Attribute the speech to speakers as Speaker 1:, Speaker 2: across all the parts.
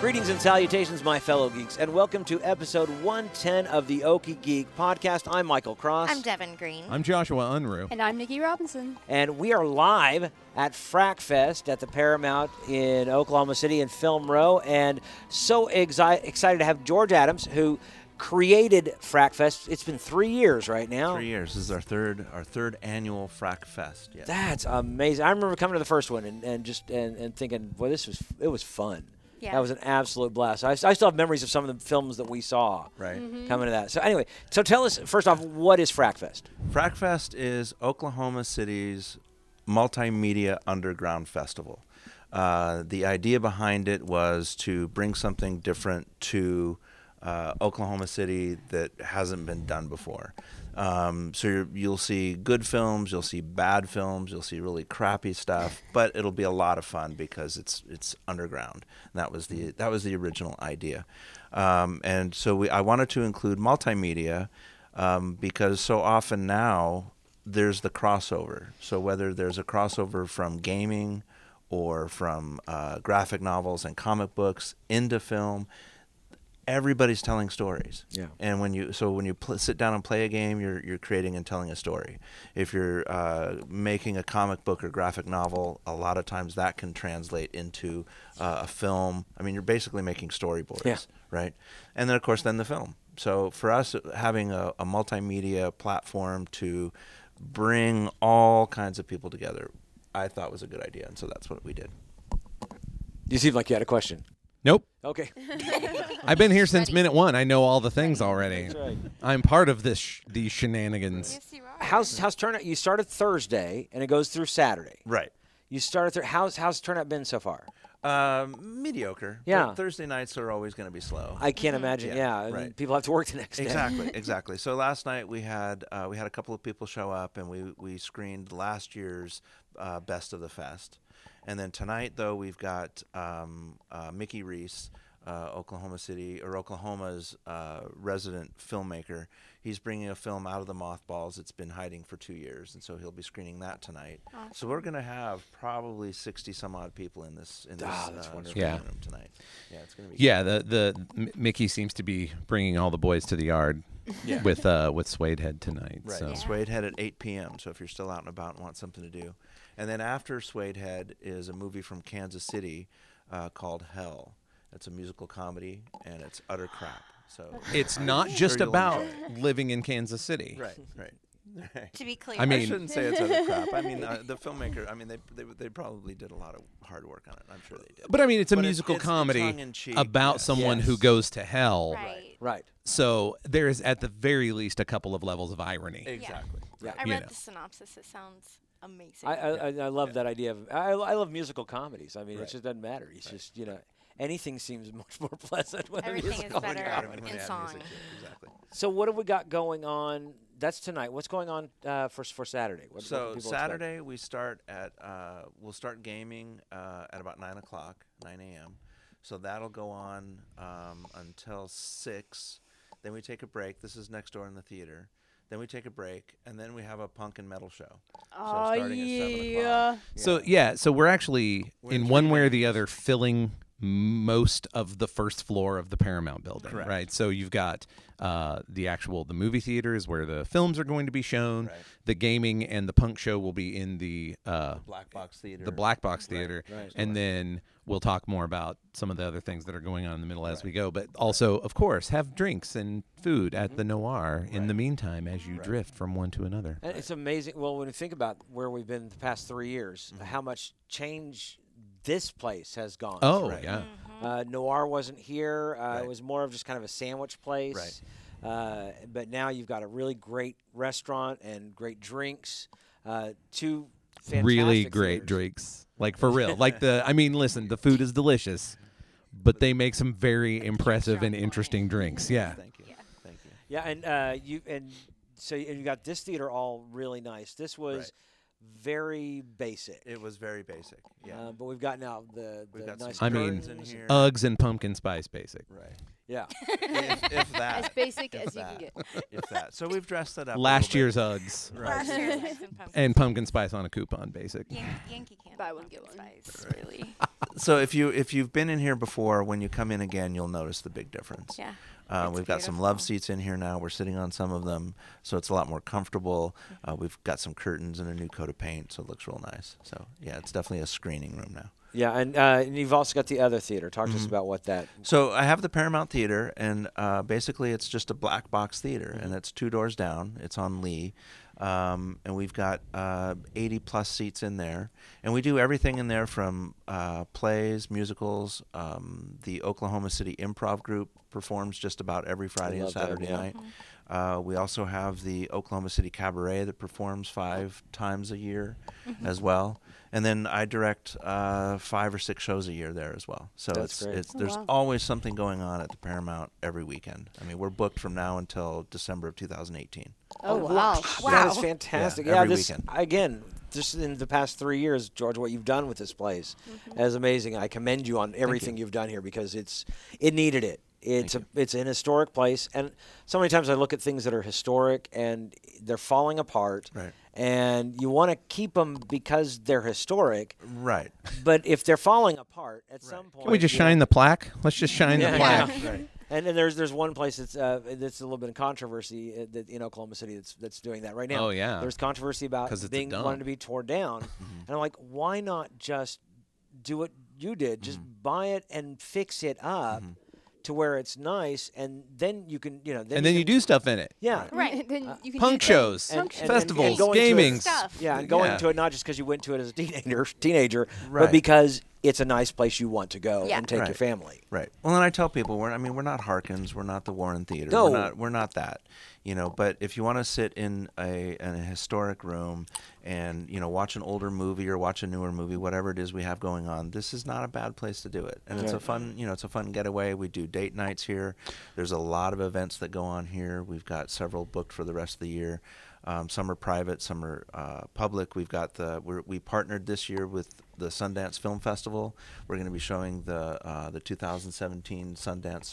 Speaker 1: Greetings and salutations, my fellow geeks, and welcome to episode 110 of the Okie Geek podcast. I'm Michael Cross.
Speaker 2: I'm Devin Green.
Speaker 3: I'm Joshua Unruh.
Speaker 4: And I'm Nikki Robinson.
Speaker 1: and we are live at Frack Fest at the Paramount in Oklahoma City in Film Row, and so exi- excited to have George Adams, who created Frack Fest. It's been three years right now.
Speaker 5: Three years. This is our third our third annual Frack Fest. Yes.
Speaker 1: That's amazing. I remember coming to the first one and, and just and, and thinking, boy, this was it was fun.
Speaker 2: Yeah.
Speaker 1: That was an absolute blast. I, s- I still have memories of some of the films that we saw.
Speaker 5: Right.
Speaker 1: Coming to that. So anyway, so tell us first off, what is Frackfest?
Speaker 5: Frack Fest is Oklahoma City's multimedia underground festival. Uh, the idea behind it was to bring something different to uh, Oklahoma City that hasn't been done before. Um, so you're, you'll see good films, you'll see bad films, you'll see really crappy stuff, but it'll be a lot of fun because it's it's underground. And that was the that was the original idea, um, and so we I wanted to include multimedia um, because so often now there's the crossover. So whether there's a crossover from gaming or from uh, graphic novels and comic books into film, everybody's telling stories.
Speaker 1: Yeah.
Speaker 5: And when you so when you pl- sit down and play a game, you're you're creating and telling a story. If you're uh, making a comic book or graphic novel, a lot of times that can translate into uh, a film. I mean, you're basically making storyboards
Speaker 1: Yeah.
Speaker 5: right? And then, of course, then the film. So for us, having a, a multimedia platform to bring all kinds of people together, I thought was a good idea, and so that's what we did.
Speaker 1: You seem like you had a question.
Speaker 3: Nope.
Speaker 1: Okay.
Speaker 3: I've been here since
Speaker 2: Ready.
Speaker 3: minute one. I know all the things already.
Speaker 1: right.
Speaker 3: I'm part of this sh- these shenanigans.
Speaker 2: Yes, you are.
Speaker 1: How's how's turnout? You started Thursday and it goes through Saturday.
Speaker 5: Right.
Speaker 1: You started through how's how's turnout been so far?
Speaker 5: Um, mediocre. Th-
Speaker 1: Yeah.
Speaker 5: Thursday nights are always going to be slow.
Speaker 1: I can't imagine.
Speaker 5: Yeah,
Speaker 1: Yeah. and
Speaker 5: right.
Speaker 1: People have to work the next day.
Speaker 5: Exactly, exactly. So last night we had uh, we had a couple of people show up, and we we screened last year's uh, best of the fest, and then tonight though we've got um, uh, Mickey Reese. Uh, Oklahoma City or Oklahoma's uh, resident filmmaker. He's bringing a film out of the mothballs. It's been hiding for two years, and so he'll be screening that tonight. So we're going to have probably sixty some odd people in this in this
Speaker 1: Ah, that's
Speaker 5: uh,
Speaker 1: wonderful.
Speaker 5: screening
Speaker 3: Yeah.
Speaker 5: room tonight. Yeah, it's going to be
Speaker 3: Yeah, the the M- Mickey seems to be bringing all the boys to the yard
Speaker 5: Yeah.
Speaker 3: with uh with Suede Head tonight.
Speaker 5: Right.
Speaker 3: So
Speaker 5: and Suede Head at 8 p.m. So if you're still out and about and want something to do, and then after Suede Head is a movie from Kansas City uh, called Hell. It's a musical comedy and it's utter crap. So
Speaker 3: it's
Speaker 5: I'm
Speaker 3: not
Speaker 5: sure
Speaker 3: just
Speaker 5: you'll
Speaker 3: about
Speaker 5: enjoy
Speaker 3: living in Kansas City.
Speaker 5: it. right, right. right.
Speaker 2: To be clear,
Speaker 3: I
Speaker 5: I,
Speaker 3: mean-
Speaker 5: shouldn't say it's utter crap. I mean, uh, the filmmaker. I mean, they, they they probably did a lot of hard work on it. I'm sure they did.
Speaker 3: But I mean, it's a
Speaker 5: But it's-
Speaker 3: musical
Speaker 5: it's
Speaker 3: comedy
Speaker 5: tongue-in-cheek,
Speaker 3: about
Speaker 5: yes.
Speaker 3: someone who
Speaker 1: Yes.
Speaker 3: goes to hell.
Speaker 2: right.
Speaker 1: Right.
Speaker 3: So there is at the very least a couple of levels of irony.
Speaker 5: exactly.
Speaker 1: Yeah.
Speaker 2: I
Speaker 3: You
Speaker 2: read
Speaker 3: know.
Speaker 2: the synopsis. It sounds amazing.
Speaker 1: I, I, I I love that idea of I, I love musical comedies. I mean,
Speaker 5: Right.
Speaker 1: it just doesn't matter. It's just you know anything seems much more pleasant when they're
Speaker 2: Everything is
Speaker 1: musical.
Speaker 2: better
Speaker 5: God, when they
Speaker 2: in
Speaker 5: add
Speaker 2: song.
Speaker 5: music to it, Exactly.
Speaker 1: So what have we got going on? That's tonight. What's going on uh, for for Saturday? What, what can
Speaker 5: So
Speaker 1: people expect?
Speaker 5: Saturday we start at uh, we'll start gaming uh, at about nine o'clock, nine a.m. So that'll go on um, until six. Then we take a break. This is next door in the theater. Then we take a break, and then we have a punk and metal show. so starting at seven o'clock.
Speaker 3: So yeah, so we're actually
Speaker 5: We're
Speaker 3: in
Speaker 5: in
Speaker 3: one
Speaker 5: three
Speaker 3: way or the other filling most of the first floor of the Paramount building,
Speaker 5: Correct.
Speaker 3: right? So you've got uh, the actual the movie theaters where the films are going to be shown,
Speaker 5: Right.
Speaker 3: the gaming and the punk show will be in the uh,
Speaker 5: Black Box Theater.
Speaker 3: the black box theater,
Speaker 1: right.
Speaker 3: and then we'll talk more about some of the other things that are going on in the middle as we go. But also, of course, have drinks and food at the Noir in the meantime as you drift from one to another.
Speaker 1: And it's amazing. Well, when you think about where we've been the past three years, how much change this place has gone.
Speaker 3: Oh
Speaker 1: through.
Speaker 3: yeah,
Speaker 1: Uh, Noir wasn't here. Uh, It
Speaker 5: Right.
Speaker 1: was more of just kind of a sandwich place. Right. Uh, but now you've got a really great restaurant and great drinks. Uh, two fantastic
Speaker 3: really great
Speaker 1: theaters.
Speaker 3: drinks. Like for real. Like the I mean, listen, the food is delicious, but they make some very impressive and interesting drinks. Yeah.
Speaker 5: Thank you. Thank you.
Speaker 1: Yeah, and uh, you and so and you got this theater all really nice. This was
Speaker 5: Right.
Speaker 1: very basic.
Speaker 5: It was very basic. Yeah.
Speaker 1: Uh, but we've got now the,
Speaker 5: We've
Speaker 1: the
Speaker 5: got
Speaker 1: nice
Speaker 5: some
Speaker 3: I mean, uh,
Speaker 5: curtains in here.
Speaker 3: Uggs and pumpkin spice basic.
Speaker 5: right.
Speaker 1: Yeah.
Speaker 5: if, if
Speaker 4: As
Speaker 5: that,
Speaker 4: basic
Speaker 5: If
Speaker 4: as you can
Speaker 5: that.
Speaker 4: get.
Speaker 5: if that. So we've dressed it up. a
Speaker 3: Last
Speaker 5: little bit.
Speaker 3: year's Uggs
Speaker 5: Right.
Speaker 2: Last year's Ice and Pumpkin.
Speaker 3: and pumpkin spice on a coupon, basic.
Speaker 2: Yan- Yankee candle.
Speaker 4: Buy one,
Speaker 2: pumpkin
Speaker 4: get one.
Speaker 2: Spice, really.
Speaker 5: So if you if you've been in here before, when you come in again, you'll notice the big difference.
Speaker 2: Yeah.
Speaker 5: Uh,
Speaker 2: it's
Speaker 5: we've got some love
Speaker 2: beautiful.
Speaker 5: seats in here now. We're sitting on some of them, so it's a lot more comfortable.
Speaker 2: Mm-hmm.
Speaker 5: Uh, we've got some curtains and a new coat of paint, so it looks real nice. So yeah, it's definitely a screening room now.
Speaker 1: Yeah, and, uh, and you've also got the other theater. Talk to us about what that.
Speaker 5: So I have the Paramount Theater, and uh, basically it's just a black box theater,
Speaker 1: Mm-hmm.
Speaker 5: and it's two doors down. It's on Lee, um, and we've got uh, 80 plus seats in there, and we do everything in there from uh, plays, musicals. Um, the Oklahoma City Improv Group performs just about every Friday and
Speaker 1: love them,
Speaker 5: Saturday
Speaker 1: yeah.
Speaker 5: night. Uh, we also have the Oklahoma City Cabaret that performs five times a year as well. And then I direct uh, five or six shows a year there as well. So
Speaker 1: That's
Speaker 5: it's,
Speaker 1: great.
Speaker 5: it's there's always something going on at the Paramount every weekend. I mean, we're booked from now until December of 2018.
Speaker 4: Oh, wow.
Speaker 1: That is fantastic.
Speaker 5: Yeah,
Speaker 1: Yeah,
Speaker 5: every
Speaker 1: this
Speaker 5: weekend.
Speaker 1: again, just in the past three years, George, what you've done with this place
Speaker 4: Mm-hmm.
Speaker 1: is amazing. I commend you on everything you. have done here because it's it needed it. It's a, it's an historic place, and so many times I look at things that are historic and they're falling apart.
Speaker 5: Right.
Speaker 1: And you want to keep them because they're historic,
Speaker 5: Right.
Speaker 1: but if they're falling apart at some point,
Speaker 3: Can we just
Speaker 1: you know,
Speaker 3: shine the plaque? Let's just shine the
Speaker 1: Yeah.
Speaker 3: plaque.
Speaker 5: right.
Speaker 1: And then there's there's one place that's uh, that's a little bit of controversy uh, that, in Oklahoma City that's that's doing that right now.
Speaker 3: Oh, yeah.
Speaker 1: There's controversy about
Speaker 3: 'Cause it's a
Speaker 1: being
Speaker 3: dump. Mm-hmm.
Speaker 1: wanted to be torn down, and I'm like, why not just do what you did? Just
Speaker 3: Mm-hmm.
Speaker 1: buy it and fix it up to where it's nice, and then you can you know then
Speaker 3: And then you
Speaker 1: can-
Speaker 3: do stuff in it.
Speaker 1: yeah.
Speaker 4: Right. then you can
Speaker 3: Punk
Speaker 4: do
Speaker 3: shows,
Speaker 4: Punk
Speaker 1: And-
Speaker 4: shows.
Speaker 1: and-
Speaker 3: festivals,
Speaker 1: going to a-
Speaker 3: gamings.
Speaker 2: Stuff.
Speaker 1: Yeah, and going
Speaker 3: Yeah.
Speaker 1: to it not just because you went to it as a teenager, teenager, but
Speaker 5: Right.
Speaker 1: because it's a nice place you want to go
Speaker 2: Yeah.
Speaker 1: and take your
Speaker 5: Right.
Speaker 1: family.
Speaker 5: Right. Well, and I tell people, we're, I mean, we're not Harkins, we're not the Warren Theater,
Speaker 1: No.
Speaker 5: we're not, we're not that, you know. But if you want to sit in a in a historic room and you know watch an older movie or watch a newer movie, whatever it is we have going on, this is not a bad place to do it. And it's a fun, you know, it's a fun getaway. We do date nights here. There's a lot of events that go on here. We've got several booked for the rest of the year. Um, some are private, some are uh, public. We've got the we're, we partnered this year with the Sundance Film Festival. We're going to be showing the uh, the 2017 Sundance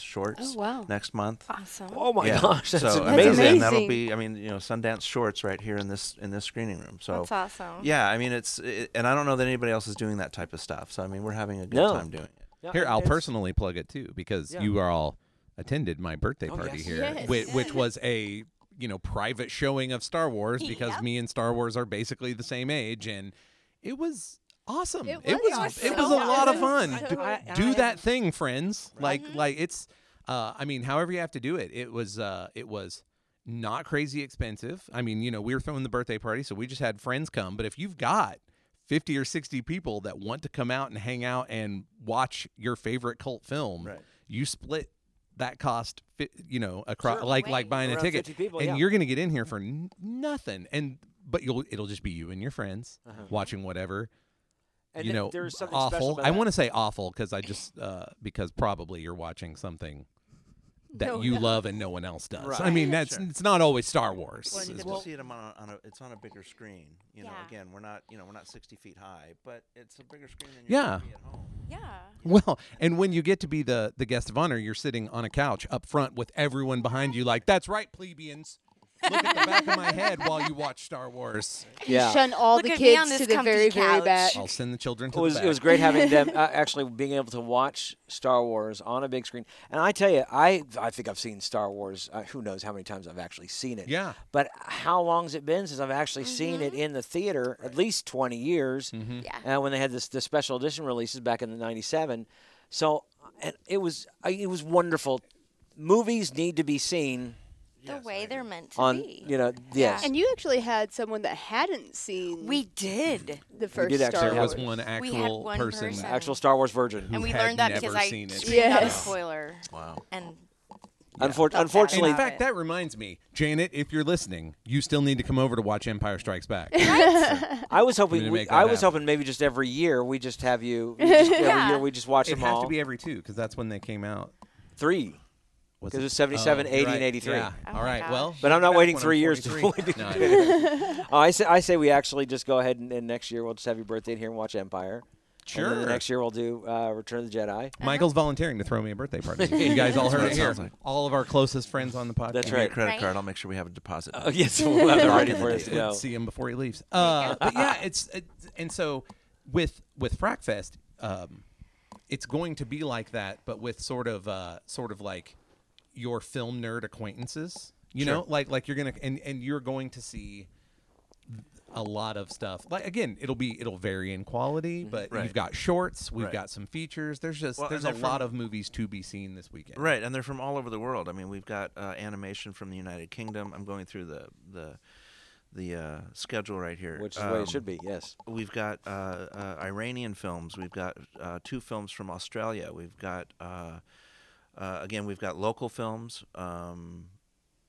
Speaker 4: Oh,
Speaker 5: shorts
Speaker 4: wow.
Speaker 5: next month.
Speaker 2: Awesome.
Speaker 1: Oh my
Speaker 5: Yeah.
Speaker 1: gosh, that's
Speaker 5: so, I mean,
Speaker 1: amazing.
Speaker 4: amazing.
Speaker 5: And that'll be I mean you know Sundance shorts right here in this in this screening room. So
Speaker 2: That's awesome.
Speaker 5: Yeah, I mean it's it, and I don't know that anybody else is doing that type of stuff. So I mean we're having a good
Speaker 1: No.
Speaker 5: time doing it.
Speaker 1: Yeah,
Speaker 3: Here, I'll
Speaker 1: it's-
Speaker 3: personally plug it too because
Speaker 1: Yeah.
Speaker 3: you are all attended my birthday
Speaker 1: Oh,
Speaker 3: party
Speaker 1: yes.
Speaker 3: here,
Speaker 4: Yes.
Speaker 3: whi- Which, was a you know private showing of Star Wars because
Speaker 2: Yep.
Speaker 3: me and Star Wars are basically the same age, and it was awesome.
Speaker 4: It
Speaker 3: it
Speaker 4: was
Speaker 3: was,
Speaker 4: awesome.
Speaker 3: it was a lot of
Speaker 4: It was
Speaker 3: fun.
Speaker 4: so
Speaker 3: Do,
Speaker 1: good.
Speaker 3: do
Speaker 1: I- I am- Mm-hmm.
Speaker 3: that thing, friends. Like like it's, uh, I mean, however you have to do it. It was uh, it was. Not crazy expensive. I mean, you know, we were throwing the birthday party, so we just had friends come. But if you've got 50 or 60 people that want to come out and hang out and watch your favorite cult film
Speaker 5: Right.
Speaker 3: you split that cost fi- you know across
Speaker 1: Sure.
Speaker 3: like
Speaker 2: Way.
Speaker 3: like buying a
Speaker 1: Around
Speaker 3: ticket
Speaker 1: 50 people,
Speaker 3: and
Speaker 1: yeah. Mm-hmm.
Speaker 3: you're going to get in here for n- nothing and but you'll it'll just be you and your friends watching whatever
Speaker 1: And
Speaker 3: you
Speaker 1: th-
Speaker 3: know
Speaker 1: there's something special
Speaker 3: awful
Speaker 1: about
Speaker 3: i
Speaker 1: that.
Speaker 3: want to say awful cuz i just uh because probably you're watching something that
Speaker 4: No one
Speaker 3: you
Speaker 4: else.
Speaker 3: love and no one else does i
Speaker 1: Right.
Speaker 3: mean that's it's not always star wars
Speaker 5: Well, and you
Speaker 3: is
Speaker 5: get
Speaker 3: what-
Speaker 5: to see it on a, on a it's on a bigger screen. You know,
Speaker 2: Yeah.
Speaker 5: again, we're not you know we're not 60 feet high, but it's a bigger screen than you're
Speaker 3: Yeah.
Speaker 5: gonna be at home.
Speaker 2: Yeah.
Speaker 3: well and when you get to be the the guest of honor you're sitting on a couch up front with everyone behind you like that's right plebeians look at the back of my head while you watch star wars
Speaker 1: Yeah.
Speaker 4: Shun all
Speaker 2: Look
Speaker 4: the
Speaker 2: at me on
Speaker 4: kids
Speaker 2: this
Speaker 4: to the
Speaker 2: comfy
Speaker 4: very, very
Speaker 2: couch.
Speaker 4: back.
Speaker 3: I'll send the children to
Speaker 1: It was,
Speaker 3: the
Speaker 1: it was great having them uh, actually being able to watch Star Wars on a big screen. And I tell you, I I think I've seen Star Wars. Uh, who knows how many times I've actually seen it?
Speaker 3: Yeah.
Speaker 1: But how long's it been since I've actually seen it in the theater? At least twenty years.
Speaker 2: Mm-hmm.
Speaker 3: Mm-hmm.
Speaker 2: Yeah.
Speaker 1: Uh, when they had this the special edition releases back in the '97, so uh, and it was I it was wonderful. Movies need to be seen
Speaker 2: The way they're meant to
Speaker 1: on
Speaker 2: be.
Speaker 1: you know yes.
Speaker 4: And you actually had someone that hadn't seen
Speaker 2: we did.
Speaker 4: the first
Speaker 1: did
Speaker 4: Star
Speaker 1: actually
Speaker 3: There
Speaker 1: have
Speaker 4: Wars.
Speaker 3: was one actual
Speaker 2: one
Speaker 3: person.
Speaker 2: person.
Speaker 3: that-
Speaker 1: Actual Star Wars virgin.
Speaker 2: And we
Speaker 3: had
Speaker 2: learned that because
Speaker 3: never
Speaker 2: I
Speaker 3: seen it.
Speaker 2: screamed out a
Speaker 4: Yes.
Speaker 2: spoiler.
Speaker 5: Wow.
Speaker 2: And
Speaker 1: Unfor-
Speaker 2: Felt
Speaker 1: unfortunately,
Speaker 3: In
Speaker 2: Love
Speaker 3: fact,
Speaker 2: it.
Speaker 3: that reminds me, Janet, if you're listening, you still need to come over to watch Empire Strikes Back.
Speaker 1: I was
Speaker 3: need
Speaker 1: hoping
Speaker 3: to
Speaker 1: we,
Speaker 3: make that
Speaker 1: I was
Speaker 3: happen.
Speaker 1: hoping maybe just every year we just have you we just, every
Speaker 2: Yeah.
Speaker 1: year we just watch
Speaker 3: it
Speaker 1: them
Speaker 3: has
Speaker 1: all
Speaker 3: to be every two because that's when they came out.
Speaker 1: three
Speaker 3: Was
Speaker 1: because it's 77, 80, and 83.
Speaker 3: Yeah.
Speaker 2: Oh
Speaker 3: All
Speaker 2: my
Speaker 3: right.
Speaker 2: gosh.
Speaker 3: Well,
Speaker 1: But I'm not
Speaker 3: back
Speaker 1: waiting
Speaker 3: when
Speaker 1: three
Speaker 3: I'm
Speaker 1: years to
Speaker 3: 43.
Speaker 1: do
Speaker 3: No,
Speaker 1: Oh, I say I say we actually just go ahead and, and next year we'll just have your birthday in here and watch Empire. And then
Speaker 3: Sure.
Speaker 1: the next year we'll do uh, Return of the Jedi.
Speaker 3: Michael's volunteering to throw me a birthday party. You guys all heard
Speaker 5: what
Speaker 3: it
Speaker 5: it
Speaker 3: here.
Speaker 5: sounds like.
Speaker 3: All of our closest friends on the podcast.
Speaker 1: That's
Speaker 5: Give me a
Speaker 1: right.
Speaker 5: credit
Speaker 2: Right.
Speaker 5: card. I'll make sure we have a deposit.
Speaker 1: Oh, yes, we'll have it ready for us to
Speaker 5: Good
Speaker 1: go.
Speaker 3: see him before he leaves. Uh, but yeah, it's it, and so with with Frackfest, um, it's going to be like that, but with sort of uh, sort of like your film nerd acquaintances. You know, like like you're gonna and and you're going to see a lot of stuff. Like again, it'll be it'll vary in quality, but
Speaker 5: Right.
Speaker 3: you've got shorts, we've
Speaker 5: Right.
Speaker 3: got some features. There's just
Speaker 5: Well, and
Speaker 3: there's a
Speaker 5: they're from-
Speaker 3: lot of movies to be seen this weekend.
Speaker 5: Right, and they're from all over the world. I mean, we've got uh, animation from the United Kingdom. I'm going through the the the uh, schedule right here,
Speaker 1: Which is the way
Speaker 5: Um,
Speaker 1: it should be, yes.
Speaker 5: We've got uh, uh, Iranian films. We've got uh, two films from Australia. We've got uh, uh, again, we've got local films. Um,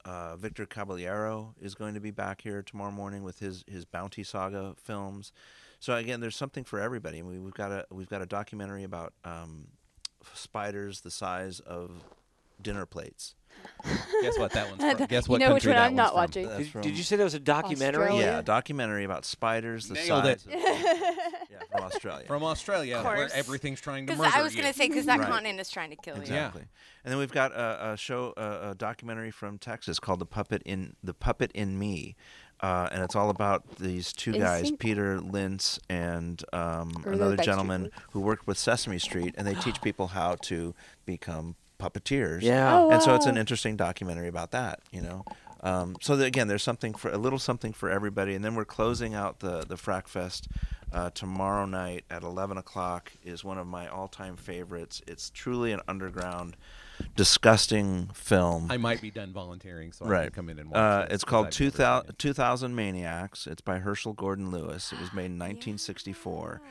Speaker 5: uh, Victor Caballero is going to be back here tomorrow morning with his his Bounty Saga films. So again, there's something for everybody. I mean, we've got a we've got a documentary about um, spiders the size of dinner plates.
Speaker 3: Guess what? That one's from. Guess
Speaker 4: you
Speaker 3: what?
Speaker 4: know which
Speaker 3: country
Speaker 4: one
Speaker 3: that
Speaker 4: I'm not
Speaker 3: one's from.
Speaker 4: watching.
Speaker 5: That's
Speaker 1: Did,
Speaker 5: from,
Speaker 1: did you say there was a documentary?
Speaker 4: Australia?
Speaker 5: Yeah, a documentary about spiders the
Speaker 3: Nailed it.
Speaker 5: size. Of, yeah, from Australia.
Speaker 3: From Australia, where
Speaker 2: course.
Speaker 3: everything's trying to
Speaker 2: Because
Speaker 3: murder
Speaker 2: I was
Speaker 3: you.
Speaker 2: going to say, because that
Speaker 5: Right.
Speaker 2: continent is trying to kill you.
Speaker 3: Yeah.
Speaker 5: Exactly. And then we've got a, a show, a, a documentary from Texas called "The Puppet in the Puppet in Me," uh, and it's all about these two
Speaker 4: Is
Speaker 5: guys,
Speaker 4: he-
Speaker 5: Peter Lintz and um,
Speaker 4: Or the
Speaker 5: another
Speaker 4: Backstreet
Speaker 5: gentleman
Speaker 4: Boys?
Speaker 5: who worked with Sesame Street, and they teach people how to become puppeteers.
Speaker 1: Yeah.
Speaker 4: Oh,
Speaker 5: And so it's an
Speaker 4: wow.
Speaker 5: interesting documentary about that, you know. Um, so that, again, there's something for a little something for everybody, and then we're closing out the the Frack Fest uh, tomorrow night at 11 o'clock. Is one of my all-time favorites. It's truly an underground, disgusting film.
Speaker 3: I might be done volunteering, so I can
Speaker 5: right.
Speaker 3: come in and watch.
Speaker 5: uh,
Speaker 3: this,
Speaker 5: it's
Speaker 3: 'cause
Speaker 5: called
Speaker 3: I've never
Speaker 5: 2000,
Speaker 3: seen
Speaker 5: 2000 Maniacs. It's by Herschel Gordon Lewis. It was made in 1964.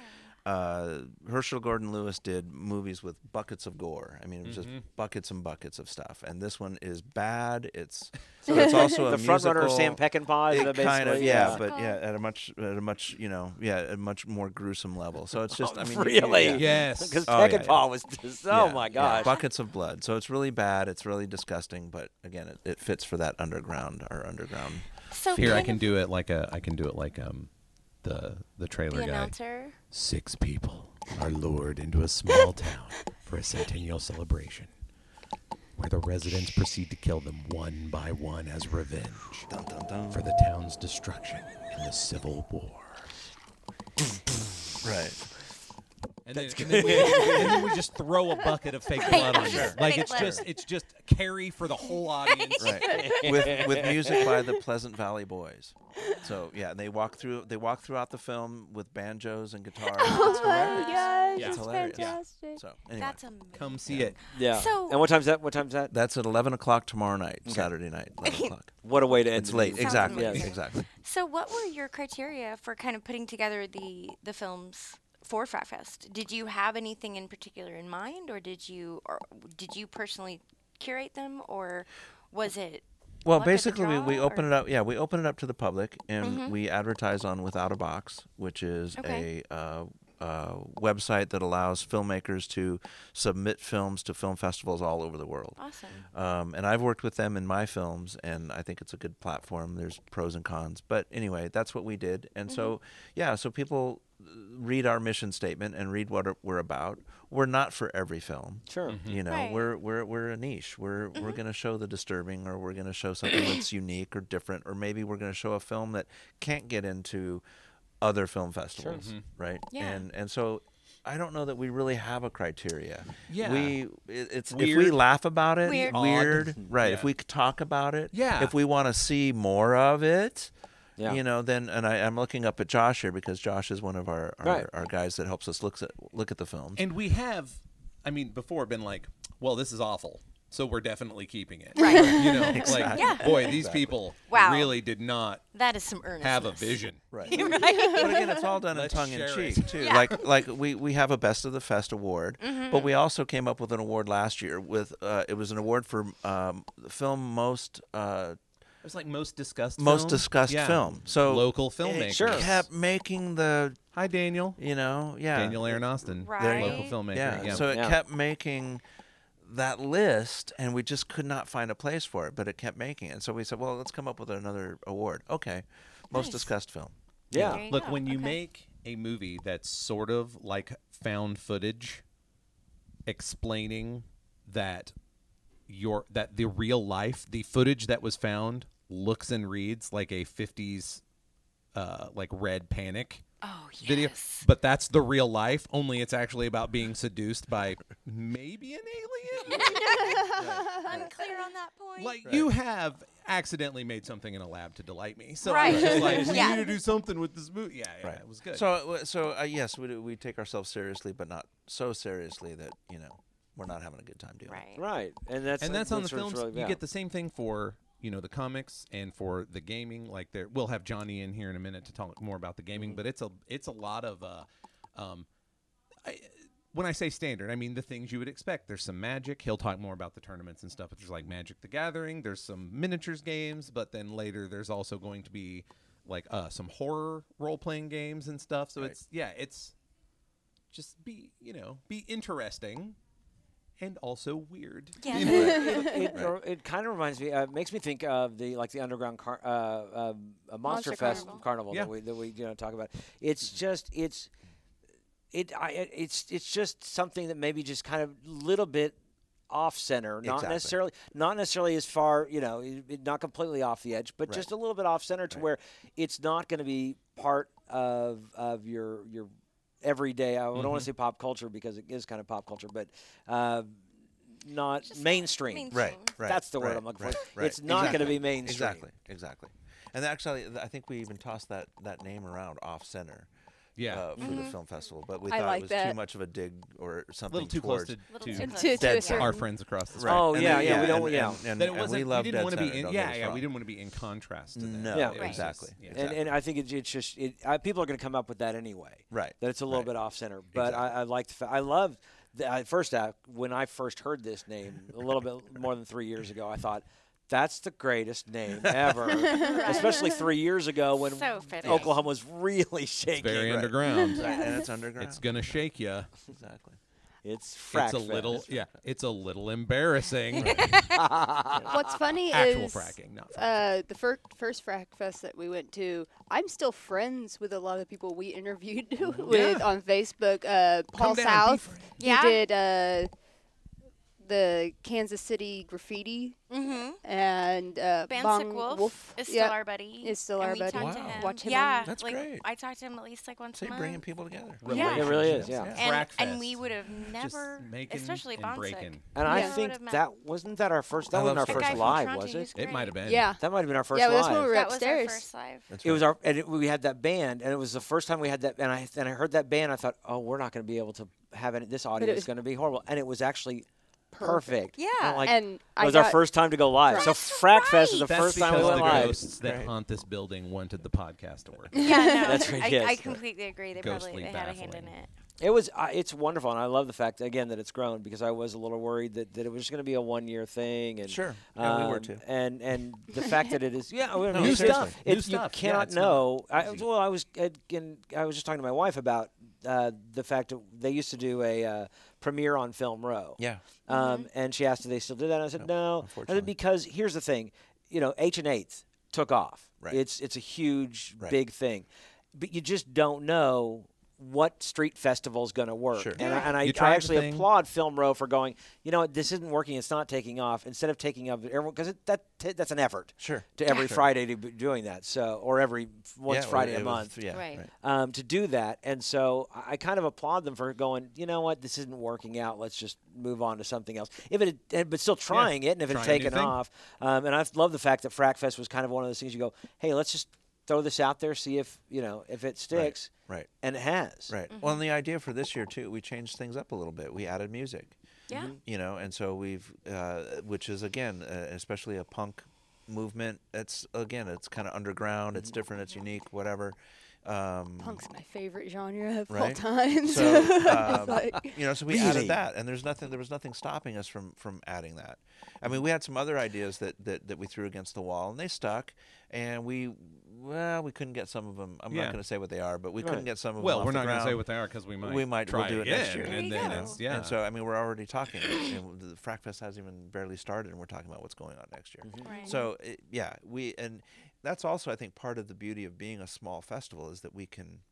Speaker 5: Uh, Herschel Gordon Lewis did movies with buckets of gore. I mean, it was
Speaker 1: Mm-hmm.
Speaker 5: just buckets and buckets of stuff. And this one is bad. It's but it's also a
Speaker 1: the front runner of Sam
Speaker 5: musical.
Speaker 1: Peckinpah, is
Speaker 5: It
Speaker 1: the
Speaker 5: kind of
Speaker 1: basically,
Speaker 5: yeah,
Speaker 1: uh,
Speaker 5: but yeah, at a much at a much you know yeah, at a much more gruesome level. So it's just I mean you- you-
Speaker 1: really?
Speaker 5: yeah.
Speaker 3: it. Yes.
Speaker 1: Because
Speaker 5: Oh, yeah,
Speaker 1: Peckinpah
Speaker 5: yeah.
Speaker 1: was just, oh
Speaker 5: Yeah,
Speaker 1: my
Speaker 5: yeah,
Speaker 1: gosh.
Speaker 5: buckets of blood. So it's really bad. It's really disgusting. But again, it, it fits for that underground or underground.
Speaker 2: So
Speaker 3: Here I
Speaker 2: kind
Speaker 3: can
Speaker 2: of
Speaker 3: do it like a I can do it like um the the trailer
Speaker 2: the
Speaker 3: guy.
Speaker 2: announcer.
Speaker 3: Six people are lured into a small town for a centennial celebration, where the residents proceed to kill them one by one as revenge
Speaker 5: Dun, dun, dun.
Speaker 3: for the town's destruction in the Civil War.
Speaker 5: Right.
Speaker 3: And then, and, then we, and then we just throw a bucket of fake blood on
Speaker 2: Sure.
Speaker 3: her. Like
Speaker 2: Fake
Speaker 3: it's
Speaker 2: blood.
Speaker 3: just it's just carry for the whole audience.
Speaker 5: Right. with with music by the Pleasant Valley Boys. So yeah, they walk through they walk throughout the film with banjos and guitars. it's hilarious.
Speaker 4: gosh,
Speaker 3: Yeah.
Speaker 5: It's hilarious.
Speaker 4: fantastic.
Speaker 5: So anyway,
Speaker 2: Oh, That's
Speaker 5: that's,
Speaker 2: amazing.
Speaker 3: Come see it.
Speaker 1: yeah.
Speaker 2: So-
Speaker 1: and what time's that? What time's that?
Speaker 5: at eleven o'clock tomorrow night, Saturday night, eleven o'clock.
Speaker 1: What a way to end
Speaker 5: It's
Speaker 1: the
Speaker 5: late.
Speaker 1: meeting.
Speaker 5: Exactly.
Speaker 1: amazing.
Speaker 5: Exactly.
Speaker 2: So, what were your criteria for kind of putting together the the films for Fratfest? Did you have anything in particular in mind, or did you or did you personally curate them, or was it?
Speaker 5: Well,
Speaker 2: luck of the
Speaker 5: basically, we, we
Speaker 2: draw,
Speaker 5: open
Speaker 2: or-
Speaker 5: it up. Yeah, we open it up to the public, and we advertise on Without a Box, which is
Speaker 2: Mm-hmm. Okay.
Speaker 5: a uh, uh, website that allows filmmakers to submit films to film festivals all over the world.
Speaker 2: Awesome.
Speaker 5: Um, and I've worked with them in my films, and I think it's a good platform. There's pros and cons, but anyway, that's what we did. And so, yeah, so people uh, read our mission statement and read what we're about. We're not for every film.
Speaker 1: Sure.
Speaker 3: Mm-hmm.
Speaker 5: You know,
Speaker 2: Right. Mm-hmm.
Speaker 5: we're we're we're a niche. We're we're going to show the disturbing, or we're going to show something that's unique or different, or maybe we're going to show a film that can't get into other film festivals,
Speaker 3: Mm-hmm.
Speaker 5: right?
Speaker 2: Yeah.
Speaker 5: And and so. I don't know that we really have a criteria.
Speaker 3: Yeah.
Speaker 5: we it, it's if we
Speaker 3: Weird.
Speaker 5: laugh about it,
Speaker 2: Weird. Odd.
Speaker 5: weird, right? If
Speaker 3: Yeah.
Speaker 5: we could talk about it,
Speaker 3: Yeah.
Speaker 5: If we want to see more of it,
Speaker 1: Yeah.
Speaker 5: you know, then and I, I'm looking up at Josh here because Josh is one of our our,
Speaker 1: Right.
Speaker 5: our guys that helps us look at look at the films.
Speaker 3: And we have, I mean, before been like, well, this is awful. So we're definitely keeping it.
Speaker 2: Right.
Speaker 3: You know, like,
Speaker 2: Yeah.
Speaker 3: boy, these people
Speaker 2: Wow.
Speaker 3: really did not
Speaker 2: That is some earnestness.
Speaker 3: have a vision.
Speaker 5: Right. But again, it's all done in
Speaker 3: Let's
Speaker 5: tongue in
Speaker 3: share
Speaker 5: cheek
Speaker 3: it.
Speaker 5: too. Like like we, we have a best of the fest award, but we also came up with an award last year with uh, it was an award for um, the film most uh,
Speaker 3: It was like most discussed
Speaker 5: most
Speaker 3: film.
Speaker 5: discussed
Speaker 3: Yeah.
Speaker 5: film. So
Speaker 3: Local
Speaker 5: it
Speaker 3: filmmakers.
Speaker 1: Sure.
Speaker 5: kept making the
Speaker 3: Hi, Daniel.
Speaker 5: you know yeah
Speaker 3: Daniel Aaron Austin.
Speaker 2: There you
Speaker 3: Local
Speaker 2: go.
Speaker 3: filmmaker.
Speaker 5: yeah.
Speaker 3: Yeah.
Speaker 5: So it
Speaker 1: Yeah.
Speaker 5: kept making that list, and we just could not find a place for it, but it kept making it. And so we said, well, let's come up with another award. Okay, most
Speaker 2: Nice.
Speaker 5: discussed film.
Speaker 1: Yeah.
Speaker 2: There you
Speaker 3: Look,
Speaker 2: go.
Speaker 3: when you
Speaker 2: Okay.
Speaker 3: make a movie that's sort of like found footage explaining that your that the real life the footage that was found looks and reads like a 50s uh like red panic
Speaker 2: Oh yes.
Speaker 3: video but that's the real life only it's actually about being seduced by maybe an alien
Speaker 2: Unclear on that point.
Speaker 3: like you have accidentally made something in a lab to delight me so I
Speaker 2: Right.
Speaker 3: was just like we
Speaker 2: Yeah.
Speaker 3: need to do something with this movie yeah, yeah
Speaker 5: Right.
Speaker 3: it was good
Speaker 5: So, uh, so uh, yes, we, do- we take ourselves seriously, but not so seriously that you know we're not having a good time doing
Speaker 2: right.
Speaker 1: Right, and that's
Speaker 3: and that's on the
Speaker 1: what
Speaker 3: films.
Speaker 1: it's really
Speaker 3: you
Speaker 1: about.
Speaker 3: get the same thing for you know the comics and for the gaming. Like there, we'll have Johnny in here in a minute to talk more about the
Speaker 1: Mm-hmm.
Speaker 3: gaming. But it's a it's a lot of uh, um, I, when I say standard, I mean the things you would expect. There's some magic. He'll talk more about the tournaments and stuff. But there's like Magic the Gathering. There's some miniatures games. But then later, there's also going to be like uh, some horror role playing games and stuff. So it's yeah, it's just be you know be interesting and also weird.
Speaker 2: Yeah.
Speaker 1: it, it kind of reminds me. Uh, makes me think of the like the underground car, uh, uh, uh, monster,
Speaker 4: Monster
Speaker 1: fest carnival,
Speaker 4: Carnival.
Speaker 1: that
Speaker 3: Yeah.
Speaker 1: we that we you know talk about. It's just it's it I it- it's it's just something that maybe just kind of little bit off center, not
Speaker 5: Exactly.
Speaker 1: necessarily not necessarily as far you know it- it- not completely off the edge, but just a little bit off center to where it's not going to be part of of your your everyday. I don't want to say pop culture because it is kind of pop culture, but. Uh, not mainstream.
Speaker 2: mainstream.
Speaker 5: Right,
Speaker 2: Mhm.
Speaker 5: right.
Speaker 1: That's the word
Speaker 5: right,
Speaker 1: I'm looking
Speaker 5: right,
Speaker 1: for.
Speaker 5: right.
Speaker 1: It's not gonna be mainstream.
Speaker 5: Exactly, exactly. And actually, th- I think we even tossed that, that name around off center.
Speaker 3: Yeah.
Speaker 5: uh, for the film festival, but we
Speaker 4: Mm-hmm. I
Speaker 5: thought
Speaker 4: like
Speaker 5: it was too
Speaker 4: that.
Speaker 5: much of a dig or something.
Speaker 3: a little too
Speaker 5: towards,
Speaker 3: close to,
Speaker 2: Little
Speaker 3: to
Speaker 2: too close.
Speaker 4: to, to
Speaker 5: Dead
Speaker 4: a certain
Speaker 3: our friends across the street.
Speaker 5: Right.
Speaker 1: Oh,
Speaker 5: and
Speaker 1: yeah,
Speaker 5: then-
Speaker 1: yeah, we
Speaker 5: and-
Speaker 1: don't- yeah.
Speaker 5: And, and,
Speaker 3: That it
Speaker 5: and
Speaker 3: wasn't,
Speaker 5: we love
Speaker 3: didn't
Speaker 5: Dead
Speaker 3: want to
Speaker 5: Center.
Speaker 3: be in,
Speaker 5: don't get
Speaker 3: yeah,
Speaker 5: us
Speaker 3: yeah, we
Speaker 5: wrong.
Speaker 3: didn't want to be in contrast to that.
Speaker 5: No,
Speaker 1: Yeah.
Speaker 3: It was
Speaker 5: exactly,
Speaker 3: just-
Speaker 5: exactly.
Speaker 1: And, and I think it, it's just it, I, people are going to come up with that anyway.
Speaker 5: Right,
Speaker 1: That it's a little
Speaker 5: right.
Speaker 1: bit off center. But I, I like the fact I love the, I, first uh, when I first heard this name a little bit more than three years ago. I thought that's the greatest name ever, especially three years ago when
Speaker 2: So fitting.
Speaker 1: Oklahoma was really shaking.
Speaker 3: very underground.
Speaker 5: Right, and it's underground.
Speaker 3: It's gonna shake you.
Speaker 5: exactly.
Speaker 1: It's frack
Speaker 3: It's a
Speaker 1: fest.
Speaker 3: little, yeah, it's a little embarrassing.
Speaker 4: What's funny
Speaker 3: Actual
Speaker 4: is
Speaker 3: fracking, not fracking.
Speaker 4: uh, the fir- first frack fest that we went to. I'm still friends with a lot of people we interviewed with
Speaker 3: Yeah.
Speaker 4: on Facebook. Uh,
Speaker 3: down,
Speaker 4: Paul
Speaker 3: be
Speaker 4: South,
Speaker 3: friends.
Speaker 4: he
Speaker 2: Yeah.
Speaker 4: did uh, the Kansas City graffiti
Speaker 2: Mm-hmm.
Speaker 4: and uh,
Speaker 2: Bansick
Speaker 4: Bong
Speaker 2: Wolf, is still
Speaker 4: yeah.
Speaker 2: our buddy.
Speaker 4: Is still
Speaker 2: and
Speaker 4: our
Speaker 2: we
Speaker 4: buddy.
Speaker 2: talked to
Speaker 5: Wow.
Speaker 2: him.
Speaker 4: Watch him
Speaker 2: yeah,
Speaker 4: on-
Speaker 5: That's
Speaker 2: like,
Speaker 5: great.
Speaker 2: I talked to him at least like once
Speaker 5: See,
Speaker 2: a month.
Speaker 5: bringing people together.
Speaker 2: Yeah. It
Speaker 1: really is,
Speaker 5: Relationships,
Speaker 1: yeah.
Speaker 2: and, and
Speaker 3: Frackfest.
Speaker 2: we would have never,
Speaker 3: making
Speaker 2: especially
Speaker 3: and
Speaker 2: Bonsick.
Speaker 3: breaking.
Speaker 1: And
Speaker 4: Yeah.
Speaker 1: I
Speaker 4: I
Speaker 2: would've
Speaker 1: think
Speaker 2: met-
Speaker 1: that wasn't that our first. That
Speaker 5: I
Speaker 1: wasn't our
Speaker 5: love
Speaker 2: The
Speaker 1: first
Speaker 2: guy from
Speaker 1: live,
Speaker 2: Toronto,
Speaker 1: was
Speaker 2: he was
Speaker 1: it?
Speaker 3: It
Speaker 2: great.
Speaker 3: might have been.
Speaker 4: Yeah.
Speaker 1: That might have been our first.
Speaker 4: yeah, but that's
Speaker 1: live.
Speaker 4: when we were
Speaker 2: That was our
Speaker 4: upstairs.
Speaker 2: first live.
Speaker 5: That's
Speaker 1: It was
Speaker 5: right.
Speaker 1: our and it, we had that band and it was the first time we had that and I and I heard that band I thought oh we're not going to be able to have any, this audio is
Speaker 4: was-
Speaker 1: going to be horrible and it was actually perfect,
Speaker 2: Yeah.
Speaker 1: I'm like,
Speaker 4: And
Speaker 1: it
Speaker 4: I
Speaker 1: was our
Speaker 4: got-
Speaker 1: first time to go live so
Speaker 2: That's
Speaker 1: Frack Fest is the
Speaker 2: right.
Speaker 3: That's
Speaker 1: first
Speaker 3: because
Speaker 1: time we
Speaker 3: the
Speaker 1: went live
Speaker 3: ghosts that
Speaker 5: Right.
Speaker 3: haunt this building wanted the podcast to work.
Speaker 2: Yeah, no,
Speaker 1: That's right,
Speaker 2: I, I
Speaker 1: yes.
Speaker 2: completely agree. They
Speaker 3: Ghostly
Speaker 2: probably they had a hand in
Speaker 3: baffling.
Speaker 2: it.
Speaker 1: it was uh, it's wonderful and I love the fact again that it's grown because I was a little worried that, that it was going to be a one year thing and
Speaker 5: Sure. Yeah, we were
Speaker 1: um,
Speaker 5: too.
Speaker 1: and and the fact that it is yeah well,
Speaker 5: No,
Speaker 1: new
Speaker 5: seriously.
Speaker 1: stuff
Speaker 3: New
Speaker 1: It's- you
Speaker 3: stuff. Yeah,
Speaker 1: cannot
Speaker 3: it's not
Speaker 1: know I,
Speaker 3: easy.
Speaker 1: well I was again I was just talking to my wife about uh, the fact that they used to do a uh, premiere on Film Row
Speaker 5: Yeah.
Speaker 1: Um, And she asked, "Do they still do that?" And I said, "No." I said,
Speaker 5: unfortunately.
Speaker 1: because here's the thing, you know, H and Eighth took off.
Speaker 5: Right.
Speaker 1: It's it's a huge,
Speaker 5: Right.
Speaker 1: big thing, but you just don't know what street festival's going to work.
Speaker 5: Sure.
Speaker 1: And, I, and I,
Speaker 3: You tried
Speaker 1: I
Speaker 3: the
Speaker 1: actually
Speaker 3: thing.
Speaker 1: applaud Film Row for going. You know, what, this isn't working. It's not taking off. Instead of taking up everyone, because that t- that's an effort.
Speaker 5: Sure.
Speaker 1: To every Friday to be doing that. So or every once
Speaker 5: Yeah, or
Speaker 1: Friday
Speaker 5: it
Speaker 1: a
Speaker 5: was-
Speaker 1: month
Speaker 5: yeah.
Speaker 2: Right.
Speaker 1: um, to do that. And so I I kind of applaud them for going, you know what, this isn't working out. Let's just move on to something else. If it had, but still trying it and if it had
Speaker 3: trying a new
Speaker 1: taken
Speaker 3: thing.
Speaker 1: off. Um, and I love the fact that Frack Fest was kind of one of those things you go, hey, let's just throw this out there, see if, you know, if it sticks.
Speaker 5: right.
Speaker 1: And it has.
Speaker 5: Right.
Speaker 2: Mm-hmm.
Speaker 5: Well, and the idea for this year too, we changed things up a little bit. We added music.
Speaker 2: Yeah.
Speaker 3: Mm-hmm.
Speaker 5: You know, and so we've, uh, which is again, uh, especially a punk movement. It's again, it's kind of underground.
Speaker 3: Mm-hmm.
Speaker 5: It's different. It's unique. Whatever. Um,
Speaker 4: Punk's my favorite genre of all
Speaker 5: Right.
Speaker 4: time.
Speaker 5: So,
Speaker 4: So,
Speaker 5: um,
Speaker 4: it's like,
Speaker 5: you know, so we
Speaker 1: Really?
Speaker 5: added that, and there's nothing. There was nothing stopping us from from adding that. I mean, we had some other ideas that that, that we threw against the wall, and they stuck. And we, well, we couldn't get some of them. I'm
Speaker 3: Yeah.
Speaker 5: not going to say what they are, but we
Speaker 1: Right.
Speaker 5: couldn't get some of
Speaker 3: Well,
Speaker 5: them.
Speaker 3: we're not
Speaker 5: going
Speaker 3: gonna
Speaker 5: to
Speaker 3: say what they are because we might
Speaker 5: we might
Speaker 3: try
Speaker 5: we'll do it
Speaker 3: again,
Speaker 5: next year.
Speaker 2: There
Speaker 3: and
Speaker 2: you
Speaker 3: then
Speaker 2: go.
Speaker 3: it's- yeah.
Speaker 5: And so I mean, we're already talking. and the Frackfest hasn't even barely started, and we're talking about what's going on next year.
Speaker 3: Mm-hmm.
Speaker 2: Right.
Speaker 5: So it, yeah, we and that's also I think part of the beauty of being a small festival is that we can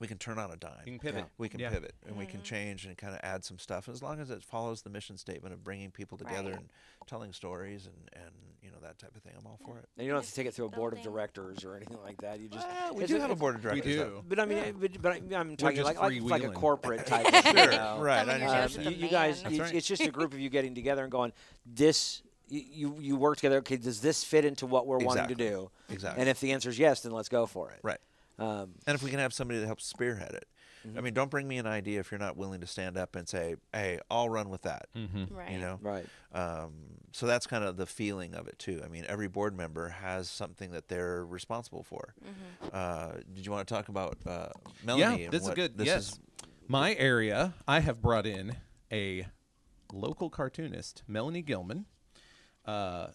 Speaker 5: we can turn on a dime.
Speaker 3: You can pivot. Yeah.
Speaker 5: We can
Speaker 3: Yeah.
Speaker 5: pivot and we can change and kind of add some stuff as long as it follows the mission statement of bringing people together
Speaker 2: Right.
Speaker 5: and telling stories and, and you know that type of thing. I'm all for it.
Speaker 1: And you don't have to take it through a board of
Speaker 2: Building.
Speaker 1: directors or anything like that. You just
Speaker 5: Well, we
Speaker 1: it's
Speaker 5: do have a
Speaker 1: it's-
Speaker 5: board of
Speaker 3: We
Speaker 5: directors. though.
Speaker 3: do.
Speaker 1: But I mean,
Speaker 5: Yeah.
Speaker 1: but, but I- I'm talking
Speaker 3: just
Speaker 1: like like, like a
Speaker 3: freewheeling.
Speaker 1: corporate type. of thing, you
Speaker 5: Sure,
Speaker 1: know?
Speaker 5: right.
Speaker 2: Someone who
Speaker 5: I know what
Speaker 1: Um,
Speaker 5: you're
Speaker 2: knows
Speaker 1: you,
Speaker 5: saying.
Speaker 2: the
Speaker 1: you guys,
Speaker 2: man.
Speaker 1: it's,
Speaker 3: right.
Speaker 1: it's just a group of you getting together and going, this. You you- you work together. Okay, does this fit into what we're wanting to
Speaker 5: Exactly.
Speaker 1: do?
Speaker 5: Exactly.
Speaker 1: And if the answer is yes, then let's go for it.
Speaker 5: Right.
Speaker 1: Um,
Speaker 5: And if we can have somebody that helps spearhead it.
Speaker 3: Mm-hmm.
Speaker 5: I mean, don't bring me an idea if you're not willing to stand up and say, "Hey, I'll run with that." Mm-hmm.
Speaker 2: Right.
Speaker 5: You know.
Speaker 1: right.
Speaker 5: Um, so that's kind of the feeling of it too. I mean, every board member has something that they're responsible for. Uh, did you want to talk about uh, Melanie?
Speaker 3: Mm-hmm. yeah,
Speaker 5: and
Speaker 3: this is
Speaker 5: what
Speaker 3: good.
Speaker 5: This
Speaker 3: yes,
Speaker 5: is
Speaker 3: my area. I have brought in a local cartoonist, Melanie Gilman. Uh,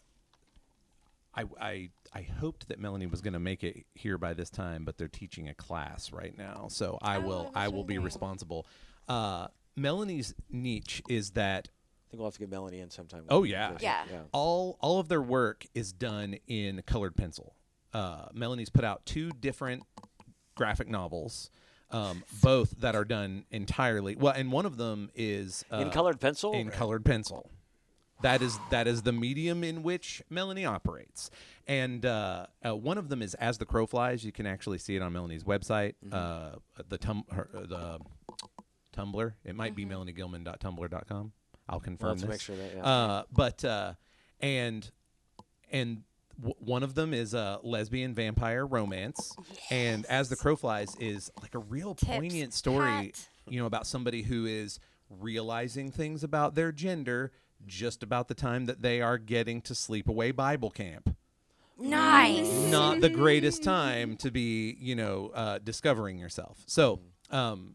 Speaker 3: I, I I hoped that Melanie was going to make it here by this time, but they're teaching a class right now, so I will
Speaker 2: that's
Speaker 3: I will be
Speaker 2: amazing.
Speaker 3: responsible. Uh, Melanie's niche is that
Speaker 1: I think we'll have to get Melanie in sometime.
Speaker 3: Oh yeah.
Speaker 2: Yeah.
Speaker 3: All all of their work is done in colored pencil. Uh, Melanie's put out two different graphic novels, um, both that are done entirely well, and one of them is uh,
Speaker 1: In colored pencil?
Speaker 3: In colored pencil. That is that is the medium in which Melanie operates, and uh, uh, one of them is as the crow flies. You can actually see it on Melanie's website,
Speaker 1: Mm-hmm.
Speaker 3: uh, the tum- her, uh, the Tumblr. It might be melaniegilman.tumblr.com. I'll confirm
Speaker 1: Mm-hmm. have to
Speaker 3: this.
Speaker 1: make sure that- yeah.
Speaker 3: Uh, but uh, and and w- one of them is a lesbian vampire romance, and as the crow flies is like a real
Speaker 2: Tips.
Speaker 3: poignant story
Speaker 2: Hat.
Speaker 3: you know, about somebody who is realizing things about their gender just about the time that they are getting to sleepaway Bible camp.
Speaker 4: Mm-hmm.
Speaker 2: Nice.
Speaker 3: Not the greatest time to be, you know, uh, discovering yourself. So,
Speaker 5: Mm.
Speaker 3: um,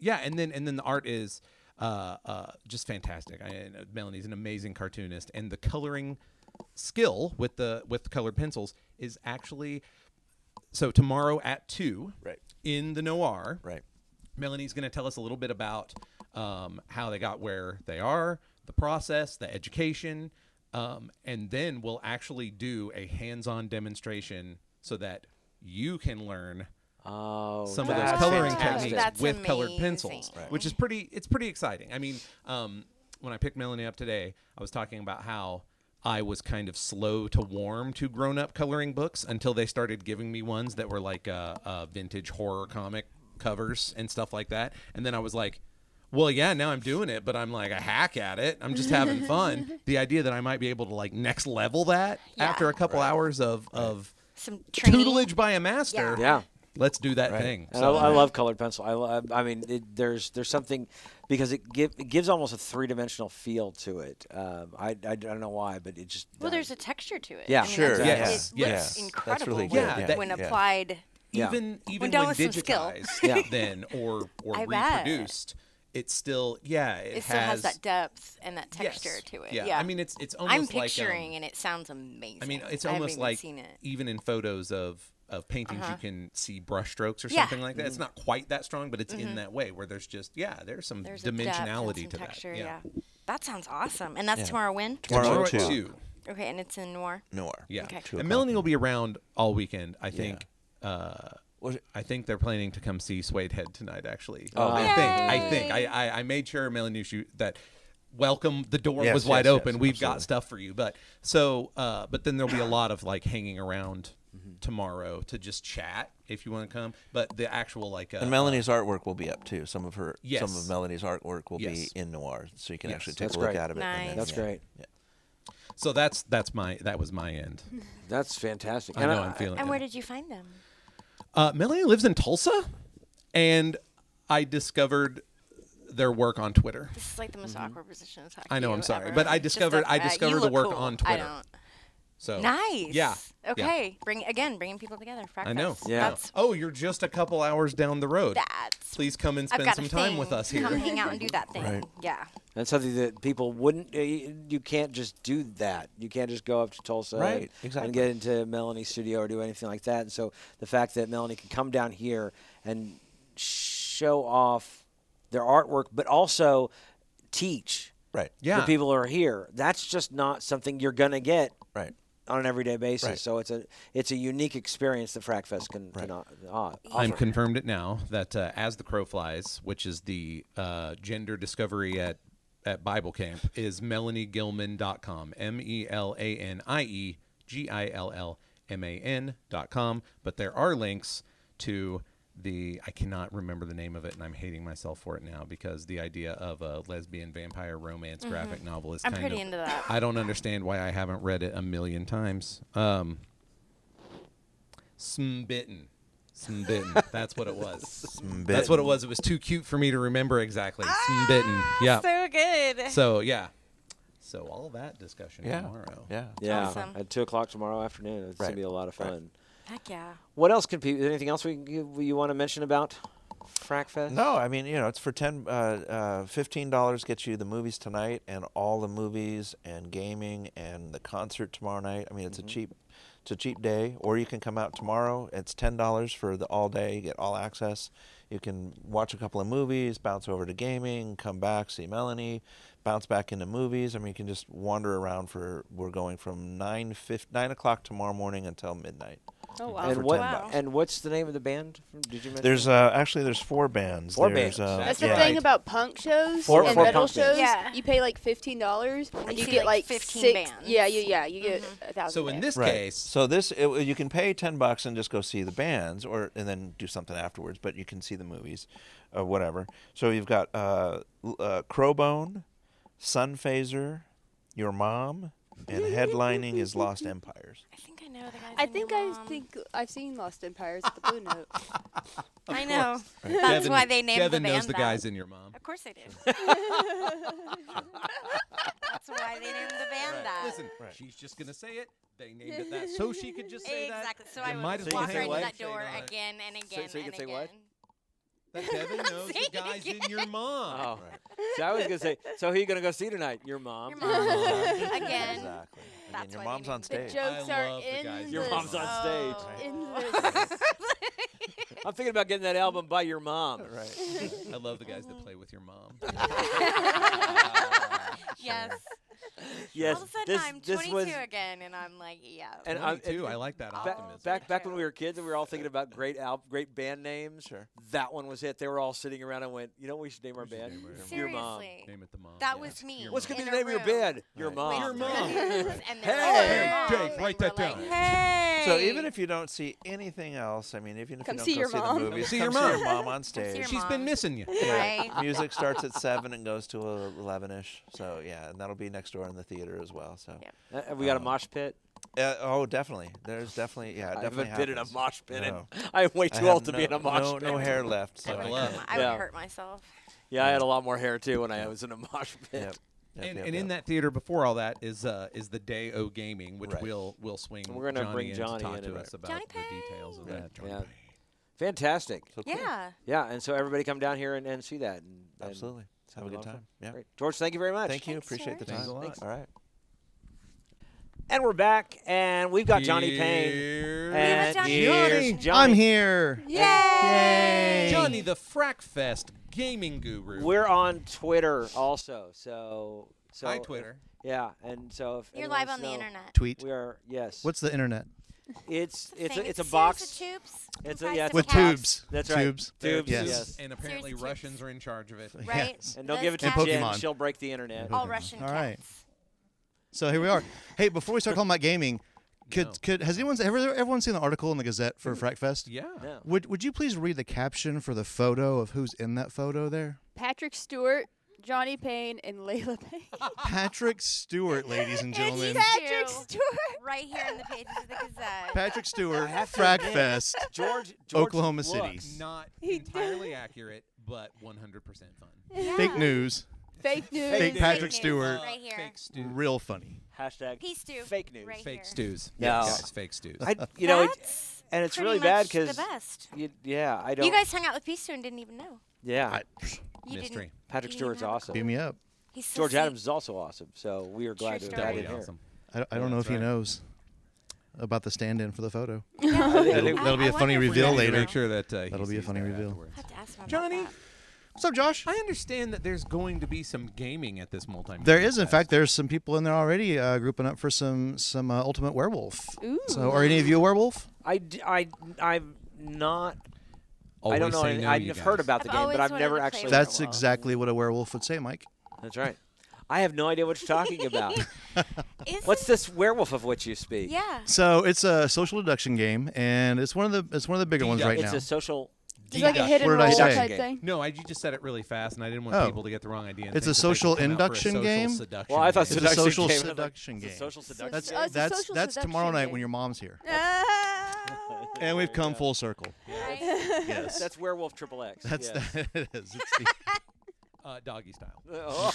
Speaker 3: yeah, and then and then the art is uh, uh, just fantastic. I, and uh, Melanie's an amazing cartoonist, and the coloring skill with the with colored pencils is actually so tomorrow at two
Speaker 5: Right.
Speaker 3: in the noir
Speaker 5: right.
Speaker 3: Melanie's going to tell us a little bit about um, how they got where they are, the process, the education, um, and then we'll actually do a hands on demonstration so that you can learn
Speaker 1: Oh,
Speaker 3: some of those
Speaker 1: that's
Speaker 3: coloring
Speaker 1: fantastic.
Speaker 3: techniques
Speaker 2: That's
Speaker 3: with colored pencils,
Speaker 2: amazing. Right.
Speaker 3: which is pretty. It's pretty exciting. I mean, um, when I picked Melanie up today, I was talking about how I was kind of slow to warm to grown-up coloring books until they started giving me ones that were like uh, uh, vintage horror comic covers and stuff like that, and then I was like. Well, yeah, now I'm doing it, but I'm like a hack at it. I'm just having fun. the idea that I might be able to like next level that
Speaker 2: Yeah.
Speaker 3: after a couple hours of of
Speaker 2: Some training.
Speaker 3: tutelage by a master.
Speaker 1: Yeah.
Speaker 3: Let's do that thing.
Speaker 1: And I, I love colored pencil. I, lo- I mean, it, there's there's something because it, give, it gives almost a three dimensional feel to it. Um, I, I, don't know why, but it just
Speaker 2: Well, there's a texture to it.
Speaker 1: Yeah.
Speaker 2: I mean,
Speaker 5: Sure.
Speaker 2: that's-
Speaker 3: Yes.
Speaker 2: It looks
Speaker 3: Yes.
Speaker 5: That's
Speaker 2: incredible
Speaker 5: really
Speaker 2: when,
Speaker 3: good. Yeah, that-
Speaker 2: when
Speaker 5: yeah.
Speaker 2: applied.
Speaker 1: Yeah.
Speaker 3: even even
Speaker 2: done
Speaker 3: when
Speaker 2: with some skill.
Speaker 3: digitized
Speaker 1: Yeah.
Speaker 3: then or or
Speaker 2: I bet.
Speaker 3: reproduced it still yeah it,
Speaker 2: It, still has that depth and that
Speaker 3: yes.
Speaker 2: texture to it.
Speaker 3: yeah.
Speaker 2: Yeah.
Speaker 3: i mean it's it's almost
Speaker 2: I'm
Speaker 3: like, um,
Speaker 2: picturing and it sounds amazing.
Speaker 3: i mean it's
Speaker 2: I haven't
Speaker 3: almost
Speaker 2: even
Speaker 3: like
Speaker 2: seen it. Uh-huh.
Speaker 3: even in photos of of paintings you can see brush strokes or
Speaker 2: Yeah. Mm-hmm.
Speaker 3: something like that
Speaker 1: Mm-hmm.
Speaker 3: it's not quite that strong but it's in that way where there's just yeah there's some
Speaker 2: There's a depth
Speaker 3: dimensionality
Speaker 2: and
Speaker 3: to
Speaker 2: some texture.
Speaker 3: that
Speaker 2: Yeah. That sounds awesome. And that's tomorrow when?
Speaker 3: Tomorrow
Speaker 5: Tomorrow
Speaker 3: at
Speaker 5: at two.
Speaker 3: two.
Speaker 2: Okay, and it's in noir.
Speaker 5: Noir.
Speaker 3: Yeah.
Speaker 2: Okay.
Speaker 5: Two
Speaker 3: And
Speaker 5: o'clock.
Speaker 3: Melanie will be around all weekend. I think. Uh,
Speaker 5: Was it-
Speaker 3: I think they're planning to come see Suede Head tonight. Actually. Oh. I think. I think. I, I, I made sure Melanie knew she- that. Welcome. The door
Speaker 5: Yes,
Speaker 3: was wide
Speaker 5: yes,
Speaker 3: open.
Speaker 5: yes,
Speaker 3: We've
Speaker 5: absolutely.
Speaker 3: got stuff for you. But so, uh, but then there'll be a lot of like hanging around
Speaker 5: Mm-hmm.
Speaker 3: tomorrow to just chat if you want to come. But the actual like uh,
Speaker 5: And Melanie's artwork will be up too. Some of her, some
Speaker 3: Yes.
Speaker 5: of Melanie's artwork will
Speaker 3: Yes.
Speaker 5: be in noir, so you can
Speaker 3: Yes.
Speaker 5: actually take
Speaker 1: That's
Speaker 5: a look
Speaker 1: great.
Speaker 5: out of it. and then-
Speaker 2: Nice.
Speaker 1: that's
Speaker 5: yeah.
Speaker 1: great.
Speaker 3: uh, so that's that's my that was my end.
Speaker 1: That's fantastic.
Speaker 3: I
Speaker 1: And
Speaker 3: know I'm feeling.
Speaker 2: And
Speaker 3: it.
Speaker 2: where did you find them?
Speaker 3: Uh, Melanie lives in Tulsa, and I discovered their work on Twitter.
Speaker 2: This is like the most awkward position to talk
Speaker 3: Mm-hmm. I know,
Speaker 2: to
Speaker 3: I'm
Speaker 2: you
Speaker 3: sorry,
Speaker 2: ever.
Speaker 3: but I
Speaker 2: Just
Speaker 3: discovered-
Speaker 2: a-
Speaker 3: I
Speaker 2: uh, you
Speaker 3: discovered the
Speaker 2: look
Speaker 3: work
Speaker 2: cool.
Speaker 3: on
Speaker 2: I
Speaker 3: Twitter.
Speaker 2: don't.
Speaker 3: So
Speaker 2: Nice.
Speaker 3: Yeah. yeah.
Speaker 2: Okay. Bring again, bringing people together. Frack
Speaker 3: I know.
Speaker 2: Fest.
Speaker 1: Yeah.
Speaker 2: That's
Speaker 3: Oh, you're just a couple hours down the road.
Speaker 2: that's.
Speaker 3: Please come and
Speaker 2: I've
Speaker 3: spend
Speaker 2: got
Speaker 3: some
Speaker 2: a
Speaker 3: time
Speaker 2: thing.
Speaker 3: with us here.
Speaker 2: Come hang out and do that thing.
Speaker 5: Right.
Speaker 2: Yeah.
Speaker 1: That's something that people wouldn't. uh, y- You can't just do that. You can't just go up to Tulsa
Speaker 5: Right,
Speaker 1: and,
Speaker 5: exactly.
Speaker 1: and get into Melanie's studio or do anything like that. And so the fact that Melanie can come down here and show off their artwork, but also teach
Speaker 5: Right.
Speaker 3: Yeah.
Speaker 1: the people who are here. That's just not something you're gonna get
Speaker 5: Right.
Speaker 1: on an everyday basis.
Speaker 5: Right.
Speaker 1: So it's a it's a unique experience that Frack Fest can, can o- o-
Speaker 3: I'm
Speaker 1: offer.
Speaker 3: confirmed it now that uh, As the Crow Flies, which is the uh, gender discovery at at Bible camp, is melaniegilman.com. M E L A N I E G I L L M A N.com. But there are links to the I cannot remember the name of it, and I'm hating myself for it now because the idea of a lesbian vampire romance graphic novel is
Speaker 2: Mm-hmm. I'm
Speaker 3: kind
Speaker 2: pretty
Speaker 3: of
Speaker 2: into that.
Speaker 3: I don't understand why I haven't read it a million times. Um, Smbitten. Smbitten. That's what it was. That's what it was. It was too cute for me to remember exactly.
Speaker 2: Ah,
Speaker 3: Smbitten. Yeah.
Speaker 2: So good.
Speaker 3: So, yeah. So, all that discussion
Speaker 5: Yeah.
Speaker 3: tomorrow.
Speaker 5: Yeah.
Speaker 1: yeah,
Speaker 2: Awesome.
Speaker 1: at two o'clock tomorrow afternoon. It's gonna
Speaker 5: Right.
Speaker 1: be a lot of fun.
Speaker 5: Right.
Speaker 2: Heck yeah.
Speaker 1: What else can people? Anything else we you, you want to mention about Frack Fest?
Speaker 5: No, I mean, you know, it's for 10 uh, uh, $15 gets you the movies tonight and all the movies and gaming and the concert tomorrow night. I mean, it's a cheap it's a cheap day or you can come out tomorrow. It's $10 for the all day, you get all access. You can watch a couple of movies, bounce over to gaming, come back, see Melanie, bounce back into movies. I mean, you can just wander around for we're going from 9 fif- 9 o'clock tomorrow morning until midnight.
Speaker 4: Oh wow.
Speaker 1: And
Speaker 5: for
Speaker 1: what?
Speaker 5: 10 bucks.
Speaker 1: And what's the name of the band? Did you mention?
Speaker 5: There's uh, actually there's four bands.
Speaker 1: Four
Speaker 5: There's,
Speaker 1: bands.
Speaker 5: uh,
Speaker 4: That's
Speaker 3: Yeah.
Speaker 4: the thing about punk shows
Speaker 1: For-
Speaker 4: and
Speaker 1: for
Speaker 4: metal
Speaker 1: punk bands.
Speaker 4: shows.
Speaker 2: Yeah.
Speaker 4: You pay like fifteen dollars and you
Speaker 2: see,
Speaker 4: get
Speaker 2: like,
Speaker 4: like
Speaker 2: 15
Speaker 4: six,
Speaker 2: bands. Mm-hmm.
Speaker 4: Yeah, yeah, yeah. You get a thousand.
Speaker 3: So, in
Speaker 4: bands.
Speaker 3: this
Speaker 5: right.
Speaker 3: case,
Speaker 5: So this it, you can pay ten bucks and just go see the bands, or and then do something afterwards. But you can see the movies, or whatever. So you've got uh, l- uh, Crowbone, Sun Phaser, Your Mom, and headlining is Lost Empires.
Speaker 2: I think I know the guys.
Speaker 4: I
Speaker 2: in Your
Speaker 4: think I
Speaker 2: Mom.
Speaker 4: think I've seen Lost Empires at the Blue Note.
Speaker 2: I know. That's
Speaker 3: Kevin,
Speaker 2: why they named
Speaker 3: Kevin
Speaker 2: the band
Speaker 3: knows the
Speaker 2: that.
Speaker 3: guys in your mom.
Speaker 2: Of course they did. That's why they named the band that.
Speaker 3: Listen, she's just going to say it. They named it that so she could just say
Speaker 2: exactly. So
Speaker 3: You
Speaker 2: I would
Speaker 3: might
Speaker 2: just
Speaker 3: as well
Speaker 2: walk
Speaker 3: say
Speaker 2: her into
Speaker 3: what?
Speaker 2: that
Speaker 3: Say
Speaker 2: door
Speaker 3: that.
Speaker 2: again and again
Speaker 1: so you
Speaker 2: and
Speaker 1: can say
Speaker 2: again.
Speaker 1: what?
Speaker 3: that. That Kevin knows the
Speaker 2: Say it
Speaker 3: guys in your mom.
Speaker 1: Oh, so I was gonna say. So who you gonna go see tonight? Your mom.
Speaker 2: Your mom again.
Speaker 5: Exactly. And
Speaker 2: That's why they
Speaker 5: your mom's on
Speaker 2: named it.
Speaker 5: stage.
Speaker 4: The jokes
Speaker 3: I
Speaker 4: are
Speaker 3: love the guys
Speaker 4: endless.
Speaker 3: in
Speaker 1: Your mom's on stage.
Speaker 2: Oh.
Speaker 4: Endless.
Speaker 1: I'm thinking about getting that album by your mom.
Speaker 5: Right.
Speaker 3: I love the guys that play with your mom.
Speaker 2: Yes.
Speaker 1: Yes.
Speaker 2: All of a sudden
Speaker 1: this
Speaker 2: I'm 22
Speaker 1: this was.
Speaker 2: again, and I'm like, yeah.
Speaker 1: And
Speaker 3: I
Speaker 1: I'm-
Speaker 3: too. I like that
Speaker 1: Back,
Speaker 3: optimism.
Speaker 1: back back when we were kids and we were all thinking about great al- great band names.
Speaker 5: Sure.
Speaker 1: That one was it. They were all sitting around and went, you know what we should name our
Speaker 3: should
Speaker 1: band?
Speaker 3: name our band.
Speaker 1: Your mom.
Speaker 2: Seriously.
Speaker 3: Name it the mom.
Speaker 2: That
Speaker 3: yeah.
Speaker 2: was me.
Speaker 1: What's gonna be
Speaker 2: In
Speaker 1: the
Speaker 2: a
Speaker 1: name of your
Speaker 2: room
Speaker 1: band? Your
Speaker 5: Right.
Speaker 1: mom.
Speaker 3: Your
Speaker 2: with
Speaker 3: mom.
Speaker 2: friends, and they're
Speaker 1: Hey,
Speaker 2: like,
Speaker 3: Jake,
Speaker 2: "Mom,"
Speaker 3: write
Speaker 2: and
Speaker 3: that
Speaker 2: we're like,
Speaker 3: down.
Speaker 2: Hey.
Speaker 5: So even if you don't see anything else, I mean, even if
Speaker 4: Come
Speaker 5: you don't
Speaker 4: see
Speaker 5: go
Speaker 4: your
Speaker 5: see
Speaker 4: mom.
Speaker 5: the movies,
Speaker 3: see
Speaker 5: come
Speaker 3: your
Speaker 5: see your
Speaker 3: mom.
Speaker 5: mom on
Speaker 2: your
Speaker 5: stage.
Speaker 3: She's
Speaker 2: Mom.
Speaker 3: been missing you.
Speaker 5: Yeah.
Speaker 2: Right.
Speaker 5: Music starts at seven and goes to eleven ish. So yeah, and that'll be next door in the theater as well. So
Speaker 2: Yep.
Speaker 1: Uh, have we got a
Speaker 3: Oh.
Speaker 1: mosh pit.
Speaker 5: uh, oh, definitely. There's definitely yeah.
Speaker 1: I
Speaker 5: definitely
Speaker 1: haven't been in a
Speaker 5: happens.
Speaker 1: mosh pit. and
Speaker 5: No.
Speaker 1: I am way
Speaker 5: I
Speaker 1: too
Speaker 5: have
Speaker 1: old to be
Speaker 5: no-
Speaker 1: in a mosh
Speaker 5: no,
Speaker 1: pit.
Speaker 5: No hair left. So I
Speaker 3: Buckle
Speaker 5: can't.
Speaker 3: up.
Speaker 2: I would
Speaker 1: Yeah.
Speaker 2: hurt myself.
Speaker 1: Yeah, I had a lot more hair too when I was in a mosh pit.
Speaker 5: Yep. Yep,
Speaker 3: and,
Speaker 5: yep,
Speaker 3: and in
Speaker 5: yep.
Speaker 3: that theater before all that is uh, is the day o gaming, which
Speaker 5: Right.
Speaker 3: will will swing.
Speaker 1: And we're gonna
Speaker 3: Johnny
Speaker 1: bring
Speaker 3: in
Speaker 1: Johnny
Speaker 3: to talk
Speaker 1: in
Speaker 3: to
Speaker 1: in
Speaker 3: us
Speaker 1: it.
Speaker 3: about
Speaker 2: Johnny
Speaker 3: the details of
Speaker 5: Payne.
Speaker 3: that. Johnny
Speaker 1: Yeah.
Speaker 3: Payne.
Speaker 1: Fantastic.
Speaker 5: So cool.
Speaker 2: Yeah.
Speaker 1: Yeah, and so everybody come down here and, and see that. And, and
Speaker 5: Absolutely. Have a good time. Yeah.
Speaker 1: Great. George, thank you very much.
Speaker 5: Thank you.
Speaker 2: Thanks,
Speaker 5: Appreciate the
Speaker 2: George.
Speaker 5: time.
Speaker 3: Thanks a lot.
Speaker 5: All right.
Speaker 1: And we're back, and we've got Johnny Payne.
Speaker 3: Here's
Speaker 1: And
Speaker 2: Johnny.
Speaker 1: here's
Speaker 3: Johnny,
Speaker 1: Johnny.
Speaker 6: here.
Speaker 2: Yay!
Speaker 3: Johnny the Frackfest gaming guru.
Speaker 1: We're on Twitter also, so so
Speaker 3: Hi Twitter.
Speaker 1: Yeah, and so if
Speaker 2: You're
Speaker 1: anyone
Speaker 2: live on
Speaker 1: wants to
Speaker 2: the
Speaker 1: know,
Speaker 2: internet.
Speaker 6: Tweet.
Speaker 1: we are yes.
Speaker 6: What's the internet?
Speaker 1: it's it's a,
Speaker 2: Thing.
Speaker 1: it's a
Speaker 2: series of
Speaker 1: box.
Speaker 2: tubes
Speaker 1: It's a-
Speaker 2: comprised
Speaker 1: yeah,
Speaker 2: of
Speaker 1: it's
Speaker 6: With
Speaker 1: a box.
Speaker 2: cats,
Speaker 6: tubes.
Speaker 1: That's right.
Speaker 6: tubes.
Speaker 1: Tubes.
Speaker 6: Yes.
Speaker 1: Yes.
Speaker 3: And apparently
Speaker 2: Series of tubes.
Speaker 3: Russians are in charge of it.
Speaker 2: Right.
Speaker 6: Yes.
Speaker 1: And don't
Speaker 2: Those
Speaker 1: give it to
Speaker 6: And
Speaker 2: cats,
Speaker 1: Jen;
Speaker 6: Pokemon.
Speaker 1: she'll break the internet.
Speaker 2: All Russian
Speaker 6: All
Speaker 2: cats.
Speaker 6: right. So here we are. Hey, before we start talking about gaming, could
Speaker 3: No. Mm-hmm.
Speaker 6: could has anyone ever everyone seen the article in the Gazette for Frackfest?
Speaker 3: Yeah.
Speaker 1: Yeah.
Speaker 6: Would Would you please read the caption for the photo of who's in that photo there?
Speaker 4: Patrick Stewart, Johnny Payne, and Layla Payne.
Speaker 6: Patrick Stewart, ladies and gentlemen.
Speaker 2: Patrick
Speaker 4: Stewart.
Speaker 2: Right here in the pages of the Gazette.
Speaker 6: Patrick Stewart,
Speaker 1: have to
Speaker 6: Frackfest.
Speaker 1: George, George
Speaker 6: Oklahoma
Speaker 1: look.
Speaker 6: City.
Speaker 3: Not entirely accurate, but 100% fun.
Speaker 6: Fake news.
Speaker 4: Fake news.
Speaker 6: Fake Patrick
Speaker 2: news.
Speaker 6: Stewart.
Speaker 2: Right here.
Speaker 3: Fake stews.
Speaker 6: Real funny.
Speaker 1: Hashtag
Speaker 2: Peace stew.
Speaker 1: fake news.
Speaker 2: Right
Speaker 3: Fake
Speaker 2: here.
Speaker 3: stews.
Speaker 1: No.
Speaker 3: Yes, guys, fake stews.
Speaker 1: I, you know, it,
Speaker 2: That's
Speaker 1: and it's
Speaker 2: pretty
Speaker 1: really bad
Speaker 2: much
Speaker 1: because
Speaker 2: the best.
Speaker 1: yeah, I don't.
Speaker 2: You guys hung out with Peace Stew and didn't even know.
Speaker 1: yeah,
Speaker 6: I,
Speaker 2: You
Speaker 3: Mystery.
Speaker 2: Didn't,
Speaker 1: Patrick
Speaker 2: you
Speaker 1: Stewart's
Speaker 2: have a
Speaker 1: awesome.
Speaker 6: beam me up.
Speaker 2: he's so
Speaker 1: George
Speaker 2: sweet.
Speaker 1: Adams is also awesome, so we are glad
Speaker 2: True
Speaker 1: to
Speaker 2: story.
Speaker 1: have had him
Speaker 3: That'd be
Speaker 1: here.
Speaker 3: awesome.
Speaker 6: I, don't- I don't know
Speaker 3: that's
Speaker 6: if he
Speaker 3: right.
Speaker 6: knows about the stand-in for the photo.
Speaker 1: I think- I
Speaker 6: That'll,
Speaker 1: think-
Speaker 6: that'll be
Speaker 2: I
Speaker 6: a funny
Speaker 2: wonder if we
Speaker 6: reveal
Speaker 2: have to
Speaker 6: later.
Speaker 3: Make sure that uh, he
Speaker 6: That'll be a
Speaker 3: sees
Speaker 6: funny
Speaker 3: that
Speaker 6: reveal.
Speaker 3: afterwards.
Speaker 2: I have to ask him about
Speaker 3: Johnny.
Speaker 2: that.
Speaker 6: What's up, Josh?
Speaker 3: I understand that there's going to be some gaming at this multimedia.
Speaker 6: There is, in
Speaker 3: fest.
Speaker 6: fact, there's some people in there already uh, grouping up for some some uh, Ultimate Werewolf. So, are any of you a werewolf?
Speaker 1: I, d- I, am not. I
Speaker 3: Always
Speaker 1: don't know.
Speaker 3: say
Speaker 1: anything.
Speaker 3: no,
Speaker 1: I've
Speaker 3: you
Speaker 1: heard
Speaker 3: guys.
Speaker 1: about the
Speaker 2: I've
Speaker 1: game,
Speaker 2: always
Speaker 1: but I've
Speaker 2: wanted
Speaker 1: never
Speaker 2: to play
Speaker 1: actually.
Speaker 2: Wait,
Speaker 6: That's
Speaker 2: werewolf.
Speaker 6: exactly what a werewolf would say, Mike.
Speaker 1: That's right. I have no idea what you're talking about.
Speaker 2: Is
Speaker 1: What's this werewolf of which you speak?
Speaker 2: Yeah.
Speaker 6: So it's a social deduction game, and it's one of the it's one of the bigger ones
Speaker 3: Deduct-
Speaker 6: right
Speaker 1: It's
Speaker 6: now.
Speaker 1: a social.
Speaker 4: It's like a
Speaker 3: Deduction.
Speaker 4: hidden
Speaker 6: What did I
Speaker 4: roll
Speaker 6: say?
Speaker 4: type
Speaker 1: Game.
Speaker 4: thing.
Speaker 3: No, I you just said it really fast, and I didn't want
Speaker 6: Oh.
Speaker 3: people to get the wrong idea. and
Speaker 6: It's
Speaker 3: think that
Speaker 6: a
Speaker 3: they could
Speaker 6: social
Speaker 3: come out for a
Speaker 6: induction
Speaker 3: social
Speaker 6: game?
Speaker 3: seduction
Speaker 1: Well, I thought
Speaker 3: game.
Speaker 6: It's a
Speaker 1: seduction
Speaker 6: social
Speaker 1: game. I was like,
Speaker 6: seduction
Speaker 1: it's a
Speaker 6: game.
Speaker 1: social seduction.
Speaker 6: That's
Speaker 4: Oh, it's a
Speaker 6: that's
Speaker 4: social
Speaker 6: that's tomorrow
Speaker 4: seduction
Speaker 6: night
Speaker 4: game.
Speaker 6: when your mom's here,
Speaker 4: Ah.
Speaker 6: and we've come full circle.
Speaker 2: Right?
Speaker 6: Yes,
Speaker 1: That's werewolf triple X.
Speaker 6: that's
Speaker 1: yes.
Speaker 6: that it is. It's the,
Speaker 3: uh, doggy style.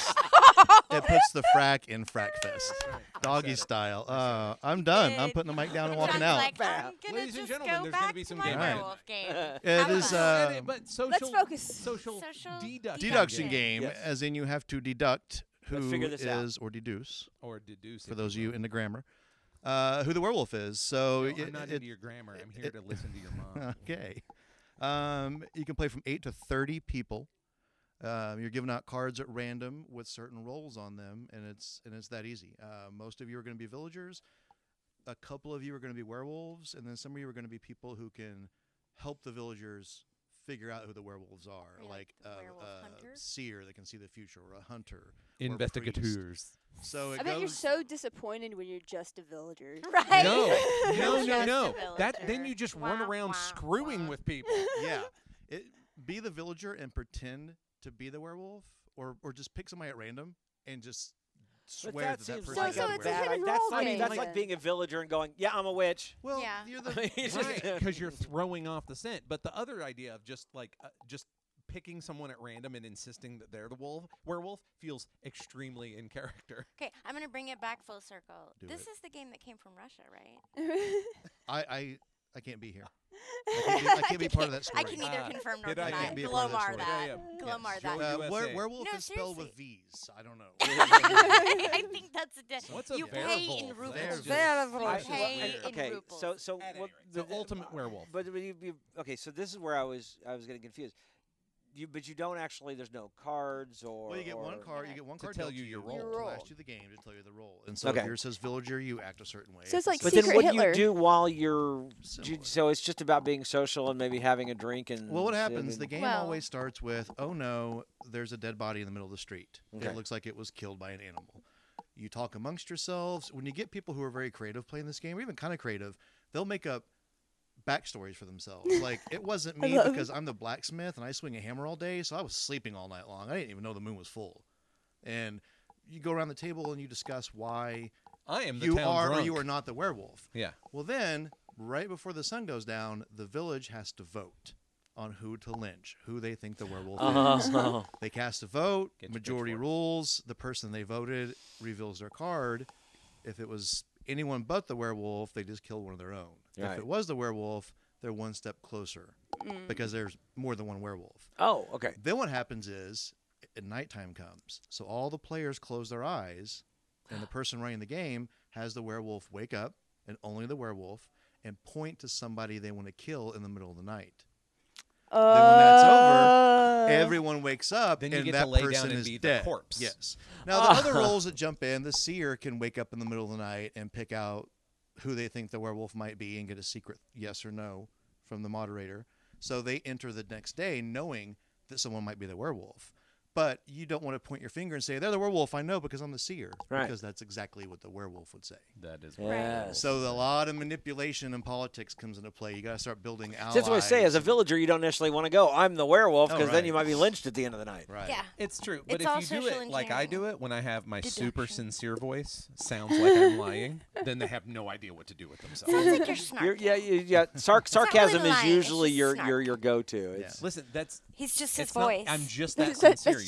Speaker 1: Oh.
Speaker 6: it puts the frack in frack fest, doggy style. Uh, I'm done. I'm
Speaker 2: Good.
Speaker 6: putting the mic down and
Speaker 2: John's
Speaker 6: walking out.
Speaker 2: Like, I'm gonna
Speaker 3: Ladies and
Speaker 2: just
Speaker 3: gentlemen,
Speaker 2: go
Speaker 3: there's gonna
Speaker 2: back
Speaker 3: be some
Speaker 2: to my
Speaker 6: gaming. All right.
Speaker 2: werewolf game.
Speaker 6: It
Speaker 2: Have
Speaker 6: is
Speaker 2: fun.
Speaker 6: uh,
Speaker 3: Edit, but social,
Speaker 4: focus.
Speaker 3: Social,
Speaker 2: Social
Speaker 3: deduction,
Speaker 6: deduction
Speaker 2: Deduction.
Speaker 6: game,
Speaker 1: Yes.
Speaker 6: as in you have to deduct who
Speaker 1: figure this
Speaker 6: is
Speaker 1: out.
Speaker 6: or deduce
Speaker 3: or deduce.
Speaker 6: for those of you in the grammar uh, who the werewolf is. So
Speaker 3: who
Speaker 6: it-
Speaker 3: I'm not
Speaker 6: it-
Speaker 3: into your grammar. I'm here to listen to your mom.
Speaker 6: okay. Um, you can play from eight to thirty people. Um, you're giving out cards at random with certain roles on them, and it's and it's that easy. Uh, most of you are going to be villagers. A couple of you are going to be werewolves, and then some of you are going to be people who can help the villagers figure out who the werewolves are,
Speaker 2: Or like
Speaker 6: like,
Speaker 2: the
Speaker 6: uh,
Speaker 2: werewolf
Speaker 6: uh,
Speaker 2: hunter?
Speaker 6: seer that can see the future, or a hunter, or a priest.
Speaker 3: Investigateurs.
Speaker 6: So it
Speaker 4: I bet you're
Speaker 6: goes.
Speaker 4: so disappointed when you're just a villager.
Speaker 2: Right.
Speaker 3: No, no,
Speaker 2: Just
Speaker 3: no,
Speaker 2: a
Speaker 3: no. That then
Speaker 2: villager.
Speaker 3: you just run
Speaker 2: Wah,
Speaker 3: around
Speaker 2: wah,
Speaker 3: screwing
Speaker 2: wah.
Speaker 3: with people.
Speaker 6: yeah. It, be the villager and pretend to be the werewolf, or or just pick somebody at random and just
Speaker 1: But
Speaker 6: swear that that,
Speaker 1: seems
Speaker 6: person
Speaker 4: like
Speaker 6: is
Speaker 4: So-
Speaker 1: a
Speaker 4: so it's a
Speaker 6: werewolf.
Speaker 1: bad
Speaker 4: hidden
Speaker 1: idea. that's
Speaker 4: role
Speaker 1: like,
Speaker 3: game.
Speaker 1: That's like
Speaker 4: Yeah.
Speaker 1: being a villager and going, "Yeah, I'm a witch."
Speaker 6: Well,
Speaker 2: Yeah.
Speaker 6: you're
Speaker 1: I mean,
Speaker 6: the
Speaker 1: it's
Speaker 3: right?
Speaker 1: just-
Speaker 3: Because you're throwing off the scent. But the other idea of just like uh, just picking someone at random and insisting that they're the wolf werewolf feels extremely in character.
Speaker 2: Okay, I'm gonna bring it back full circle.
Speaker 6: Do
Speaker 2: this
Speaker 6: it.
Speaker 2: is the game that came from Russia, right?
Speaker 6: I, I I can't be here. I can't be, I can't be part of that
Speaker 2: I
Speaker 6: story. Uh,
Speaker 2: can neither
Speaker 3: Ah,
Speaker 2: confirm nor
Speaker 3: did I
Speaker 2: deny.
Speaker 3: can't
Speaker 6: be a part of that
Speaker 2: Glomar
Speaker 6: story.
Speaker 2: that.
Speaker 3: Yeah, yeah.
Speaker 2: Glomar
Speaker 3: Yes,
Speaker 2: that.
Speaker 3: Joe-
Speaker 6: Uh,
Speaker 3: USA.
Speaker 6: were, werewolf
Speaker 2: No,
Speaker 6: is spelled with
Speaker 2: seriously.
Speaker 6: V's. I don't know.
Speaker 2: I think that's a di-
Speaker 3: What's a
Speaker 2: you pay in
Speaker 3: werewolf? That's
Speaker 2: rubles.
Speaker 3: just-
Speaker 1: I-
Speaker 2: You
Speaker 3: That's
Speaker 1: well,
Speaker 2: pay
Speaker 1: I-
Speaker 2: in
Speaker 1: okay,
Speaker 2: rubles.
Speaker 1: so so
Speaker 3: At any
Speaker 1: what,
Speaker 3: rate, the ultimate werewolf.
Speaker 1: But you, you, okay, so this is where I was I was getting confused. You but you don't actually. There's no cards or.
Speaker 6: Well, you get one
Speaker 1: or-
Speaker 6: card. You get one
Speaker 3: To
Speaker 6: card
Speaker 3: tell
Speaker 6: dealt
Speaker 3: you your
Speaker 6: to
Speaker 4: role.
Speaker 6: last you the game to tell you the role. And so
Speaker 1: Okay.
Speaker 6: if yours says villager, you act a certain way.
Speaker 4: So it's
Speaker 6: If it
Speaker 4: like
Speaker 6: says
Speaker 1: But
Speaker 4: Secret
Speaker 1: then what
Speaker 4: Hitler.
Speaker 1: do you do while you're? You,
Speaker 6: Similar.
Speaker 1: so it's just about being social and maybe having a drink and.
Speaker 6: Well, what
Speaker 3: Mm-hmm.
Speaker 1: sit
Speaker 6: happens?
Speaker 1: and-
Speaker 6: The game
Speaker 2: Well-
Speaker 6: always starts with, "Oh no, there's a dead body in the middle of the street.
Speaker 1: Okay.
Speaker 6: It looks like it was killed by an animal." You talk amongst yourselves. When you get people who are very creative playing this game, or even kind of creative, they'll make up backstories for themselves. Like it wasn't me
Speaker 4: love
Speaker 6: because I'm the blacksmith and I swing a hammer all day, so I was sleeping all night long. I didn't even know the moon was full. And you go around the table and you discuss why
Speaker 3: I am the
Speaker 6: you
Speaker 3: town
Speaker 6: are
Speaker 3: drunk.
Speaker 6: or you are not the werewolf.
Speaker 3: Yeah.
Speaker 6: Well, then, right before the sun goes down, the village has to vote on who to lynch, who they think the werewolf is.
Speaker 1: Oh,
Speaker 6: They cast a vote,
Speaker 3: Get your
Speaker 6: majority
Speaker 3: pitchfork.
Speaker 6: rules. The person they voted reveals their card. If it was anyone but the werewolf, they just kill one of their own.
Speaker 1: Right.
Speaker 6: If it was the werewolf, they're one step closer because there's more than one werewolf.
Speaker 1: oh, okay.
Speaker 6: Then what happens is, at nighttime comes, so all the players close their eyes, and the person running the game has the werewolf wake up, and only the werewolf, and point to somebody they want to kill in the middle of the night.
Speaker 4: Oh.
Speaker 6: then when that's
Speaker 4: Uh,
Speaker 6: over, everyone wakes up,
Speaker 3: Uh, Then you
Speaker 6: and
Speaker 3: get to
Speaker 6: that
Speaker 3: lay down
Speaker 6: person
Speaker 3: and
Speaker 6: is
Speaker 3: be the
Speaker 6: dead.
Speaker 3: corpse. Uh.
Speaker 6: Yes. Now the other roles that jump in, the seer can wake up in the middle of the night and pick out who they think the werewolf might be and get a secret yes or no from the moderator. So they enter the next day knowing that someone might be the werewolf. But you don't want to point your finger and say, they're the werewolf, I know because I'm the seer.
Speaker 1: Right.
Speaker 6: Because that's exactly what the werewolf would say.
Speaker 3: That is
Speaker 1: Yes.
Speaker 6: So a lot of manipulation and politics comes into play. You got to start building allies.
Speaker 1: That's what I say. As a villager, you don't necessarily want to go. I'm the werewolf
Speaker 6: Oh,
Speaker 1: because then
Speaker 6: right.
Speaker 1: you might be lynched at the end of the night.
Speaker 6: Right.
Speaker 2: yeah.
Speaker 3: It's true, but
Speaker 2: It's all
Speaker 3: if you do
Speaker 2: social
Speaker 3: it like I do
Speaker 2: engineering.
Speaker 3: it, when I have my super
Speaker 2: Deduction.
Speaker 3: sincere voice, sounds like I'm lying, then they have no idea what to do with themselves.
Speaker 2: Sounds like you're snarky.
Speaker 1: You're, yeah, you- yeah. Sar-
Speaker 2: not really
Speaker 1: sarcasm is
Speaker 2: lying, it's
Speaker 1: usually
Speaker 2: just
Speaker 1: your,
Speaker 2: snark.
Speaker 1: your your go-to.
Speaker 6: Yeah.
Speaker 1: It's
Speaker 3: Listen, that's
Speaker 2: He's just his
Speaker 3: it's not-
Speaker 2: voice.
Speaker 3: I'm just that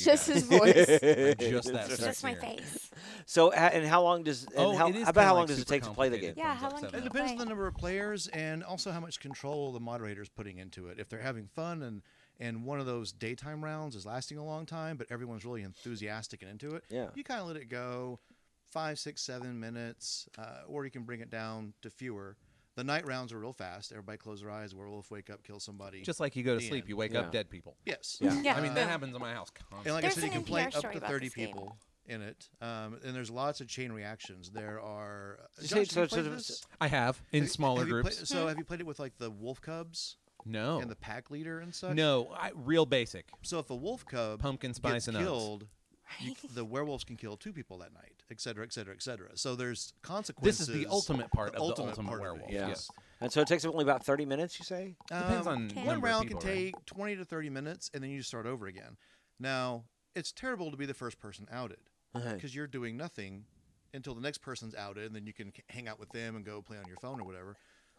Speaker 3: sincere. you
Speaker 4: That's, that's
Speaker 3: guys.
Speaker 4: just his voice.
Speaker 3: I'm just that.
Speaker 2: it's just my
Speaker 3: sincere.
Speaker 2: face.
Speaker 1: So, ha- and how long does? And
Speaker 3: Oh,
Speaker 1: how,
Speaker 3: it is
Speaker 1: about
Speaker 3: kinda
Speaker 1: how long
Speaker 3: like
Speaker 1: does it
Speaker 3: super
Speaker 1: take to play the game?
Speaker 3: complicated.
Speaker 2: Yeah, how
Speaker 3: Thumbs
Speaker 2: long
Speaker 3: up,
Speaker 2: can
Speaker 3: seven
Speaker 6: It
Speaker 2: you
Speaker 3: up.
Speaker 6: depends on the
Speaker 2: Right.
Speaker 6: number of players and also how much control the moderator is putting into it. If they're having fun and and one of those daytime rounds is lasting a long time, but everyone's really enthusiastic and into it,
Speaker 1: Yeah.
Speaker 6: you kind of let it go five, six, seven minutes, uh, or you can bring it down to fewer. The night rounds are real fast. Everybody close their eyes. Werewolf, wake up, kill somebody.
Speaker 3: Just like you go to
Speaker 6: The
Speaker 3: sleep,
Speaker 6: end.
Speaker 3: you wake
Speaker 1: Yeah.
Speaker 3: up dead people.
Speaker 6: yes.
Speaker 1: Yeah.
Speaker 2: Yeah.
Speaker 3: I mean, that
Speaker 2: Uh,
Speaker 3: happens in my house
Speaker 6: And
Speaker 3: constantly.
Speaker 6: like I
Speaker 2: There's
Speaker 6: said, you
Speaker 2: an
Speaker 6: can play
Speaker 2: NPR
Speaker 6: up
Speaker 2: story
Speaker 6: to
Speaker 2: about
Speaker 6: 30
Speaker 2: this game.
Speaker 6: people in it. Um, and there's lots of chain reactions. There are.
Speaker 1: You say
Speaker 6: Josh,
Speaker 1: it's
Speaker 6: have you
Speaker 1: sort
Speaker 6: played
Speaker 1: of-
Speaker 6: this?
Speaker 3: I have in
Speaker 6: Have you-
Speaker 3: smaller
Speaker 6: have you
Speaker 3: groups.
Speaker 6: played- so have you played it with like the wolf cubs
Speaker 3: no,
Speaker 6: and the pack leader and such?
Speaker 3: no, I, real basic.
Speaker 6: So if a wolf cub
Speaker 3: Pumpkin
Speaker 6: gets
Speaker 3: spice and oats.
Speaker 6: killed, you, the werewolves can kill two people that night, et cetera, et cetera, et cetera. So there's consequences.
Speaker 3: This is the ultimate part of the ultimate
Speaker 6: part of it,
Speaker 3: werewolf.
Speaker 1: Yeah.
Speaker 3: Yes.
Speaker 1: And so it takes only about 30 minutes, you say?
Speaker 3: Depends on number
Speaker 6: Um, one
Speaker 3: of
Speaker 6: round
Speaker 3: people,
Speaker 6: can
Speaker 3: right?
Speaker 6: take 20 to 30 minutes, and then you start over again. Now it's terrible to be the first person outed
Speaker 1: Uh-huh.
Speaker 6: because you're doing nothing until the next person's outed, and then you can c- hang out with them and go play on your phone or whatever.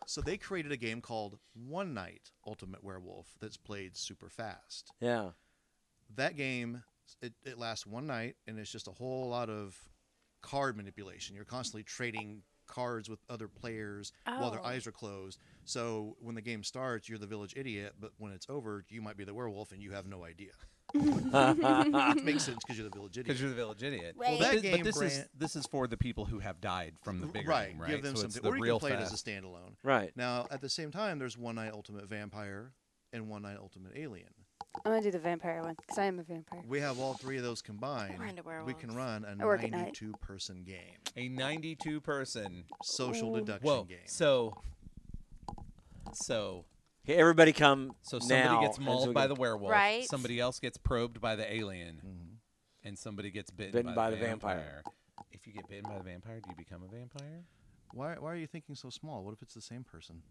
Speaker 6: So they created a game called One Night Ultimate Werewolf that's played super fast.
Speaker 1: Yeah.
Speaker 6: that game it, it lasts one night and it's just a whole lot of card manipulation you're constantly trading cards with other players while their
Speaker 2: Oh.
Speaker 6: eyes are closed so when the game starts you're the village idiot but when it's over you might be the werewolf and you have no idea which makes sense because you're the village idiot
Speaker 3: Because you're the village idiot.
Speaker 2: Well,
Speaker 3: but
Speaker 6: that
Speaker 3: thi-
Speaker 6: game
Speaker 3: but this is
Speaker 6: brand-
Speaker 3: this is for the people who have died from the bigger
Speaker 6: right.
Speaker 3: game, right?
Speaker 6: give them
Speaker 3: so it's
Speaker 6: something
Speaker 3: the
Speaker 6: or you
Speaker 3: real
Speaker 6: can play
Speaker 3: fast.
Speaker 6: it as a standalone
Speaker 1: Right.
Speaker 6: now at the same time there's one night ultimate vampire and one night ultimate alien
Speaker 4: I'm gonna do the vampire one because I am a vampire.
Speaker 6: we have all three of those combined
Speaker 2: We're into
Speaker 6: we can
Speaker 2: werewolves. Oh,
Speaker 6: run a
Speaker 4: I work at night.
Speaker 6: 92 person game
Speaker 3: a 92 person.
Speaker 6: social deduction
Speaker 3: Whoa.
Speaker 6: game
Speaker 3: So. So.
Speaker 1: Okay, everybody come
Speaker 3: So somebody
Speaker 1: now,
Speaker 3: gets
Speaker 1: and
Speaker 3: mauled
Speaker 1: so we
Speaker 3: by
Speaker 1: can-
Speaker 3: the werewolf.
Speaker 2: Right.
Speaker 3: Somebody else gets probed by the alien, and somebody gets bitten,
Speaker 1: Mm-hmm. Bitten by the vampire.
Speaker 3: If you get bitten by the vampire, do you become a vampire?
Speaker 6: Why, why are you thinking so small? What if it's the same person?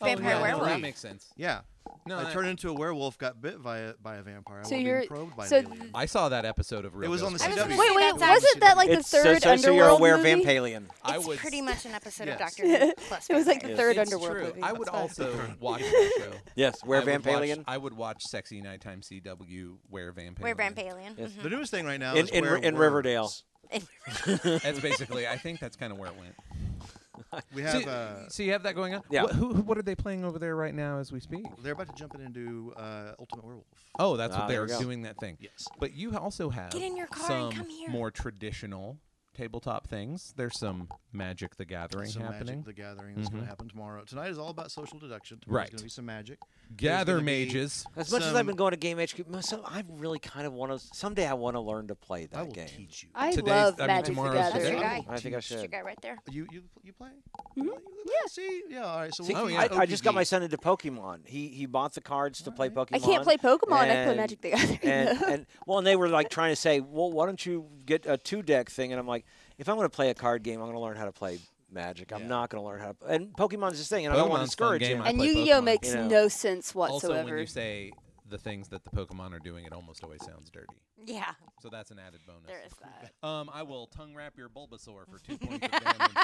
Speaker 2: Oh, Vampire
Speaker 3: yeah,
Speaker 2: werewolf.
Speaker 3: That makes sense.
Speaker 6: Yeah.
Speaker 3: No,
Speaker 6: I
Speaker 3: I-
Speaker 6: turned into a werewolf, got bit by a, by a vampire.
Speaker 4: So
Speaker 6: while
Speaker 4: you're-
Speaker 6: being probed by
Speaker 4: so
Speaker 6: an alien.
Speaker 4: th-
Speaker 3: I saw that episode of Real.
Speaker 6: It was
Speaker 3: Ghost
Speaker 6: on the
Speaker 3: Stories.
Speaker 2: CW. I was
Speaker 4: Wait,
Speaker 2: gonna
Speaker 4: wait,
Speaker 2: say that's
Speaker 4: wasn't that like the
Speaker 1: It's- so-
Speaker 4: third
Speaker 1: so, so you're a
Speaker 4: underworld
Speaker 1: were
Speaker 4: movie?
Speaker 1: vampalian.
Speaker 3: I
Speaker 2: it's
Speaker 3: was
Speaker 2: pretty much an episode
Speaker 6: Yes.
Speaker 2: of Doctor Who. Plus
Speaker 4: It was like the
Speaker 2: vampires.
Speaker 4: third
Speaker 3: it's
Speaker 4: underworld
Speaker 3: true.
Speaker 4: movie.
Speaker 3: I would
Speaker 4: That's what
Speaker 3: also
Speaker 4: said.
Speaker 3: watch that show.
Speaker 1: Yes, were
Speaker 3: I would watch-
Speaker 1: vampalian.
Speaker 3: I would watch Sexy Nighttime CW. Where vampalian.
Speaker 2: We're vampalian.
Speaker 1: Yes.
Speaker 6: the newest thing right now
Speaker 1: In-
Speaker 6: is
Speaker 1: in Ri- in
Speaker 6: werewolves.
Speaker 1: Riverdale.
Speaker 3: That's basically. I think that's kind of where it went.
Speaker 6: We have.
Speaker 3: so,
Speaker 6: uh,
Speaker 3: so you have that going on.
Speaker 1: Yeah.
Speaker 3: What, who, who- what are they playing over there right now as we speak?
Speaker 6: they're about to jump in and do uh, Ultimate Werewolf.
Speaker 3: Oh, that's
Speaker 1: Ah,
Speaker 3: what
Speaker 1: there
Speaker 3: they're
Speaker 1: we go.
Speaker 3: doing that thing.
Speaker 6: Yes.
Speaker 3: But you also have
Speaker 2: Get in your car
Speaker 3: some
Speaker 2: and come here.
Speaker 3: more traditional tabletop things. There's some Magic the Gathering
Speaker 6: Some
Speaker 3: happening. Mm-hmm.
Speaker 6: Magic the Gathering that's going to happen tomorrow. Tonight is all about social deduction.
Speaker 3: Right.
Speaker 6: Tomorrow's going to be some magic.
Speaker 3: Gather
Speaker 6: gonna be-
Speaker 3: mages.
Speaker 1: As much as I've
Speaker 6: Some-
Speaker 1: been going to Game HQ, mo- some, I really kind of want to. Someday I want to learn to play that
Speaker 6: I will
Speaker 1: game.
Speaker 6: teach you.
Speaker 4: I
Speaker 3: Today's-
Speaker 4: love
Speaker 3: I mean,
Speaker 4: Magic the
Speaker 3: tomorrow's the
Speaker 2: That's
Speaker 4: Gathering.
Speaker 2: your
Speaker 6: Yeah.
Speaker 2: guy.
Speaker 1: I think I
Speaker 2: That's your
Speaker 1: should.
Speaker 2: guy right there.
Speaker 6: You you you play?
Speaker 4: Mhm.
Speaker 6: Yeah. See. Yeah. All right. So
Speaker 1: See,
Speaker 6: we'll
Speaker 3: Oh,
Speaker 6: do
Speaker 3: yeah.
Speaker 1: I, I just got my
Speaker 6: OGG.
Speaker 1: son into Pokemon. He he bought the cards to play Pokemon.
Speaker 4: I can't play Pokemon. I play
Speaker 1: and-
Speaker 4: Magic the Gathering.
Speaker 1: and,
Speaker 4: though.
Speaker 1: and well, and they were like trying to say, well, why don't you get a two deck thing? And I'm like, if I'm going to play a card game, I'm going to learn how to play Magic. I'm
Speaker 6: Yeah.
Speaker 1: not going to learn how to. And Pokemon's this thing, and I don't want to
Speaker 3: Pokemon's a fun
Speaker 1: discourage
Speaker 3: game.
Speaker 1: him.
Speaker 3: I
Speaker 4: And
Speaker 3: play
Speaker 4: Yu-Gi-Oh
Speaker 3: Pokemon.
Speaker 4: makes
Speaker 1: You know.
Speaker 4: no sense
Speaker 3: Also, when
Speaker 4: whatsoever.
Speaker 3: you say the things that the Pokemon are doing, it almost always sounds dirty.
Speaker 2: Yeah,
Speaker 3: So that's an added bonus.
Speaker 2: there is that.
Speaker 3: Um, I will tongue wrap your Bulbasaur for two points of damage.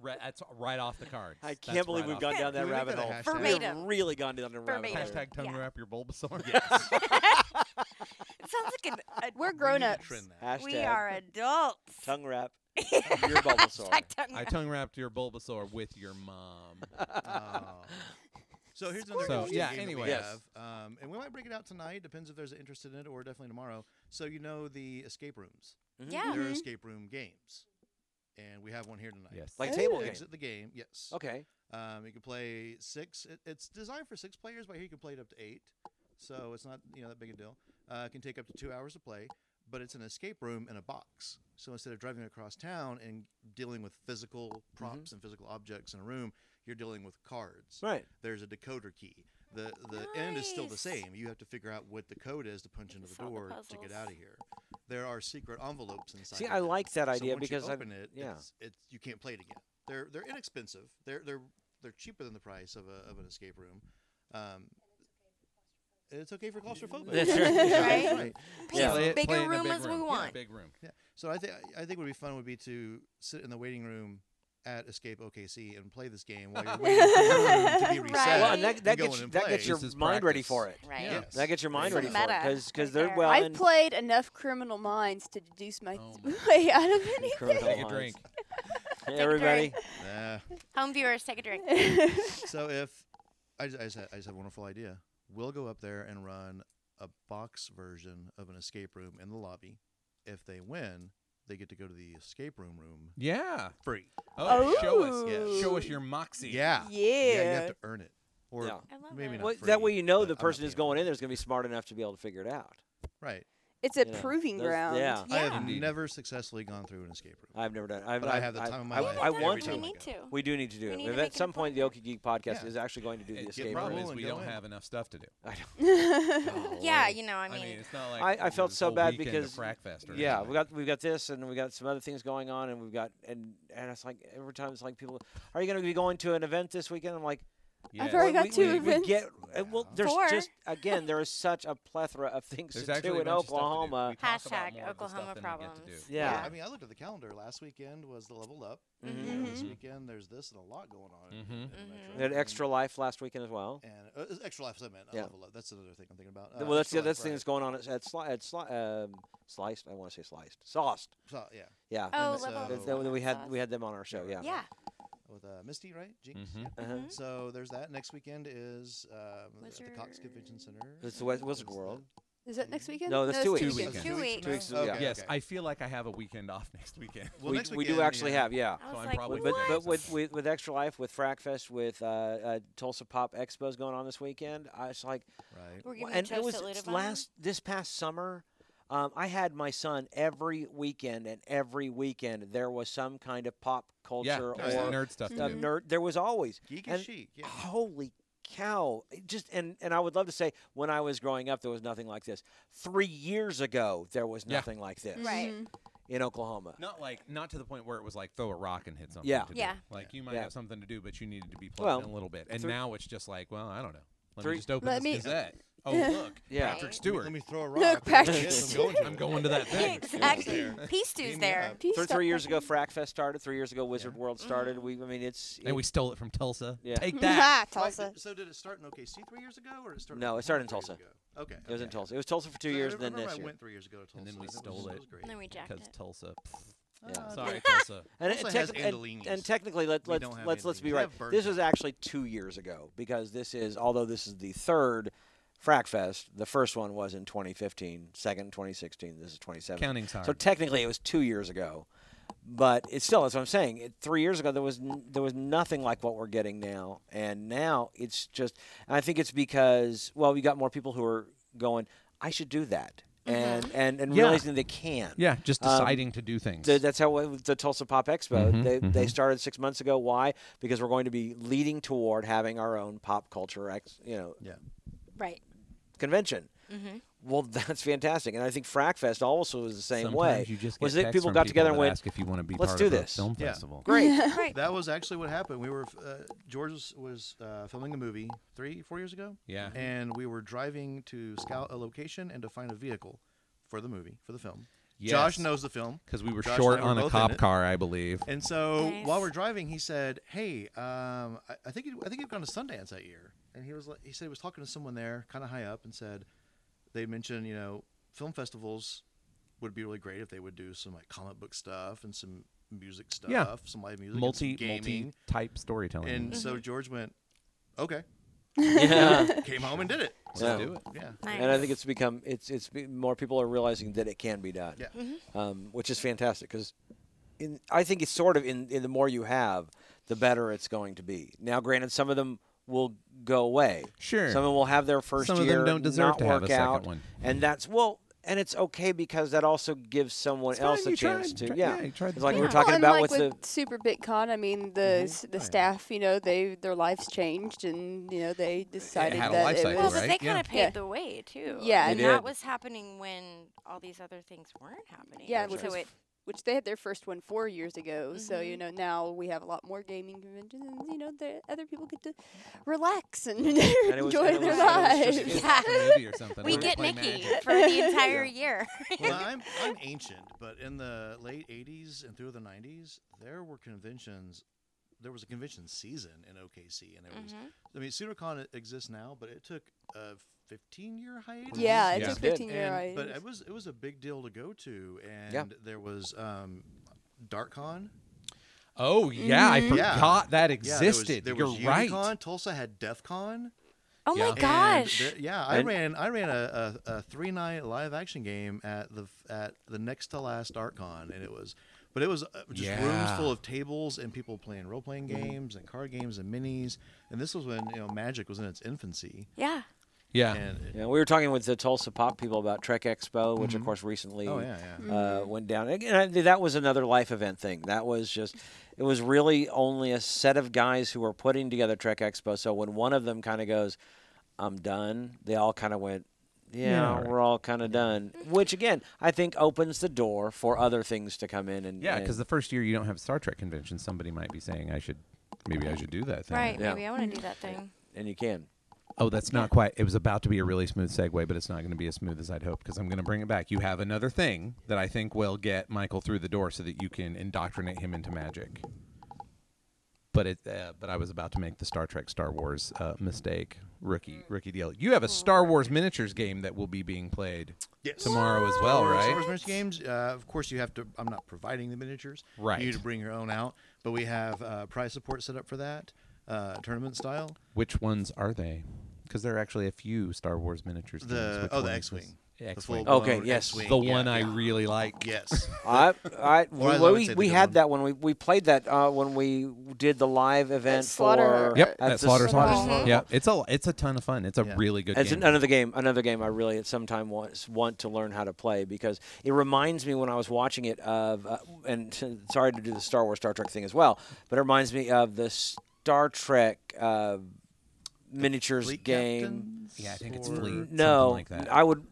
Speaker 3: Right, that's right off the cards.
Speaker 1: I
Speaker 3: That's
Speaker 1: can't believe
Speaker 3: right
Speaker 1: we've
Speaker 3: off
Speaker 1: gone
Speaker 3: the
Speaker 1: down
Speaker 6: Can
Speaker 1: that
Speaker 6: we make
Speaker 1: rabbit
Speaker 6: that a
Speaker 1: hole.
Speaker 6: hashtag?
Speaker 1: We have
Speaker 2: Verbatim.
Speaker 1: really gone down the rabbit
Speaker 2: Verbatim.
Speaker 1: hole.
Speaker 3: Hashtag tongue
Speaker 2: Yeah.
Speaker 3: wrap your Bulbasaur. Yes.
Speaker 2: It sounds like an. A,
Speaker 4: We're
Speaker 6: We need to
Speaker 4: grown-ups.
Speaker 6: trend that.
Speaker 1: Hashtag
Speaker 2: we are adults.
Speaker 1: tongue wrap your Bulbasaur.
Speaker 2: Hashtag tongue
Speaker 3: I
Speaker 2: wrap.
Speaker 3: tongue wrapped your Bulbasaur with your mom.
Speaker 6: Oh. So here's another
Speaker 3: So,
Speaker 6: interesting
Speaker 3: yeah,
Speaker 6: game that we
Speaker 3: anyway.
Speaker 1: Yes.
Speaker 6: have, um, and we might break it out tonight. Depends if there's an interest in it, or definitely tomorrow. So you know the escape rooms.
Speaker 1: Mm-hmm.
Speaker 2: Yeah.
Speaker 6: There are
Speaker 4: Mhm.
Speaker 6: escape room games, and we have one here tonight.
Speaker 3: Yes.
Speaker 1: Like
Speaker 4: Ooh.
Speaker 1: table game.
Speaker 6: Exit the game. Yes.
Speaker 1: Okay.
Speaker 6: Um, you can play six. It, it's designed for six players, but here you can play it up to eight. So it's not you know that big a deal. Uh, it can take up to two hours to play, but it's an escape room in a box. So instead of driving across town and dealing with physical props and physical objects in a room, you're dealing with cards
Speaker 1: Mm-hmm. Right.
Speaker 6: there's a decoder key. The the end is still the
Speaker 2: Nice.
Speaker 6: same. You have to figure out what the code is to punch into the
Speaker 2: Solve the
Speaker 6: door to get
Speaker 2: puzzles.
Speaker 6: out of here. There are secret envelopes inside.
Speaker 1: See,
Speaker 6: of
Speaker 1: I
Speaker 6: it.
Speaker 1: like that
Speaker 6: So
Speaker 1: idea
Speaker 6: once
Speaker 1: because
Speaker 6: you
Speaker 1: I've-
Speaker 6: open it,
Speaker 1: yeah.
Speaker 6: it's, it's you can't play it again. They're they're inexpensive. They're they're they're cheaper than the price of a of an escape room. Um, it's okay for claustrophobia.
Speaker 1: That's right.
Speaker 6: That's
Speaker 2: Right?
Speaker 6: right.
Speaker 2: Paint
Speaker 1: Yeah.
Speaker 2: as
Speaker 1: Play
Speaker 2: big
Speaker 3: play
Speaker 2: a
Speaker 3: in a
Speaker 2: room
Speaker 3: big
Speaker 2: as we
Speaker 3: Yeah,
Speaker 2: want.
Speaker 3: big room.
Speaker 6: Yeah. So I think I think what would be fun would be to sit in the waiting room at Escape OKC and play this game while you're waiting for your room to be
Speaker 2: Right.
Speaker 6: reset.
Speaker 1: Well,
Speaker 2: Right.
Speaker 1: and that, that
Speaker 6: go
Speaker 1: gets
Speaker 6: in and
Speaker 1: that
Speaker 6: play.
Speaker 1: gets your
Speaker 3: This is
Speaker 1: mind ready
Speaker 3: practice.
Speaker 1: for it.
Speaker 2: Right.
Speaker 6: Yeah.
Speaker 1: That gets your mind ready
Speaker 2: Some
Speaker 1: for it
Speaker 2: meta
Speaker 1: because
Speaker 2: right
Speaker 1: they're
Speaker 2: there.
Speaker 1: well.
Speaker 4: I've
Speaker 1: and-
Speaker 4: played enough Criminal Minds to deduce my
Speaker 3: Oh
Speaker 4: way out of
Speaker 1: Criminal
Speaker 4: anything.
Speaker 3: Take a
Speaker 1: Lines.
Speaker 3: drink.
Speaker 1: Hey, everybody.
Speaker 6: Nah.
Speaker 2: Home viewers, take a drink.
Speaker 6: So if I just, I just, had, I just had a wonderful idea. We'll go up there and run a box version of an escape room in the lobby. If they win, they get to go to the escape room room
Speaker 3: Yeah.
Speaker 6: free.
Speaker 3: Oh, show us.
Speaker 6: Yes.
Speaker 3: Show us your moxie.
Speaker 6: Yeah. you
Speaker 4: Yeah.
Speaker 6: have to earn it. Or
Speaker 1: Yeah.
Speaker 2: I love
Speaker 6: maybe
Speaker 2: it.
Speaker 6: not.
Speaker 1: Well,
Speaker 6: free,
Speaker 1: that way you know
Speaker 6: but
Speaker 1: the
Speaker 6: I'm not
Speaker 1: person who's
Speaker 6: paying for
Speaker 1: going
Speaker 6: it.
Speaker 1: in there is going to be smart enough to be able to figure it out.
Speaker 6: Right.
Speaker 4: It's a
Speaker 1: You know,
Speaker 4: proving
Speaker 1: those-
Speaker 4: ground.
Speaker 1: yeah.
Speaker 6: I have
Speaker 3: Indeed.
Speaker 6: never successfully gone through an escape room.
Speaker 1: I've never done. I've,
Speaker 6: But I
Speaker 1: I've-
Speaker 6: have the
Speaker 1: I've-
Speaker 6: time of my
Speaker 1: I,
Speaker 6: life
Speaker 1: I
Speaker 6: every
Speaker 1: want
Speaker 6: time
Speaker 1: to.
Speaker 2: We
Speaker 6: I
Speaker 2: need to.
Speaker 1: We do need to do
Speaker 2: We
Speaker 1: it.
Speaker 2: need to
Speaker 1: If
Speaker 2: make
Speaker 1: at
Speaker 2: it
Speaker 1: some
Speaker 2: a
Speaker 1: point the
Speaker 2: point.
Speaker 1: Okie Geek podcast
Speaker 6: Yeah.
Speaker 1: is actually going to do the
Speaker 3: It-
Speaker 1: escape
Speaker 3: problem
Speaker 1: room.
Speaker 3: is
Speaker 6: and
Speaker 3: we
Speaker 6: go
Speaker 3: don't
Speaker 6: in.
Speaker 3: have enough stuff to do.
Speaker 1: I don't-
Speaker 2: Yeah, you know, I
Speaker 3: I
Speaker 2: mean,
Speaker 3: mean, it's not like
Speaker 1: I- I felt
Speaker 3: this
Speaker 1: so
Speaker 3: whole
Speaker 1: bad
Speaker 3: weekend of
Speaker 1: because-
Speaker 3: Frack Fest or
Speaker 1: Yeah,
Speaker 3: anything.
Speaker 1: we got we got this, and we got some other things going on, and we've got and and it's like every time it's like people, are you going to be going to an event this weekend? I'm like,
Speaker 3: Yeah.
Speaker 4: I've already
Speaker 1: well,
Speaker 4: got two
Speaker 1: we,
Speaker 4: events.
Speaker 1: We get, uh, well, there's
Speaker 2: Four.
Speaker 1: just again there is such a plethora of things
Speaker 3: There's
Speaker 1: to
Speaker 3: actually
Speaker 1: do
Speaker 3: a
Speaker 1: in
Speaker 3: bunch of stuff to do.
Speaker 1: Oklahoma.
Speaker 3: We talk about
Speaker 2: Hashtag
Speaker 3: more of the stuff
Speaker 2: Oklahoma
Speaker 3: than we get to
Speaker 2: problems.
Speaker 3: do.
Speaker 1: Yeah.
Speaker 6: I mean, mm-hmm. I looked at the calendar. Last weekend was the level up.
Speaker 1: Mhm.
Speaker 6: You know, This
Speaker 4: Mhm.
Speaker 6: weekend, there's this and a lot going on. in-
Speaker 3: Mhm.
Speaker 6: in
Speaker 2: Mhm.
Speaker 6: Metro.
Speaker 1: We had extra life last weekend as well.
Speaker 6: And uh, it's extra life, I meant. uh,
Speaker 1: Yeah.
Speaker 6: Level up. That's another thing I'm thinking about. Uh,
Speaker 1: well, that's the
Speaker 6: Extra Life
Speaker 1: that's the thing
Speaker 6: Friday.
Speaker 1: that's going on at, at, sli- at sli- um, sliced. I want to say sliced, sauced.
Speaker 6: So, yeah.
Speaker 1: Yeah,
Speaker 2: Oh,
Speaker 6: it's,
Speaker 2: level
Speaker 6: uh,
Speaker 2: up
Speaker 1: That-
Speaker 2: is
Speaker 1: that-
Speaker 2: one
Speaker 1: we
Speaker 2: of
Speaker 1: had
Speaker 2: us.
Speaker 1: we had them on our show. Yeah.
Speaker 2: Yeah.
Speaker 6: With uh, Misty, right? Jinx.
Speaker 3: Mhm.
Speaker 6: yeah.
Speaker 1: Uh-huh.
Speaker 2: Mhm.
Speaker 6: So there's that. Next weekend is um, at the Cox Convention
Speaker 2: Wizard-
Speaker 6: Center.
Speaker 1: It's the Wes- Wizard
Speaker 6: It's the-
Speaker 1: World.
Speaker 4: Is that next weekend?
Speaker 1: No, that's two
Speaker 4: it's
Speaker 1: weeks.
Speaker 3: Two
Speaker 6: Oh,
Speaker 3: weekends.
Speaker 2: Two weeks.
Speaker 1: Two weeks.
Speaker 6: Okay,
Speaker 1: yeah.
Speaker 3: Yes,
Speaker 6: okay.
Speaker 3: I feel like I have a weekend off next weekend.
Speaker 6: Well,
Speaker 1: we,
Speaker 6: next
Speaker 1: we do
Speaker 6: weekend,
Speaker 1: actually
Speaker 6: yeah.
Speaker 1: have. Yeah.
Speaker 2: I
Speaker 3: So
Speaker 2: was
Speaker 3: I'm
Speaker 2: like,
Speaker 3: probably-
Speaker 1: But,
Speaker 2: what?
Speaker 1: but with, with with extra life with Frackfest with uh, uh, Tulsa Pop Expos going on this weekend, I was like,
Speaker 6: Right.
Speaker 2: We're
Speaker 1: Well,
Speaker 2: giving
Speaker 1: and
Speaker 2: a toast
Speaker 1: it was
Speaker 2: to Lita
Speaker 1: it's
Speaker 2: Von.
Speaker 1: last this past summer. Um, I had my son every weekend, and every weekend there was some kind of pop
Speaker 3: yeah,
Speaker 1: culture
Speaker 3: there's
Speaker 1: or
Speaker 3: nerd stuff to
Speaker 1: uh,
Speaker 3: do.
Speaker 1: nerd. There was always
Speaker 6: Geek
Speaker 1: and
Speaker 6: is chic. Yeah.
Speaker 1: holy cow! It Just and and I would love to say when I was growing up there was nothing like this. Three years ago there was
Speaker 3: Yeah.
Speaker 1: nothing like this
Speaker 2: Right.
Speaker 1: in Oklahoma.
Speaker 3: Not like not to the point where it was like throw a rock and hit something.
Speaker 1: Yeah.
Speaker 3: to do.
Speaker 2: Yeah.
Speaker 3: Like you might
Speaker 1: Yeah.
Speaker 3: have something to do, but you needed to be plugged
Speaker 1: Well,
Speaker 3: in a little bit. And
Speaker 1: three-
Speaker 3: now it's just like, well, I don't know. Let
Speaker 1: Three-
Speaker 3: me just open
Speaker 4: Let
Speaker 3: this
Speaker 4: me-
Speaker 3: Gazette. Oh look,
Speaker 1: Yeah.
Speaker 3: Patrick
Speaker 2: Right.
Speaker 3: Stewart.
Speaker 6: Let me throw a rock.
Speaker 4: Look,
Speaker 6: but yes,
Speaker 4: Patrick
Speaker 6: I'm going to.
Speaker 3: I'm
Speaker 6: it.
Speaker 3: going to that
Speaker 2: Yeah,
Speaker 3: thing.
Speaker 2: exactly. Peace
Speaker 6: Beam
Speaker 2: Two's
Speaker 6: me
Speaker 2: there.
Speaker 6: up.
Speaker 4: Peace
Speaker 1: Three,
Speaker 4: stop
Speaker 1: three years ago,
Speaker 4: fucking-
Speaker 1: Frackfest started. Three years ago, Wizard World started.
Speaker 2: Mm-hmm.
Speaker 1: We, I mean, it's
Speaker 3: And we stole it from Tulsa.
Speaker 1: Yeah.
Speaker 3: Take that.
Speaker 4: Ah,
Speaker 6: Right,
Speaker 4: Tulsa.
Speaker 6: did- So did it start in OKC three years ago, or it started?
Speaker 1: No,
Speaker 6: in
Speaker 1: it started in
Speaker 6: Tulsa three
Speaker 1: years
Speaker 6: years ago? Okay.
Speaker 1: it was in
Speaker 6: okay.
Speaker 1: Tulsa. It was Tulsa for two
Speaker 2: Mm-hmm.
Speaker 6: So I
Speaker 1: years,
Speaker 6: re-
Speaker 1: and then
Speaker 6: remember
Speaker 1: this
Speaker 6: I
Speaker 1: year.
Speaker 6: went three years ago to Tulsa.
Speaker 3: And then we
Speaker 6: it was-
Speaker 3: stole
Speaker 6: it.
Speaker 3: it.
Speaker 6: was great.
Speaker 2: And then we jacked
Speaker 3: Because
Speaker 2: it.
Speaker 3: Tulsa.
Speaker 1: Yeah.
Speaker 6: Uh,
Speaker 3: Sorry, Tulsa.
Speaker 1: And, it-
Speaker 6: Tulsa
Speaker 1: tec-
Speaker 6: has
Speaker 1: and,
Speaker 6: Andalinis.
Speaker 1: and technically, let,
Speaker 6: We
Speaker 1: let's
Speaker 6: don't have
Speaker 1: let's let's be
Speaker 6: Andalinis. We
Speaker 1: right.
Speaker 6: have bird
Speaker 1: This was
Speaker 6: dogs.
Speaker 1: actually two years ago because this is although this is the third Frackfest. The first one was in 2015, second in 2016. This is 2017.
Speaker 3: Counting's hard.
Speaker 1: So technically, it was two years ago, but it's still that's what I'm saying. It, three years ago, there was n- there was nothing like what we're getting now, and now it's just. And I think it's because well, we got more people who are going. I should do that, and
Speaker 6: Mm-hmm.
Speaker 1: and and
Speaker 3: Yeah.
Speaker 1: realizing they can.
Speaker 3: yeah, just
Speaker 1: Um,
Speaker 3: deciding to do things.
Speaker 1: Th- that's how it- the Tulsa Pop Expo.
Speaker 3: Mhm,
Speaker 1: they, they started six months ago. Why? Because we're going to be leading toward having our own pop culture, ex, you know,
Speaker 6: Yeah.
Speaker 2: Right.
Speaker 1: convention. Well, that's fantastic, and I think Frackfest also was the same
Speaker 3: Sometimes
Speaker 1: way.
Speaker 3: you just
Speaker 1: was
Speaker 3: get
Speaker 1: that
Speaker 3: texts
Speaker 1: people
Speaker 3: from
Speaker 1: got together
Speaker 3: that
Speaker 1: and went,
Speaker 3: ask if you want to be
Speaker 1: "Let's
Speaker 3: part
Speaker 1: do
Speaker 3: of a
Speaker 1: this."
Speaker 3: film
Speaker 6: Yeah.
Speaker 3: festival.
Speaker 1: "Great,
Speaker 2: Right.
Speaker 6: That was actually what happened. We were uh, George was, was uh, filming a movie three, four years ago.
Speaker 3: Yeah.
Speaker 6: And we were driving to scout a location and to find a vehicle for the movie, for the film.
Speaker 3: Yes.
Speaker 6: Josh knows the film
Speaker 3: Because we were
Speaker 6: Josh and
Speaker 3: short
Speaker 6: I were
Speaker 3: on a
Speaker 6: both in
Speaker 3: cop
Speaker 6: it.
Speaker 3: car, I believe.
Speaker 6: And so
Speaker 2: Nice.
Speaker 6: while we're driving, he said, "Hey, um, I, I think he, I think he'd gone to Sundance that year." And he was like, he said he was talking to someone there, kind of high up, and said they mentioned you know film festivals would be really great if they would do some like comic book stuff and some music stuff,
Speaker 3: Yeah.
Speaker 6: some live music, and some
Speaker 3: Multi Mm-hmm. multi
Speaker 6: gaming.
Speaker 3: type storytelling.
Speaker 6: And so George went, "Okay,"
Speaker 1: yeah."
Speaker 6: came home and did it.
Speaker 3: Let's
Speaker 1: Yeah.
Speaker 3: do it.
Speaker 6: Yeah.
Speaker 2: Nice.
Speaker 1: And I think it's become it's it's be- more people are realizing that it can be done,
Speaker 6: Yeah.
Speaker 4: Mm-hmm.
Speaker 1: um, which is fantastic because, in I think it's sort of in, in the more you have, the better it's going to be. Now, granted, some of them will go away.
Speaker 3: Sure.
Speaker 1: Some of them will have their first
Speaker 3: Some of them
Speaker 1: year
Speaker 3: don't deserve
Speaker 1: not
Speaker 3: to have
Speaker 1: work
Speaker 3: a second
Speaker 1: out,
Speaker 3: one.
Speaker 1: and that's well. And it's okay because that also gives someone
Speaker 3: It's
Speaker 1: else
Speaker 3: fine,
Speaker 1: a
Speaker 3: you
Speaker 1: chance
Speaker 3: tried.
Speaker 1: to.
Speaker 3: Try-
Speaker 1: yeah,
Speaker 3: yeah, you tried
Speaker 1: it's
Speaker 3: the
Speaker 1: like we
Speaker 3: thing.
Speaker 1: were
Speaker 3: Yeah.
Speaker 1: talking
Speaker 4: well, and
Speaker 1: about
Speaker 4: like
Speaker 1: with,
Speaker 4: with
Speaker 1: the Mm-hmm. Oh,
Speaker 4: Super BitCon, I mean the s the staff, you know, they their lives changed, and you know they decided
Speaker 3: had a
Speaker 4: that
Speaker 3: life
Speaker 4: it
Speaker 3: cycle,
Speaker 2: Well,
Speaker 4: was
Speaker 2: but they
Speaker 3: right?
Speaker 2: kind
Speaker 3: Yeah.
Speaker 2: of paved
Speaker 4: Yeah.
Speaker 2: the way too.
Speaker 4: Yeah,
Speaker 2: and
Speaker 1: They
Speaker 2: that
Speaker 1: did.
Speaker 2: was happening when all these other things weren't happening.
Speaker 4: yeah, which
Speaker 2: so
Speaker 4: was
Speaker 2: it
Speaker 4: which they had their first one four years ago. So you know now we have a lot more gaming conventions, and you know the other people get to relax and,
Speaker 1: it was-
Speaker 4: enjoy
Speaker 1: and it
Speaker 4: their
Speaker 1: was- and it was
Speaker 4: lives.
Speaker 1: just-
Speaker 3: It's
Speaker 2: Yeah.
Speaker 3: like a movie or something.
Speaker 2: we
Speaker 3: We're gonna
Speaker 2: get
Speaker 3: play
Speaker 2: Nikki
Speaker 3: Magic.
Speaker 2: for the entire year.
Speaker 6: Well, now, I'm I'm ancient, but in the late '80s and through the '90s, there were conventions. There was a convention season in OKC, and there was.
Speaker 4: Mm-hmm.
Speaker 6: I mean, SudoCon e- exists now, but it took a 15-year hiatus.
Speaker 1: Yeah.
Speaker 4: yeah, it's a
Speaker 1: Did.
Speaker 4: 15 year old.
Speaker 6: And, but it was it was a big deal to go to, and
Speaker 1: Yeah.
Speaker 6: there was um, DarkCon.
Speaker 3: Oh yeah, I
Speaker 6: Yeah.
Speaker 3: forgot that
Speaker 2: Mm-hmm.
Speaker 6: Yeah, there was-
Speaker 3: existed.
Speaker 6: there was
Speaker 3: You're right.
Speaker 6: Unicon, Tulsa had DefCon.
Speaker 2: Oh my
Speaker 3: Yeah.
Speaker 6: And
Speaker 2: gosh.
Speaker 6: there- yeah, I
Speaker 1: And-
Speaker 6: ran I ran a, a, a three night live action game at the f- at the next to last ArtCon, and it was, but it was uh, just rooms
Speaker 3: Yeah.
Speaker 6: full of tables and people playing role playing
Speaker 1: Mm-hmm.
Speaker 6: games and card games and minis, and this was when you know Magic was in its infancy,
Speaker 2: yeah.
Speaker 3: Yeah.
Speaker 6: and it-
Speaker 1: Yeah, we were talking with the Tulsa Pop people about Trek Expo, which of course recently
Speaker 6: oh yeah, yeah.
Speaker 1: uh, went down. Again, I- that was another life event thing. That was just, it was really only a set of guys who were putting together Trek Expo. So when one of them kind of goes, I'm done, they all kind of went, yeah, we're all kind of done. Which again, I think opens the door for other things to come in. And
Speaker 3: Yeah,
Speaker 1: and-
Speaker 3: because the first year you don't have Star Trek convention, somebody might be saying, "I should, maybe I should do that thing."
Speaker 2: Right.
Speaker 1: Yeah.
Speaker 2: Maybe I want to do that thing.
Speaker 1: and you can.
Speaker 3: Oh, that's not quite. It was about to be a really smooth segue, but it's not going to be as smooth as I'd hoped because I'm going to bring it back. You have another thing that I think will get Michael through the door so that you can indoctrinate him into magic. But it, uh, but I was about to make the Star Trek Star Wars uh, mistake, rookie rookie deal. You have a Star Wars miniatures game that will be being played
Speaker 6: Yes.
Speaker 3: tomorrow as well,
Speaker 6: Star
Speaker 3: right?
Speaker 6: Wars miniature games. Uh, of course, you have to. I'm not providing the miniatures.
Speaker 3: Right.
Speaker 6: You need to bring your own out, but we have uh, prize support set up for that, uh, tournament style.
Speaker 3: Which ones are they? Because there are actually a few Star Wars miniatures. games.
Speaker 6: The
Speaker 3: Which
Speaker 6: oh, the
Speaker 3: one is
Speaker 6: X-wing.
Speaker 3: this?
Speaker 6: The full
Speaker 3: X-wing.
Speaker 1: Okay,
Speaker 6: blown
Speaker 1: yes.
Speaker 6: X-wing.
Speaker 3: the
Speaker 6: Yeah,
Speaker 3: one I
Speaker 6: yeah.
Speaker 3: really like.
Speaker 6: Yes.
Speaker 1: I, I,
Speaker 6: Or as I
Speaker 1: well,
Speaker 6: would
Speaker 1: we,
Speaker 6: say, the
Speaker 1: we
Speaker 6: good
Speaker 1: had
Speaker 6: one.
Speaker 1: that when we, we played that uh, when we did the live event
Speaker 4: Slaughter.
Speaker 1: for
Speaker 3: Yep,
Speaker 1: at
Speaker 3: that's
Speaker 1: the
Speaker 3: Slaughter's
Speaker 4: Slaughter
Speaker 3: Lodge.
Speaker 4: Lodge.
Speaker 3: Yeah, it's a it's a ton of fun. It's a
Speaker 6: Yeah.
Speaker 3: really good
Speaker 1: That's
Speaker 3: game.
Speaker 1: another game. Another game I really at some time want, want to learn how to play because it reminds me when I was watching it of, uh, and t- sorry to do the Star Wars Star Trek thing as well, but it reminds me of the Star Trek uh, miniatures
Speaker 6: Fleet
Speaker 1: game.
Speaker 6: captains
Speaker 3: yeah, I think it's
Speaker 6: or-
Speaker 3: Fleet.
Speaker 1: No,
Speaker 3: something like that.
Speaker 1: I would.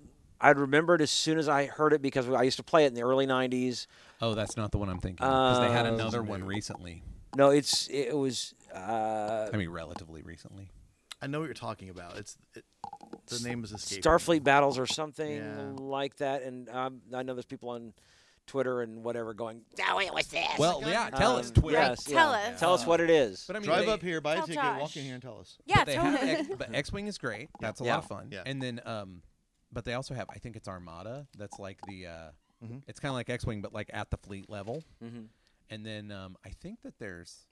Speaker 1: I'd remember it as soon as I heard it because I used to play it in the early '90s.
Speaker 3: oh, that's not the one I'm thinking. Because they had
Speaker 1: Um,
Speaker 3: another one recently.
Speaker 1: No, it's it was. Uh,
Speaker 3: I mean, relatively recently.
Speaker 6: I know what you're talking about. It's it, the name is escaping. me.
Speaker 1: Starfleet battles or something
Speaker 6: Yeah.
Speaker 1: like that. And um, I know there's people on Twitter and whatever going,
Speaker 2: No, it was this.
Speaker 3: Well, yeah, Uh, tell us
Speaker 1: um,
Speaker 3: Twitter.
Speaker 1: yes,
Speaker 2: Tell
Speaker 1: yeah.
Speaker 2: us.
Speaker 1: Tell us what it is.
Speaker 3: But I mean,
Speaker 6: Drive
Speaker 3: they-
Speaker 6: up here, buy a
Speaker 2: Tell
Speaker 6: ticket, walk
Speaker 2: Josh.
Speaker 6: in here, and tell us.
Speaker 2: yeah,
Speaker 3: but they
Speaker 2: tell
Speaker 3: have
Speaker 2: me.
Speaker 3: X, but X-wing is great. That's a
Speaker 1: Yeah.
Speaker 3: lot of fun.
Speaker 6: Yeah.
Speaker 3: And then, um, but they also have I think it's Armada. That's like the uh,
Speaker 6: Mhm.
Speaker 3: it's kind of like X-wing, but like at the fleet level.
Speaker 1: Mhm.
Speaker 3: And then um, I think that there's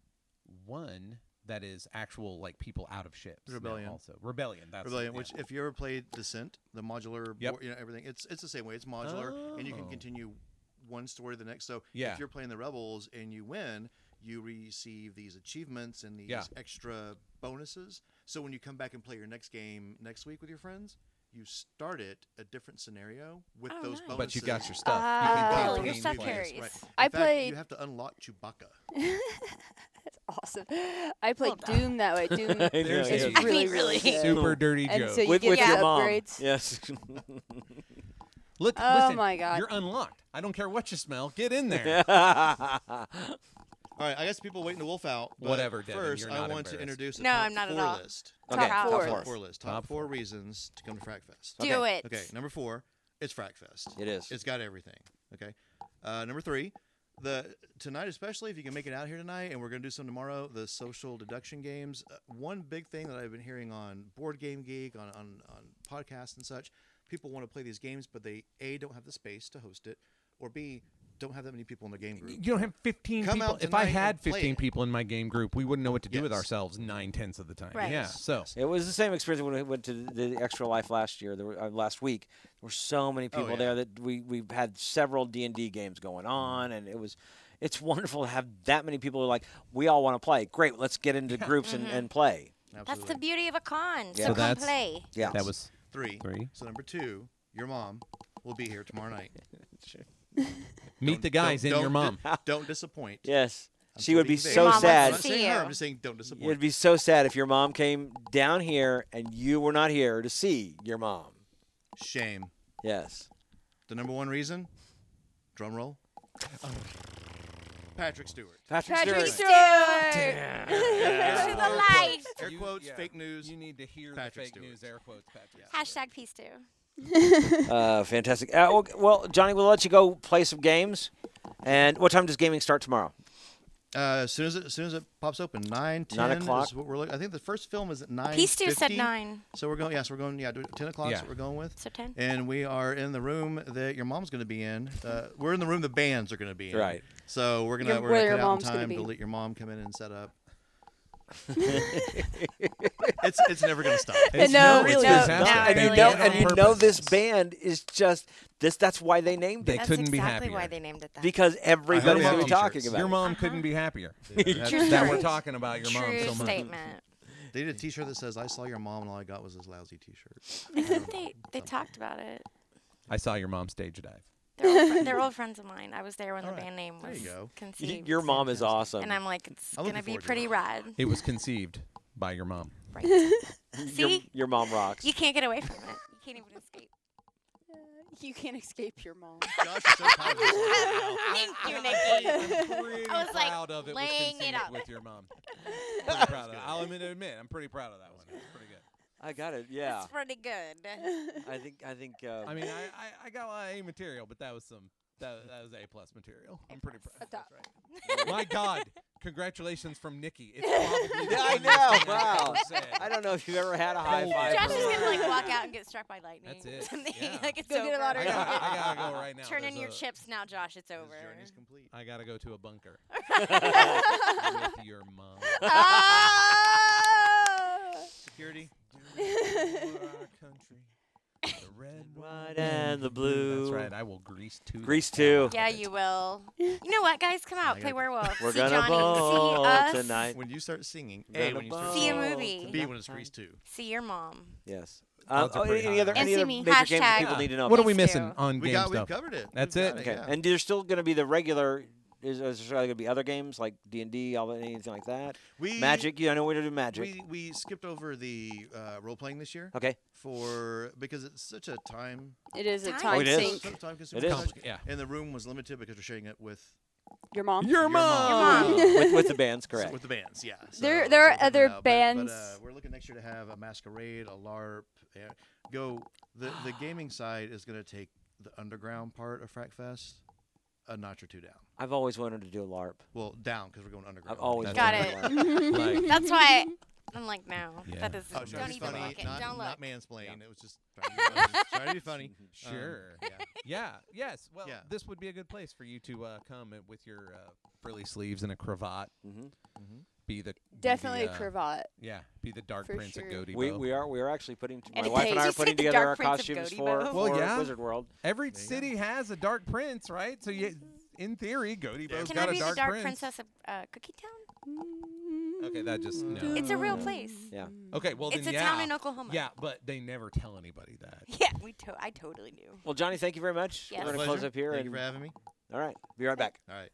Speaker 3: one that is actual like people out of ships. now
Speaker 6: Rebellion.
Speaker 3: also rebellion. That's
Speaker 6: Rebellion,
Speaker 3: yeah.
Speaker 6: which if you ever played Descent, the modular,
Speaker 3: Yep.
Speaker 6: board, you know everything, it's it's the same way. It's modular, and you can
Speaker 3: Oh.
Speaker 6: continue one story to the next. So
Speaker 3: Yeah.
Speaker 6: if you're playing the Rebels and you win, you receive these achievements and these
Speaker 3: Yeah.
Speaker 6: extra bonuses. So when you come back and play your next game next week with your friends, you start it a different scenario with
Speaker 2: Oh,
Speaker 6: those
Speaker 2: nice.
Speaker 6: bonuses.
Speaker 3: but you got your stuff. you
Speaker 2: Ah,
Speaker 3: can
Speaker 6: That's
Speaker 3: play
Speaker 2: Oh,
Speaker 6: the
Speaker 3: the
Speaker 2: your
Speaker 6: game
Speaker 3: game
Speaker 2: stuff
Speaker 3: you
Speaker 6: plays,
Speaker 3: play.
Speaker 2: carries.
Speaker 6: right. In
Speaker 4: I
Speaker 6: fact,
Speaker 4: played-
Speaker 6: You have to unlock Chewbacca.
Speaker 4: That's awesome. I played Doom that way. Doom
Speaker 1: know,
Speaker 4: is
Speaker 1: yeah.
Speaker 4: really,
Speaker 2: Really?
Speaker 4: really good.
Speaker 3: Super dirty
Speaker 4: And
Speaker 3: joke.
Speaker 4: so you
Speaker 1: with
Speaker 4: get
Speaker 1: with
Speaker 4: the
Speaker 1: your mom.
Speaker 4: upgrades.
Speaker 1: Yes.
Speaker 3: Look,
Speaker 4: Oh
Speaker 3: listen,
Speaker 4: my God.
Speaker 3: You're unlocked. I don't care what you smell. Get in there.
Speaker 6: All right, I guess people waiting to wolf out. but
Speaker 3: Whatever, Devin,
Speaker 6: First,
Speaker 3: you're
Speaker 6: I
Speaker 3: not
Speaker 6: want to
Speaker 3: embarrassed.
Speaker 6: introduce a
Speaker 2: No,
Speaker 6: top
Speaker 2: I'm not at
Speaker 6: four
Speaker 2: all.
Speaker 6: list.
Speaker 1: Okay,
Speaker 4: Top
Speaker 1: top
Speaker 4: four.
Speaker 1: four.
Speaker 6: Top four list. Top,
Speaker 3: Top
Speaker 6: four reasons to come to Frackfest.
Speaker 2: Do
Speaker 1: Okay.
Speaker 2: it.
Speaker 6: Okay, number four, it's Frackfest.
Speaker 1: It is.
Speaker 6: It's got everything. Okay. Uh, number three, the tonight especially if you can make it out here tonight, and we're gonna do some tomorrow. The social deduction games. Uh, one big thing that I've been hearing on Board Game Geek, on on, on podcasts and such, people want to play these games, but they a don't have the space to host it, or b don't have that many people in their game group.
Speaker 3: You don't have 15
Speaker 6: Come
Speaker 3: people.
Speaker 6: out
Speaker 3: If I
Speaker 6: tonight
Speaker 3: had
Speaker 6: and play
Speaker 3: 15
Speaker 6: it.
Speaker 3: people in my game group, we wouldn't know what to do with
Speaker 6: Yes.
Speaker 3: ourselves nine tenths of the time.
Speaker 2: Right.
Speaker 3: Yeah.
Speaker 6: Yes,
Speaker 3: So
Speaker 6: yes.
Speaker 1: It was the same experience when we went to the Extra Life last year. There were, uh, last week, there were so many people
Speaker 6: yeah.
Speaker 1: there that we we had several D and D games going on, and it was. It's wonderful to have that many people who are like, we all want to play. Great, let's get into groups and, and play.
Speaker 2: That's
Speaker 6: Absolutely.
Speaker 2: the beauty of a con.
Speaker 1: Yeah. So
Speaker 2: So come
Speaker 3: that's-
Speaker 2: play.
Speaker 1: Yeah.
Speaker 3: that was
Speaker 6: three.
Speaker 3: Three.
Speaker 6: So number two, your mom will be here tomorrow night.
Speaker 3: meet the guys
Speaker 6: Don't-
Speaker 3: and your
Speaker 6: don't
Speaker 3: mom.
Speaker 6: di- don't disappoint.
Speaker 1: Yes.
Speaker 6: I'm
Speaker 1: she would be
Speaker 6: putting there.
Speaker 1: so
Speaker 2: Mom wants
Speaker 1: sad.
Speaker 6: I'm not
Speaker 2: See
Speaker 6: saying her,
Speaker 2: you.
Speaker 6: I'm just saying don't
Speaker 1: It'd
Speaker 6: disappoint.
Speaker 1: be so sad if your mom came down here and you were not here to see your mom.
Speaker 6: Shame.
Speaker 1: Yes.
Speaker 6: The number one reason? Drum roll. Patrick Stewart.
Speaker 1: Patrick,
Speaker 4: Patrick
Speaker 1: Stewart.
Speaker 4: Stewart.
Speaker 2: To the light.
Speaker 6: Air
Speaker 3: You-
Speaker 6: quotes,
Speaker 3: yeah.
Speaker 6: fake news.
Speaker 3: You need to hear
Speaker 6: Patrick
Speaker 3: the fake
Speaker 6: Stewart.
Speaker 3: news air quotes, Patrick.
Speaker 2: Hashtag peace too.
Speaker 1: Uh, fantastic. Uh, okay, well, Johnny, we'll let you go play some games. And what time does gaming start tomorrow?
Speaker 6: Uh, as soon as it, as soon as it pops open, nine ten
Speaker 1: o'clock.
Speaker 6: is what we're looking. I think the first film is at nine.
Speaker 2: Peace too said nine.
Speaker 6: So we're going. Yes, we're going. Yeah, do it- ten o'clock. is
Speaker 3: Yeah.
Speaker 6: what we're going with.
Speaker 2: So ten.
Speaker 6: And we are in the room that your mom's going to be in. Uh, we're in the room the bands are going to be in.
Speaker 1: Right.
Speaker 6: So we're gonna
Speaker 4: Your-
Speaker 6: we're
Speaker 4: where
Speaker 6: gonna
Speaker 4: your
Speaker 6: cut out in
Speaker 4: mom's gonna
Speaker 6: time
Speaker 4: be.
Speaker 6: to let your mom come in and set up. it's it's never gonna stop.
Speaker 3: It's
Speaker 4: No,
Speaker 3: not-
Speaker 4: really,
Speaker 3: it's
Speaker 4: no,
Speaker 3: fantastic.
Speaker 2: no, it
Speaker 3: They
Speaker 1: and
Speaker 3: did
Speaker 1: you
Speaker 2: really
Speaker 1: know,
Speaker 3: it on
Speaker 1: and you know
Speaker 3: purpose.
Speaker 1: this band is just this. That's why they named
Speaker 3: They
Speaker 1: it
Speaker 2: That's
Speaker 3: couldn't be
Speaker 2: exactly why
Speaker 3: happier.
Speaker 2: they named it that.
Speaker 1: because everybody
Speaker 6: they have
Speaker 1: was
Speaker 6: t-shirts.
Speaker 1: talking about
Speaker 3: Your
Speaker 1: it.
Speaker 3: mom couldn't be happier
Speaker 6: That's-
Speaker 3: that we're
Speaker 2: Right.
Speaker 3: talking about your mom
Speaker 2: True
Speaker 3: so much.
Speaker 2: statement.
Speaker 6: They did a T-shirt that says "I saw your mom and all I got was this lousy T-shirt."
Speaker 2: I think they, they talked about it.
Speaker 3: I saw your mom stage dive.
Speaker 2: They're old, fri- they're old friends of mine. I was there when
Speaker 6: All
Speaker 2: the
Speaker 6: right.
Speaker 2: band name
Speaker 6: There
Speaker 2: was
Speaker 6: you go.
Speaker 1: Y-
Speaker 2: conceived.
Speaker 1: Your mom is awesome.
Speaker 2: And I'm like, it's
Speaker 6: I'm looking
Speaker 2: gonna be
Speaker 6: forward to
Speaker 2: pretty
Speaker 6: it.
Speaker 2: rad.
Speaker 3: It was conceived by your mom.
Speaker 2: Right.
Speaker 1: your,
Speaker 2: See,
Speaker 1: your mom rocks.
Speaker 2: you can't get away from it. You can't even escape.
Speaker 4: You can't escape your mom.
Speaker 6: Josh is so proud of himself.
Speaker 2: Thank you, Nikki.
Speaker 3: pretty
Speaker 2: I was like,
Speaker 3: proud of it was
Speaker 2: laying it
Speaker 3: conceived
Speaker 2: up.
Speaker 3: with your mom. Pretty proud of that. I'll admit, admit, I'm pretty proud of that one. It's pretty good.
Speaker 1: I got it. Yeah.
Speaker 2: It's pretty good.
Speaker 1: I think. I think. Uh,
Speaker 3: I mean, I, I, I got a lot of A material, but that was some that, that was A plus material. I'm pretty proud.
Speaker 4: That's
Speaker 3: That's right. My God, congratulations from Nikki. It's probably the
Speaker 1: Yeah, I
Speaker 3: funniest
Speaker 1: know,
Speaker 3: thing I've
Speaker 1: wow.
Speaker 3: ever said.
Speaker 1: I don't know if you've ever had a high
Speaker 3: Oh,
Speaker 1: five.
Speaker 2: Josh
Speaker 1: from
Speaker 2: is
Speaker 1: a-
Speaker 2: gonna like walk out and get struck by lightning.
Speaker 3: That's it.
Speaker 2: Or something.
Speaker 3: Yeah.
Speaker 2: like it's
Speaker 4: Go
Speaker 2: over.
Speaker 4: get a lottery
Speaker 3: I gotta, I gotta go right now.
Speaker 2: Turn
Speaker 3: There's
Speaker 2: in your
Speaker 3: a-
Speaker 2: chips now, Josh. It's over.
Speaker 6: His journey's complete.
Speaker 3: I gotta go to a bunker with your mom.
Speaker 4: Ah!
Speaker 6: Security.
Speaker 3: country, the red,
Speaker 1: white, and the
Speaker 3: That's
Speaker 1: blue.
Speaker 3: right. I will grease too. the
Speaker 1: Grease
Speaker 3: hell
Speaker 1: too.
Speaker 3: out of
Speaker 2: Yeah,
Speaker 3: it.
Speaker 2: you will. You know what, guys? Come out,
Speaker 6: I
Speaker 2: play
Speaker 6: gotta-
Speaker 2: werewolf.
Speaker 1: We're
Speaker 2: see
Speaker 1: gonna
Speaker 2: Johnny.
Speaker 1: bowl
Speaker 2: see us.
Speaker 1: tonight.
Speaker 6: When you start singing,
Speaker 1: We're
Speaker 6: A
Speaker 1: gonna
Speaker 6: when you start
Speaker 1: bowl
Speaker 2: See a
Speaker 6: singing,
Speaker 2: movie.
Speaker 1: tonight.
Speaker 6: B when it's Grease Two.
Speaker 2: See your mom.
Speaker 1: Yes. Um,
Speaker 3: Odds are
Speaker 1: oh,
Speaker 3: pretty
Speaker 1: any, any
Speaker 3: high.
Speaker 1: other,
Speaker 2: And
Speaker 1: any
Speaker 2: see
Speaker 1: other
Speaker 2: me.
Speaker 1: major games that
Speaker 2: Hashtag-
Speaker 1: people need to know
Speaker 3: What are
Speaker 1: about?
Speaker 3: we
Speaker 2: Please
Speaker 3: missing
Speaker 2: do.
Speaker 3: on
Speaker 6: We
Speaker 3: game
Speaker 6: got
Speaker 3: stuff?
Speaker 6: we covered it.
Speaker 3: That's
Speaker 6: We've
Speaker 3: it.
Speaker 6: got
Speaker 1: Okay.
Speaker 6: yeah.
Speaker 1: And there's still going to be the regular. Is, is there going to be other games like D and D, all anything like that?
Speaker 6: we
Speaker 1: Magic. You I know we're going to do magic.
Speaker 6: We we skipped over the uh, role playing this year
Speaker 1: okay.
Speaker 6: for because it's such a time
Speaker 4: It is a
Speaker 2: Time
Speaker 4: time
Speaker 1: Oh, it is.
Speaker 4: sink.
Speaker 6: so time consuming.
Speaker 1: It is.
Speaker 6: project,
Speaker 3: Yeah.
Speaker 6: And the room was limited because we're sharing it with
Speaker 4: Your mom.
Speaker 3: Your
Speaker 6: mom.
Speaker 2: mom.
Speaker 1: with, with the bands,
Speaker 6: so-
Speaker 1: correct?
Speaker 6: with the bands. Yeah. So
Speaker 4: There-
Speaker 6: it's
Speaker 4: there are
Speaker 6: open
Speaker 4: other
Speaker 6: now, but-
Speaker 4: bands-
Speaker 6: But, uh, we're looking next year to have a masquerade, a LARP. Yeah, go the the gaming side is going to take the underground part of Frack Fest a notch or two down.
Speaker 1: I've always wanted to do a LARP.
Speaker 6: Well, down because we're going underground.
Speaker 1: I've always
Speaker 3: That's
Speaker 2: Got
Speaker 1: wanted
Speaker 2: it.
Speaker 1: To do a LARP.
Speaker 4: Mm-hmm.
Speaker 3: Like,
Speaker 2: That's why I'm like, no,
Speaker 3: Yeah.
Speaker 2: that is.
Speaker 6: Oh,
Speaker 2: don't
Speaker 6: trying to be
Speaker 2: even
Speaker 6: funny,
Speaker 2: look it.
Speaker 6: not,
Speaker 2: don't look.
Speaker 6: Not mansplain. It was just trying to be funny. trying to be funny. Um,
Speaker 3: Sure.
Speaker 6: yeah.
Speaker 3: yeah. Yes. Well,
Speaker 6: Yeah.
Speaker 3: this would be a good place for you to uh, come and- with your uh, frilly sleeves and a cravat.
Speaker 1: Mhm.
Speaker 3: Be the be
Speaker 4: Definitely
Speaker 3: the,
Speaker 4: a
Speaker 3: uh,
Speaker 4: cravat.
Speaker 3: Yeah. Be the dark
Speaker 4: For
Speaker 3: prince
Speaker 4: sure.
Speaker 3: at Goody.
Speaker 1: We,
Speaker 3: Bow.
Speaker 1: we are we are actually putting t-
Speaker 2: And
Speaker 1: my
Speaker 2: it
Speaker 1: wife and I are
Speaker 2: tastes like
Speaker 1: putting
Speaker 2: the
Speaker 1: together
Speaker 2: Dark
Speaker 1: our
Speaker 2: Prince of
Speaker 1: costumes
Speaker 2: Goaty
Speaker 1: for,
Speaker 2: Bow.
Speaker 1: for
Speaker 3: Well, yeah.
Speaker 1: Wizard World.
Speaker 3: Every
Speaker 6: There you go.
Speaker 3: city has a dark prince, right? So you, in theory, Goody
Speaker 6: Yeah.
Speaker 3: Bow's
Speaker 2: Mm-hmm. Can
Speaker 3: got
Speaker 2: I
Speaker 3: a
Speaker 2: be the
Speaker 3: dark,
Speaker 2: dark
Speaker 3: prince.
Speaker 2: princess of uh, Cookie Town?
Speaker 3: Okay, that just
Speaker 1: Mm.
Speaker 3: no.
Speaker 2: It's a real place.
Speaker 1: Yeah.
Speaker 3: okay. Well,
Speaker 2: It's
Speaker 3: then
Speaker 2: a
Speaker 3: yeah.
Speaker 2: town in Oklahoma.
Speaker 3: Yeah, but they never tell anybody that.
Speaker 2: Yeah, we to- I totally knew.
Speaker 1: Well, Johnny, thank you very much.
Speaker 2: Yes.
Speaker 1: We're going to
Speaker 6: Pleasure.
Speaker 1: close up here.
Speaker 6: Thank you
Speaker 1: and
Speaker 6: for having me.
Speaker 1: All right. Be right back.
Speaker 6: All right.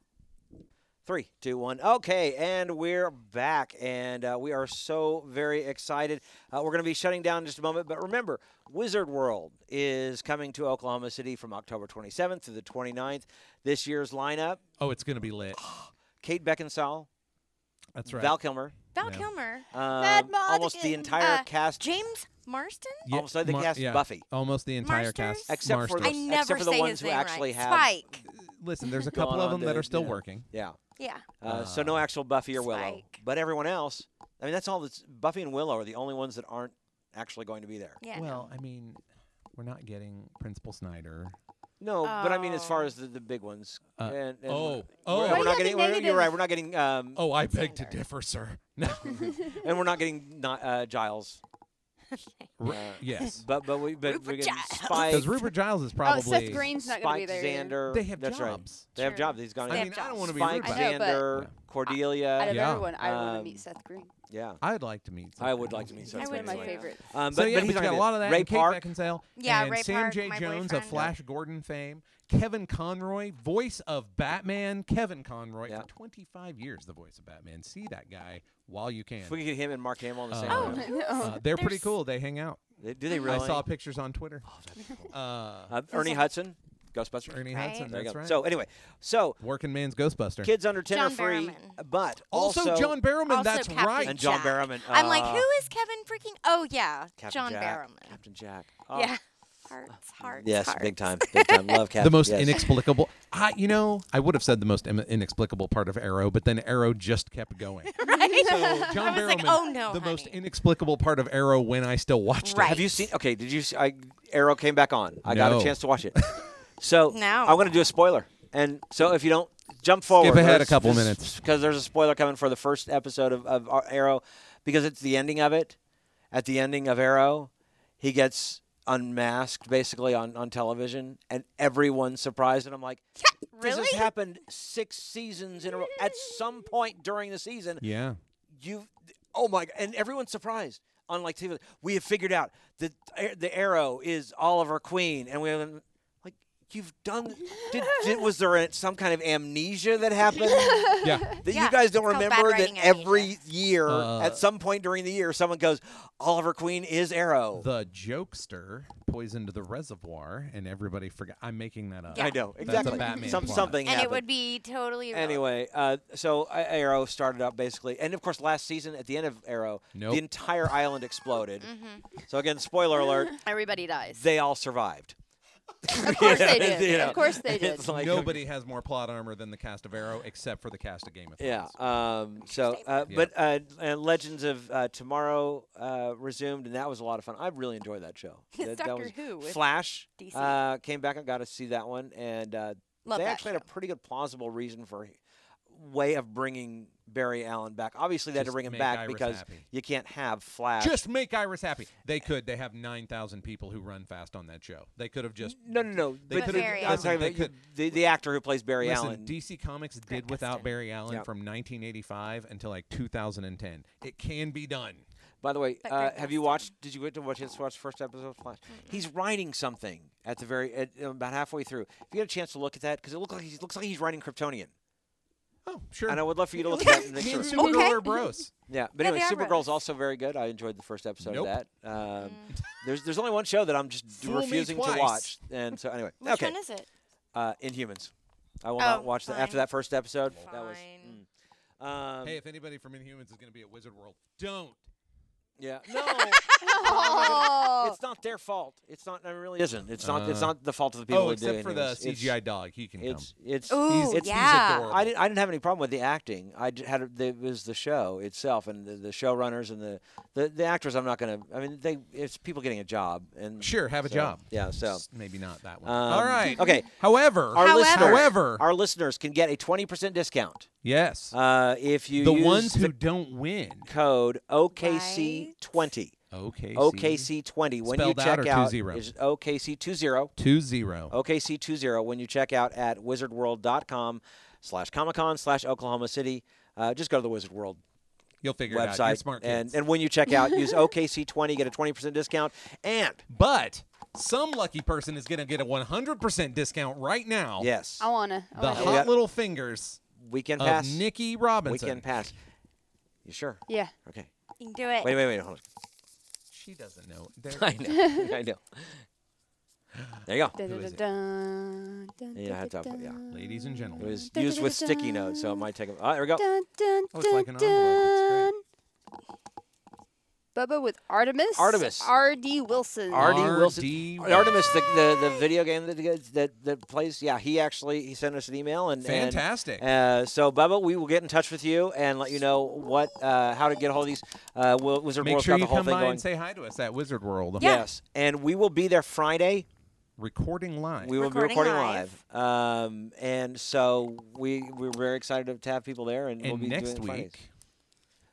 Speaker 1: Three, two, one. Okay, and we're back, and uh, we are so very excited. Uh, we're going to be shutting down in just a moment, but remember, Wizard World is coming to Oklahoma City from October 27th to the 29th. This year's lineup:
Speaker 3: Oh, it's gonna be lit.
Speaker 1: Kate Beckinsale,
Speaker 3: That's right.
Speaker 1: Val Kilmer,
Speaker 2: Val
Speaker 3: Yeah.
Speaker 2: Kilmer,
Speaker 1: um,
Speaker 4: Mad Mog
Speaker 1: almost the
Speaker 4: and,
Speaker 1: entire
Speaker 2: uh,
Speaker 1: cast.
Speaker 2: James Marston.
Speaker 3: Yeah,
Speaker 1: almost like the
Speaker 3: Mar-
Speaker 1: cast
Speaker 3: yeah,
Speaker 1: Buffy,
Speaker 3: Almost the entire
Speaker 2: Marsters?
Speaker 3: cast.
Speaker 1: except for
Speaker 3: Marsters.
Speaker 1: the,
Speaker 2: I never
Speaker 1: except for the
Speaker 2: say
Speaker 1: ones
Speaker 2: his
Speaker 1: who
Speaker 2: name
Speaker 1: actually
Speaker 2: right.
Speaker 1: have.
Speaker 2: Spike.
Speaker 3: Listen, there's a
Speaker 1: going
Speaker 3: couple of
Speaker 1: on
Speaker 3: them that
Speaker 1: that-
Speaker 3: are still
Speaker 1: yeah.
Speaker 3: working.
Speaker 1: Yeah.
Speaker 2: Yeah.
Speaker 1: Uh, so no
Speaker 3: Uh,
Speaker 1: actual Buffy or Willow,
Speaker 2: Spike.
Speaker 1: but everyone else. I mean, that's all. That's Buffy and Willow are the only ones that aren't actually going to be there.
Speaker 2: Yeah.
Speaker 3: Well, I mean, we're not getting Principal Snyder.
Speaker 1: No, but I mean, as far
Speaker 2: Oh.
Speaker 1: as the, the big ones.
Speaker 3: Uh,
Speaker 1: and, and we're-
Speaker 3: oh,
Speaker 1: we're-
Speaker 3: oh.
Speaker 1: we're,
Speaker 4: Why
Speaker 1: not
Speaker 4: you
Speaker 1: getting.
Speaker 4: gotta be
Speaker 1: We're, you're
Speaker 4: negative?
Speaker 1: right. We're not getting. Um,
Speaker 3: Oh, I beg to
Speaker 2: Snyder.
Speaker 3: differ, sir. No.
Speaker 1: and we're not getting not, uh, Giles.
Speaker 3: R-
Speaker 1: Uh,
Speaker 3: yes.
Speaker 1: But but we but we're
Speaker 2: Rupert
Speaker 1: getting
Speaker 2: Giles.
Speaker 1: Spike.
Speaker 3: Because Rupert Giles is
Speaker 4: Oh,
Speaker 3: probably.
Speaker 4: Seth Green's not going
Speaker 1: Spike
Speaker 4: to be there. either.
Speaker 1: Xander.
Speaker 3: They have
Speaker 1: that's right.
Speaker 3: jobs.
Speaker 1: They have
Speaker 2: True.
Speaker 1: jobs. He's gone.
Speaker 2: They
Speaker 3: I
Speaker 2: have
Speaker 3: mean, I don't
Speaker 2: jobs.
Speaker 3: want to be rude,
Speaker 1: Spike
Speaker 3: but
Speaker 4: I know, but-
Speaker 1: Xander,
Speaker 3: Yeah.
Speaker 4: Out
Speaker 1: Cordelia.
Speaker 4: of
Speaker 3: Uh, Yeah.
Speaker 4: everyone, I want
Speaker 1: Um,
Speaker 4: to meet Seth Green.
Speaker 1: yeah.
Speaker 3: I'd like to meet. Seth
Speaker 1: I would
Speaker 3: Green.
Speaker 1: like to meet
Speaker 4: He's
Speaker 1: Seth
Speaker 2: I
Speaker 4: one of
Speaker 1: Green.
Speaker 4: my
Speaker 2: too.
Speaker 4: favorites.
Speaker 1: Um, but
Speaker 3: So yeah,
Speaker 1: but he's not
Speaker 3: but you got a
Speaker 1: gonna
Speaker 3: lot
Speaker 1: be
Speaker 3: of
Speaker 1: there.
Speaker 3: that.
Speaker 1: Ray
Speaker 3: and Kate
Speaker 1: Park.
Speaker 3: Beckinsale.
Speaker 2: Yeah,
Speaker 3: and
Speaker 2: Ray
Speaker 3: Sam
Speaker 2: Park,
Speaker 3: J.
Speaker 2: my
Speaker 3: Jones, a
Speaker 2: boyfriend.
Speaker 3: Flash Gordon fame. Kevin Conroy, voice of Batman. Kevin Conroy
Speaker 1: Yeah.
Speaker 3: for 25 years, the voice of Batman. See that guy while you can.
Speaker 1: If we could get him and Mark Hamill on the same.
Speaker 3: Oh.
Speaker 1: lineup.
Speaker 4: no.
Speaker 3: Uh, they're pretty
Speaker 2: There's-
Speaker 3: cool. They hang out.
Speaker 1: They- Do they really? Oh,
Speaker 3: I saw pictures on Twitter. Uh,
Speaker 1: Uh, Ernie Hudson, Ghostbusters.
Speaker 3: Ernie
Speaker 2: Right.
Speaker 3: Hudson.
Speaker 1: There you
Speaker 3: That's
Speaker 1: go.
Speaker 3: right.
Speaker 1: So anyway, so
Speaker 3: working man's Ghostbuster.
Speaker 1: kids under ten
Speaker 2: John
Speaker 1: are free,
Speaker 2: Barrowman.
Speaker 1: but
Speaker 3: also, John Barrowman.
Speaker 2: also
Speaker 3: that's
Speaker 2: Captain
Speaker 3: right.
Speaker 1: And John
Speaker 2: Jack.
Speaker 1: Barrowman,
Speaker 2: I'm like,
Speaker 1: uh,
Speaker 2: who is Kevin freaking? Oh yeah,
Speaker 1: Captain
Speaker 2: John
Speaker 1: Jack,
Speaker 2: Barrowman.
Speaker 1: Captain Jack. Oh,
Speaker 2: Yeah. Hearts, hearts,
Speaker 1: Yes,
Speaker 2: hearts.
Speaker 1: big time, big time. Love Captain.
Speaker 3: the most
Speaker 1: yes.
Speaker 3: inexplicable. I, you know, I would have said the most im- inexplicable part of Arrow, but then Arrow just kept going.
Speaker 2: Right?
Speaker 3: So John
Speaker 2: I was like,
Speaker 3: Barrowman,
Speaker 2: oh no,
Speaker 3: the most
Speaker 2: honey.
Speaker 3: inexplicable part of Arrow when I still watched it.
Speaker 2: Right.
Speaker 1: Have you seen? Okay, did you? See, I Arrow came back on. I got a
Speaker 3: No.
Speaker 1: chance to watch it. So
Speaker 2: No.
Speaker 1: I'm going to do a spoiler, and so if you don't jump forward.
Speaker 3: ahead a couple minutes.
Speaker 1: because there's a spoiler coming for the first episode of, of Ar- Arrow, because it's the ending of it. At the ending of Arrow, he gets unmasked basically on, on television, and everyone's surprised. And I'm like, this
Speaker 2: Really?
Speaker 1: has happened six seasons in a row. At some point during the season,
Speaker 3: Yeah.
Speaker 1: you oh my god and everyone's surprised on like TV, we have figured out that a- the arrow is oliver queen and we haven't- like you've done did, did was there a, some kind of amnesia that happened that
Speaker 3: Yeah.
Speaker 2: Yeah,
Speaker 1: you guys don't
Speaker 2: it's called bad
Speaker 1: remember that
Speaker 2: writing amnesia.
Speaker 1: every year
Speaker 3: Uh,
Speaker 1: at some point during the year someone goes oliver queen is arrow
Speaker 3: The jokester poisoned the reservoir, and everybody forgot. I'm making that up.
Speaker 1: i know
Speaker 3: a
Speaker 1: exactly
Speaker 3: Batman
Speaker 1: Some,
Speaker 3: plot.
Speaker 1: something
Speaker 2: and
Speaker 1: happened.
Speaker 2: it would be totally irrelevant.
Speaker 1: Anyway, uh, so I- Arrow started up basically, and of course, last season at the end of Arrow,
Speaker 3: Nope.
Speaker 1: the entire island exploded.
Speaker 2: Mm-hmm.
Speaker 1: So again, spoiler alert:
Speaker 7: Everybody dies.
Speaker 1: they all survived.
Speaker 4: Of course they did. Of course they did.
Speaker 1: It's like
Speaker 3: Nobody has more plot armor than the cast of Arrow, except for the cast of Game of
Speaker 1: Yeah.
Speaker 3: Thrones.
Speaker 1: Um, so, uh, but uh, and Legends of uh, Tomorrow uh, resumed, and that was a lot of fun. I really enjoyed that show. that, that
Speaker 2: Doctor
Speaker 1: was
Speaker 2: Who with
Speaker 1: Flash
Speaker 2: DC.
Speaker 1: uh, came back. I got to see that one, and uh,
Speaker 2: Love
Speaker 1: they
Speaker 2: that
Speaker 1: actually had a pretty good plausible reason for way of bringing Barry Allen back. Obviously, they had to
Speaker 3: Just
Speaker 1: bring him
Speaker 3: make
Speaker 1: back
Speaker 3: Iris
Speaker 1: because
Speaker 3: happy.
Speaker 1: you can't have Flash.
Speaker 3: Just make Iris happy. They could. They have nine thousand people who run fast on that show. They could have just.
Speaker 1: no, no, no.
Speaker 3: They
Speaker 1: but
Speaker 3: could've-
Speaker 2: Barry
Speaker 1: I'm
Speaker 2: Allen.
Speaker 1: talking
Speaker 3: They
Speaker 1: about you-
Speaker 3: could-
Speaker 1: the, the actor who plays Barry
Speaker 3: Listen,
Speaker 1: Allen.
Speaker 3: DC Comics did without Barry Allen
Speaker 1: Yeah.
Speaker 3: from 1985 until like 2010. It can be done.
Speaker 1: By the way,
Speaker 2: But
Speaker 1: uh,
Speaker 2: Greg
Speaker 1: have you
Speaker 2: Gustin.
Speaker 1: watched? Did you get to watch, watch the first episode of Flash? He's writing something at the very at, about halfway through. If you get a chance to look at that, because it looks like he looks like he's writing Kryptonian,
Speaker 3: Oh, sure.
Speaker 1: and I would love for you to look at that and make
Speaker 3: Me
Speaker 1: sure.
Speaker 3: and Supergirl
Speaker 2: Okay.
Speaker 3: are bros.
Speaker 1: Yeah, but
Speaker 2: Yeah,
Speaker 1: anyway,
Speaker 2: they are
Speaker 1: Supergirl's
Speaker 2: brothers.
Speaker 1: also very good. I enjoyed the first episode of
Speaker 3: Nope.
Speaker 1: that.
Speaker 2: Mm.
Speaker 1: Um, There's there's only one show that I'm just d-
Speaker 3: Fool me
Speaker 1: refusing to
Speaker 3: twice.
Speaker 1: watch, and so anyway,
Speaker 2: Which
Speaker 1: okay,
Speaker 2: one is it?
Speaker 1: uh, Inhumans. I will
Speaker 2: Oh,
Speaker 1: not watch that after
Speaker 2: fine.
Speaker 1: that first episode. That was.
Speaker 2: Fine.
Speaker 1: mm. Um,
Speaker 3: Hey, if anybody from Inhumans is going to be at Wizard World, don't.
Speaker 1: Yeah. No. It's not their fault. It's not. It really isn't. It's not. It's
Speaker 3: Uh,
Speaker 1: not the fault of the people.
Speaker 3: Oh,
Speaker 1: who
Speaker 3: except
Speaker 1: do
Speaker 3: for the
Speaker 1: Inhumans. It's-
Speaker 3: CGI dog. He can
Speaker 1: It's it's.
Speaker 2: Ooh,
Speaker 3: come. He's, it's,
Speaker 2: yeah.
Speaker 3: he's adorable.
Speaker 1: I didn't. I didn't have any problem with the acting. I j- had a, the, it was the show itself and the, the showrunners and the, the the actors. I'm not gonna. I mean, they it's people getting a job and
Speaker 3: Sure, have a
Speaker 1: so,
Speaker 3: job.
Speaker 1: Yeah. So.
Speaker 3: S- maybe not that one.
Speaker 1: um,
Speaker 3: All right.
Speaker 1: Okay.
Speaker 3: However,
Speaker 1: Our listeners,
Speaker 3: However.
Speaker 1: our listeners can get a 20% discount
Speaker 3: yes,
Speaker 1: uh, if you
Speaker 3: the
Speaker 1: use
Speaker 3: ones who
Speaker 1: the
Speaker 3: don't win.
Speaker 1: code OKC20.
Speaker 3: Okay.
Speaker 1: OKC20 when
Speaker 3: Spelled
Speaker 1: you
Speaker 3: out
Speaker 1: check
Speaker 3: or two
Speaker 1: out
Speaker 3: zero?
Speaker 1: is OKC20.
Speaker 3: two zero.
Speaker 1: Oh, OKC20 when you check out at wizardworld.com slash Comic Con slash Oklahoma City. Uh, just go to the Wizard World
Speaker 3: You'll figure it out. You're
Speaker 1: website.
Speaker 3: smart
Speaker 1: and,
Speaker 3: kids.
Speaker 1: and when you check out, use OKC20, get a 20% discount. And
Speaker 3: but some lucky person is going to get a 100% discount right now.
Speaker 1: yes,
Speaker 4: I wanna. I
Speaker 3: The
Speaker 4: wanna do
Speaker 3: hot
Speaker 1: got-
Speaker 3: little fingers
Speaker 1: weekend
Speaker 3: of
Speaker 1: pass.
Speaker 3: Nikki Robinson.
Speaker 1: Weekend pass. You sure?
Speaker 4: it. Yeah.
Speaker 1: Okay.
Speaker 2: You can do it.
Speaker 1: Wait, wait, wait. Hold
Speaker 3: She doesn't know. There-
Speaker 1: on. I know. I know. There you go.
Speaker 4: Dun, dun,
Speaker 3: is it?
Speaker 4: dun, dun,
Speaker 1: Yeah, I had
Speaker 4: dun,
Speaker 1: to-
Speaker 4: dun,
Speaker 1: yeah.
Speaker 4: dun.
Speaker 3: Ladies and
Speaker 1: It
Speaker 3: gentlemen,
Speaker 1: was used with sticky notes, so it might take a. Oh, there we go.
Speaker 4: Dun, dun,
Speaker 3: Oh, it's like an
Speaker 4: dun,
Speaker 3: envelope.
Speaker 4: dun. Bubba with Artemis.
Speaker 1: Artemis.
Speaker 4: R.D. Wilson.
Speaker 1: R.D. Wilson.
Speaker 3: R.D.
Speaker 1: Artemis, the, the, the video game that, that that plays, yeah, he actually he sent us an email and and,
Speaker 3: Fantastic.
Speaker 1: uh, so Bubba, we will get in touch with you and let you know what uh, how to get a hold of these. Uh, Wil- Wizard
Speaker 3: Make
Speaker 1: World's
Speaker 3: sure
Speaker 1: got
Speaker 3: you
Speaker 1: the whole
Speaker 3: come
Speaker 1: thing
Speaker 3: by
Speaker 1: going.
Speaker 3: and say hi to us at Wizard World.
Speaker 2: Yeah.
Speaker 1: Yes, and we will be there Friday.
Speaker 3: Recording live.
Speaker 1: We will be
Speaker 2: Recording
Speaker 1: recording live,
Speaker 2: live.
Speaker 1: um, and so we we're very excited to have people there, and, we'll
Speaker 3: and
Speaker 1: be
Speaker 3: next
Speaker 1: doing it Fridays.
Speaker 3: week,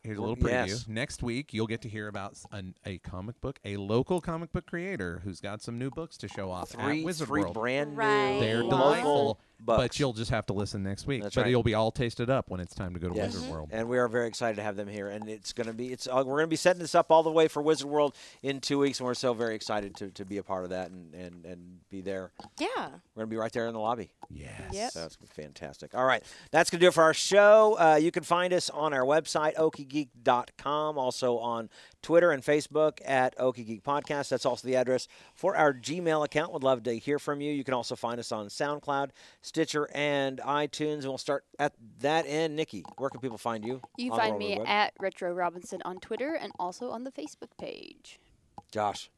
Speaker 3: here's a little preview.
Speaker 1: Yes.
Speaker 3: Next week, you'll get to hear about s- an, a comic book, a local comic book creator who's got some new books to show off
Speaker 1: Three,
Speaker 3: at Wizard
Speaker 1: three
Speaker 3: World.
Speaker 1: brand new,
Speaker 2: Right.
Speaker 3: They're
Speaker 2: Wow.
Speaker 3: delightful, but
Speaker 1: books.
Speaker 3: you'll just have to listen next week.
Speaker 1: That's
Speaker 3: but
Speaker 1: right.
Speaker 3: it'll be all tasted up when it's time to go to
Speaker 1: Yes. Mm-hmm.
Speaker 3: Wizard World.
Speaker 1: And we are very excited to have them here. And it's going to be, it's uh, we're going to be setting this up all the way for Wizard World in two weeks. And we're so very excited to, to be a part of that and, and, and be there.
Speaker 2: Yeah.
Speaker 1: We're going to be right there in the lobby.
Speaker 3: Yes.
Speaker 4: Yep.
Speaker 1: So that's fantastic. All right. That's going to do it for our show. Uh, you can find us on our website, okiegeek.com, also on Twitter and Facebook at Okiegeek Podcast. That's also the address for our Gmail account. Would love to hear from you. You can also find us on SoundCloud, Stitcher, and iTunes. And we'll start at that end. Nikki, where can people find you?
Speaker 4: You
Speaker 1: on the
Speaker 4: can find
Speaker 1: World
Speaker 4: me
Speaker 1: Wide Web?
Speaker 4: at Retro Robinson on Twitter and also on the Facebook page.
Speaker 1: Josh.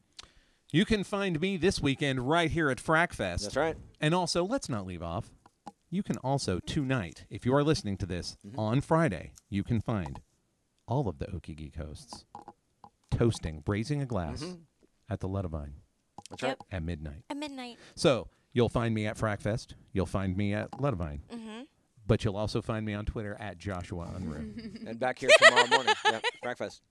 Speaker 3: You can find me this weekend right here at Frackfest.
Speaker 1: That's right.
Speaker 3: And also, let's not leave off. You can also tonight, if you are listening to this
Speaker 1: Mm-hmm.
Speaker 3: on Friday, you can find all of the Okie Geek hosts toasting, raising a glass
Speaker 1: Mm-hmm.
Speaker 3: at the Ludovine
Speaker 1: That's
Speaker 2: Yep.
Speaker 1: right.
Speaker 3: at midnight.
Speaker 2: At midnight.
Speaker 3: So you'll find me at Frackfest. You'll find me at Ludovine. But you'll also find me on Twitter at Joshua Unruh.
Speaker 1: and back here tomorrow morning. Yep, breakfast.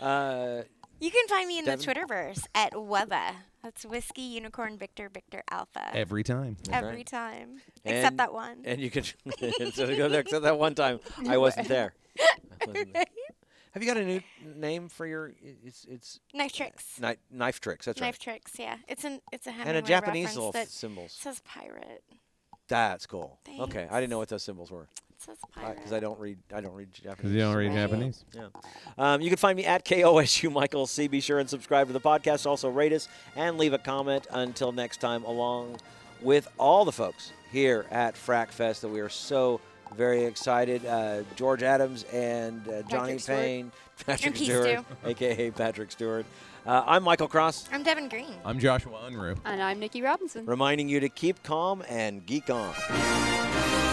Speaker 1: Uh,
Speaker 2: You can find me in
Speaker 1: Devin?
Speaker 2: the Twitterverse at Wubba. That's Whiskey Unicorn Victor Victor Alpha.
Speaker 3: Every time.
Speaker 1: That's
Speaker 2: Every
Speaker 1: right.
Speaker 2: time. Except
Speaker 1: And-
Speaker 2: that one.
Speaker 1: and you can so to go there. Except that one time I wasn't there. I wasn't there. Have you got a new name for your? i- It's it's
Speaker 2: Knife tricks.
Speaker 1: knife, knife tricks. That's
Speaker 2: Knife
Speaker 1: right.
Speaker 2: tricks, yeah. It's an it's a
Speaker 1: And
Speaker 2: Hemingway
Speaker 1: a Japanese
Speaker 2: reference
Speaker 1: little
Speaker 2: that
Speaker 1: symbols.
Speaker 2: says pirate.
Speaker 1: That's cool. Okay, I didn't know
Speaker 2: Thanks.
Speaker 1: what those symbols were
Speaker 2: It says pirate.
Speaker 1: because I don't read. I don't read Japanese.
Speaker 3: Because you don't read
Speaker 2: Right.
Speaker 3: Japanese.
Speaker 1: Yeah. Um, you can find me at KOSU Michael C. Be sure and subscribe to the podcast. Also, rate us and leave a comment. Until next time, along with all the folks here at Frack Fest that we are so very excited. Uh, George Adams and uh, Johnny
Speaker 4: Patrick Stewart.
Speaker 1: Payne, Patrick
Speaker 2: And Keith
Speaker 1: Stewart, a.k.a. Patrick Stewart. Uh, I'm Michael Cross,
Speaker 2: I'm Devin Green.
Speaker 3: I'm Joshua Unruh.
Speaker 4: And I'm Nikki Robinson.
Speaker 1: reminding you to keep calm and geek on.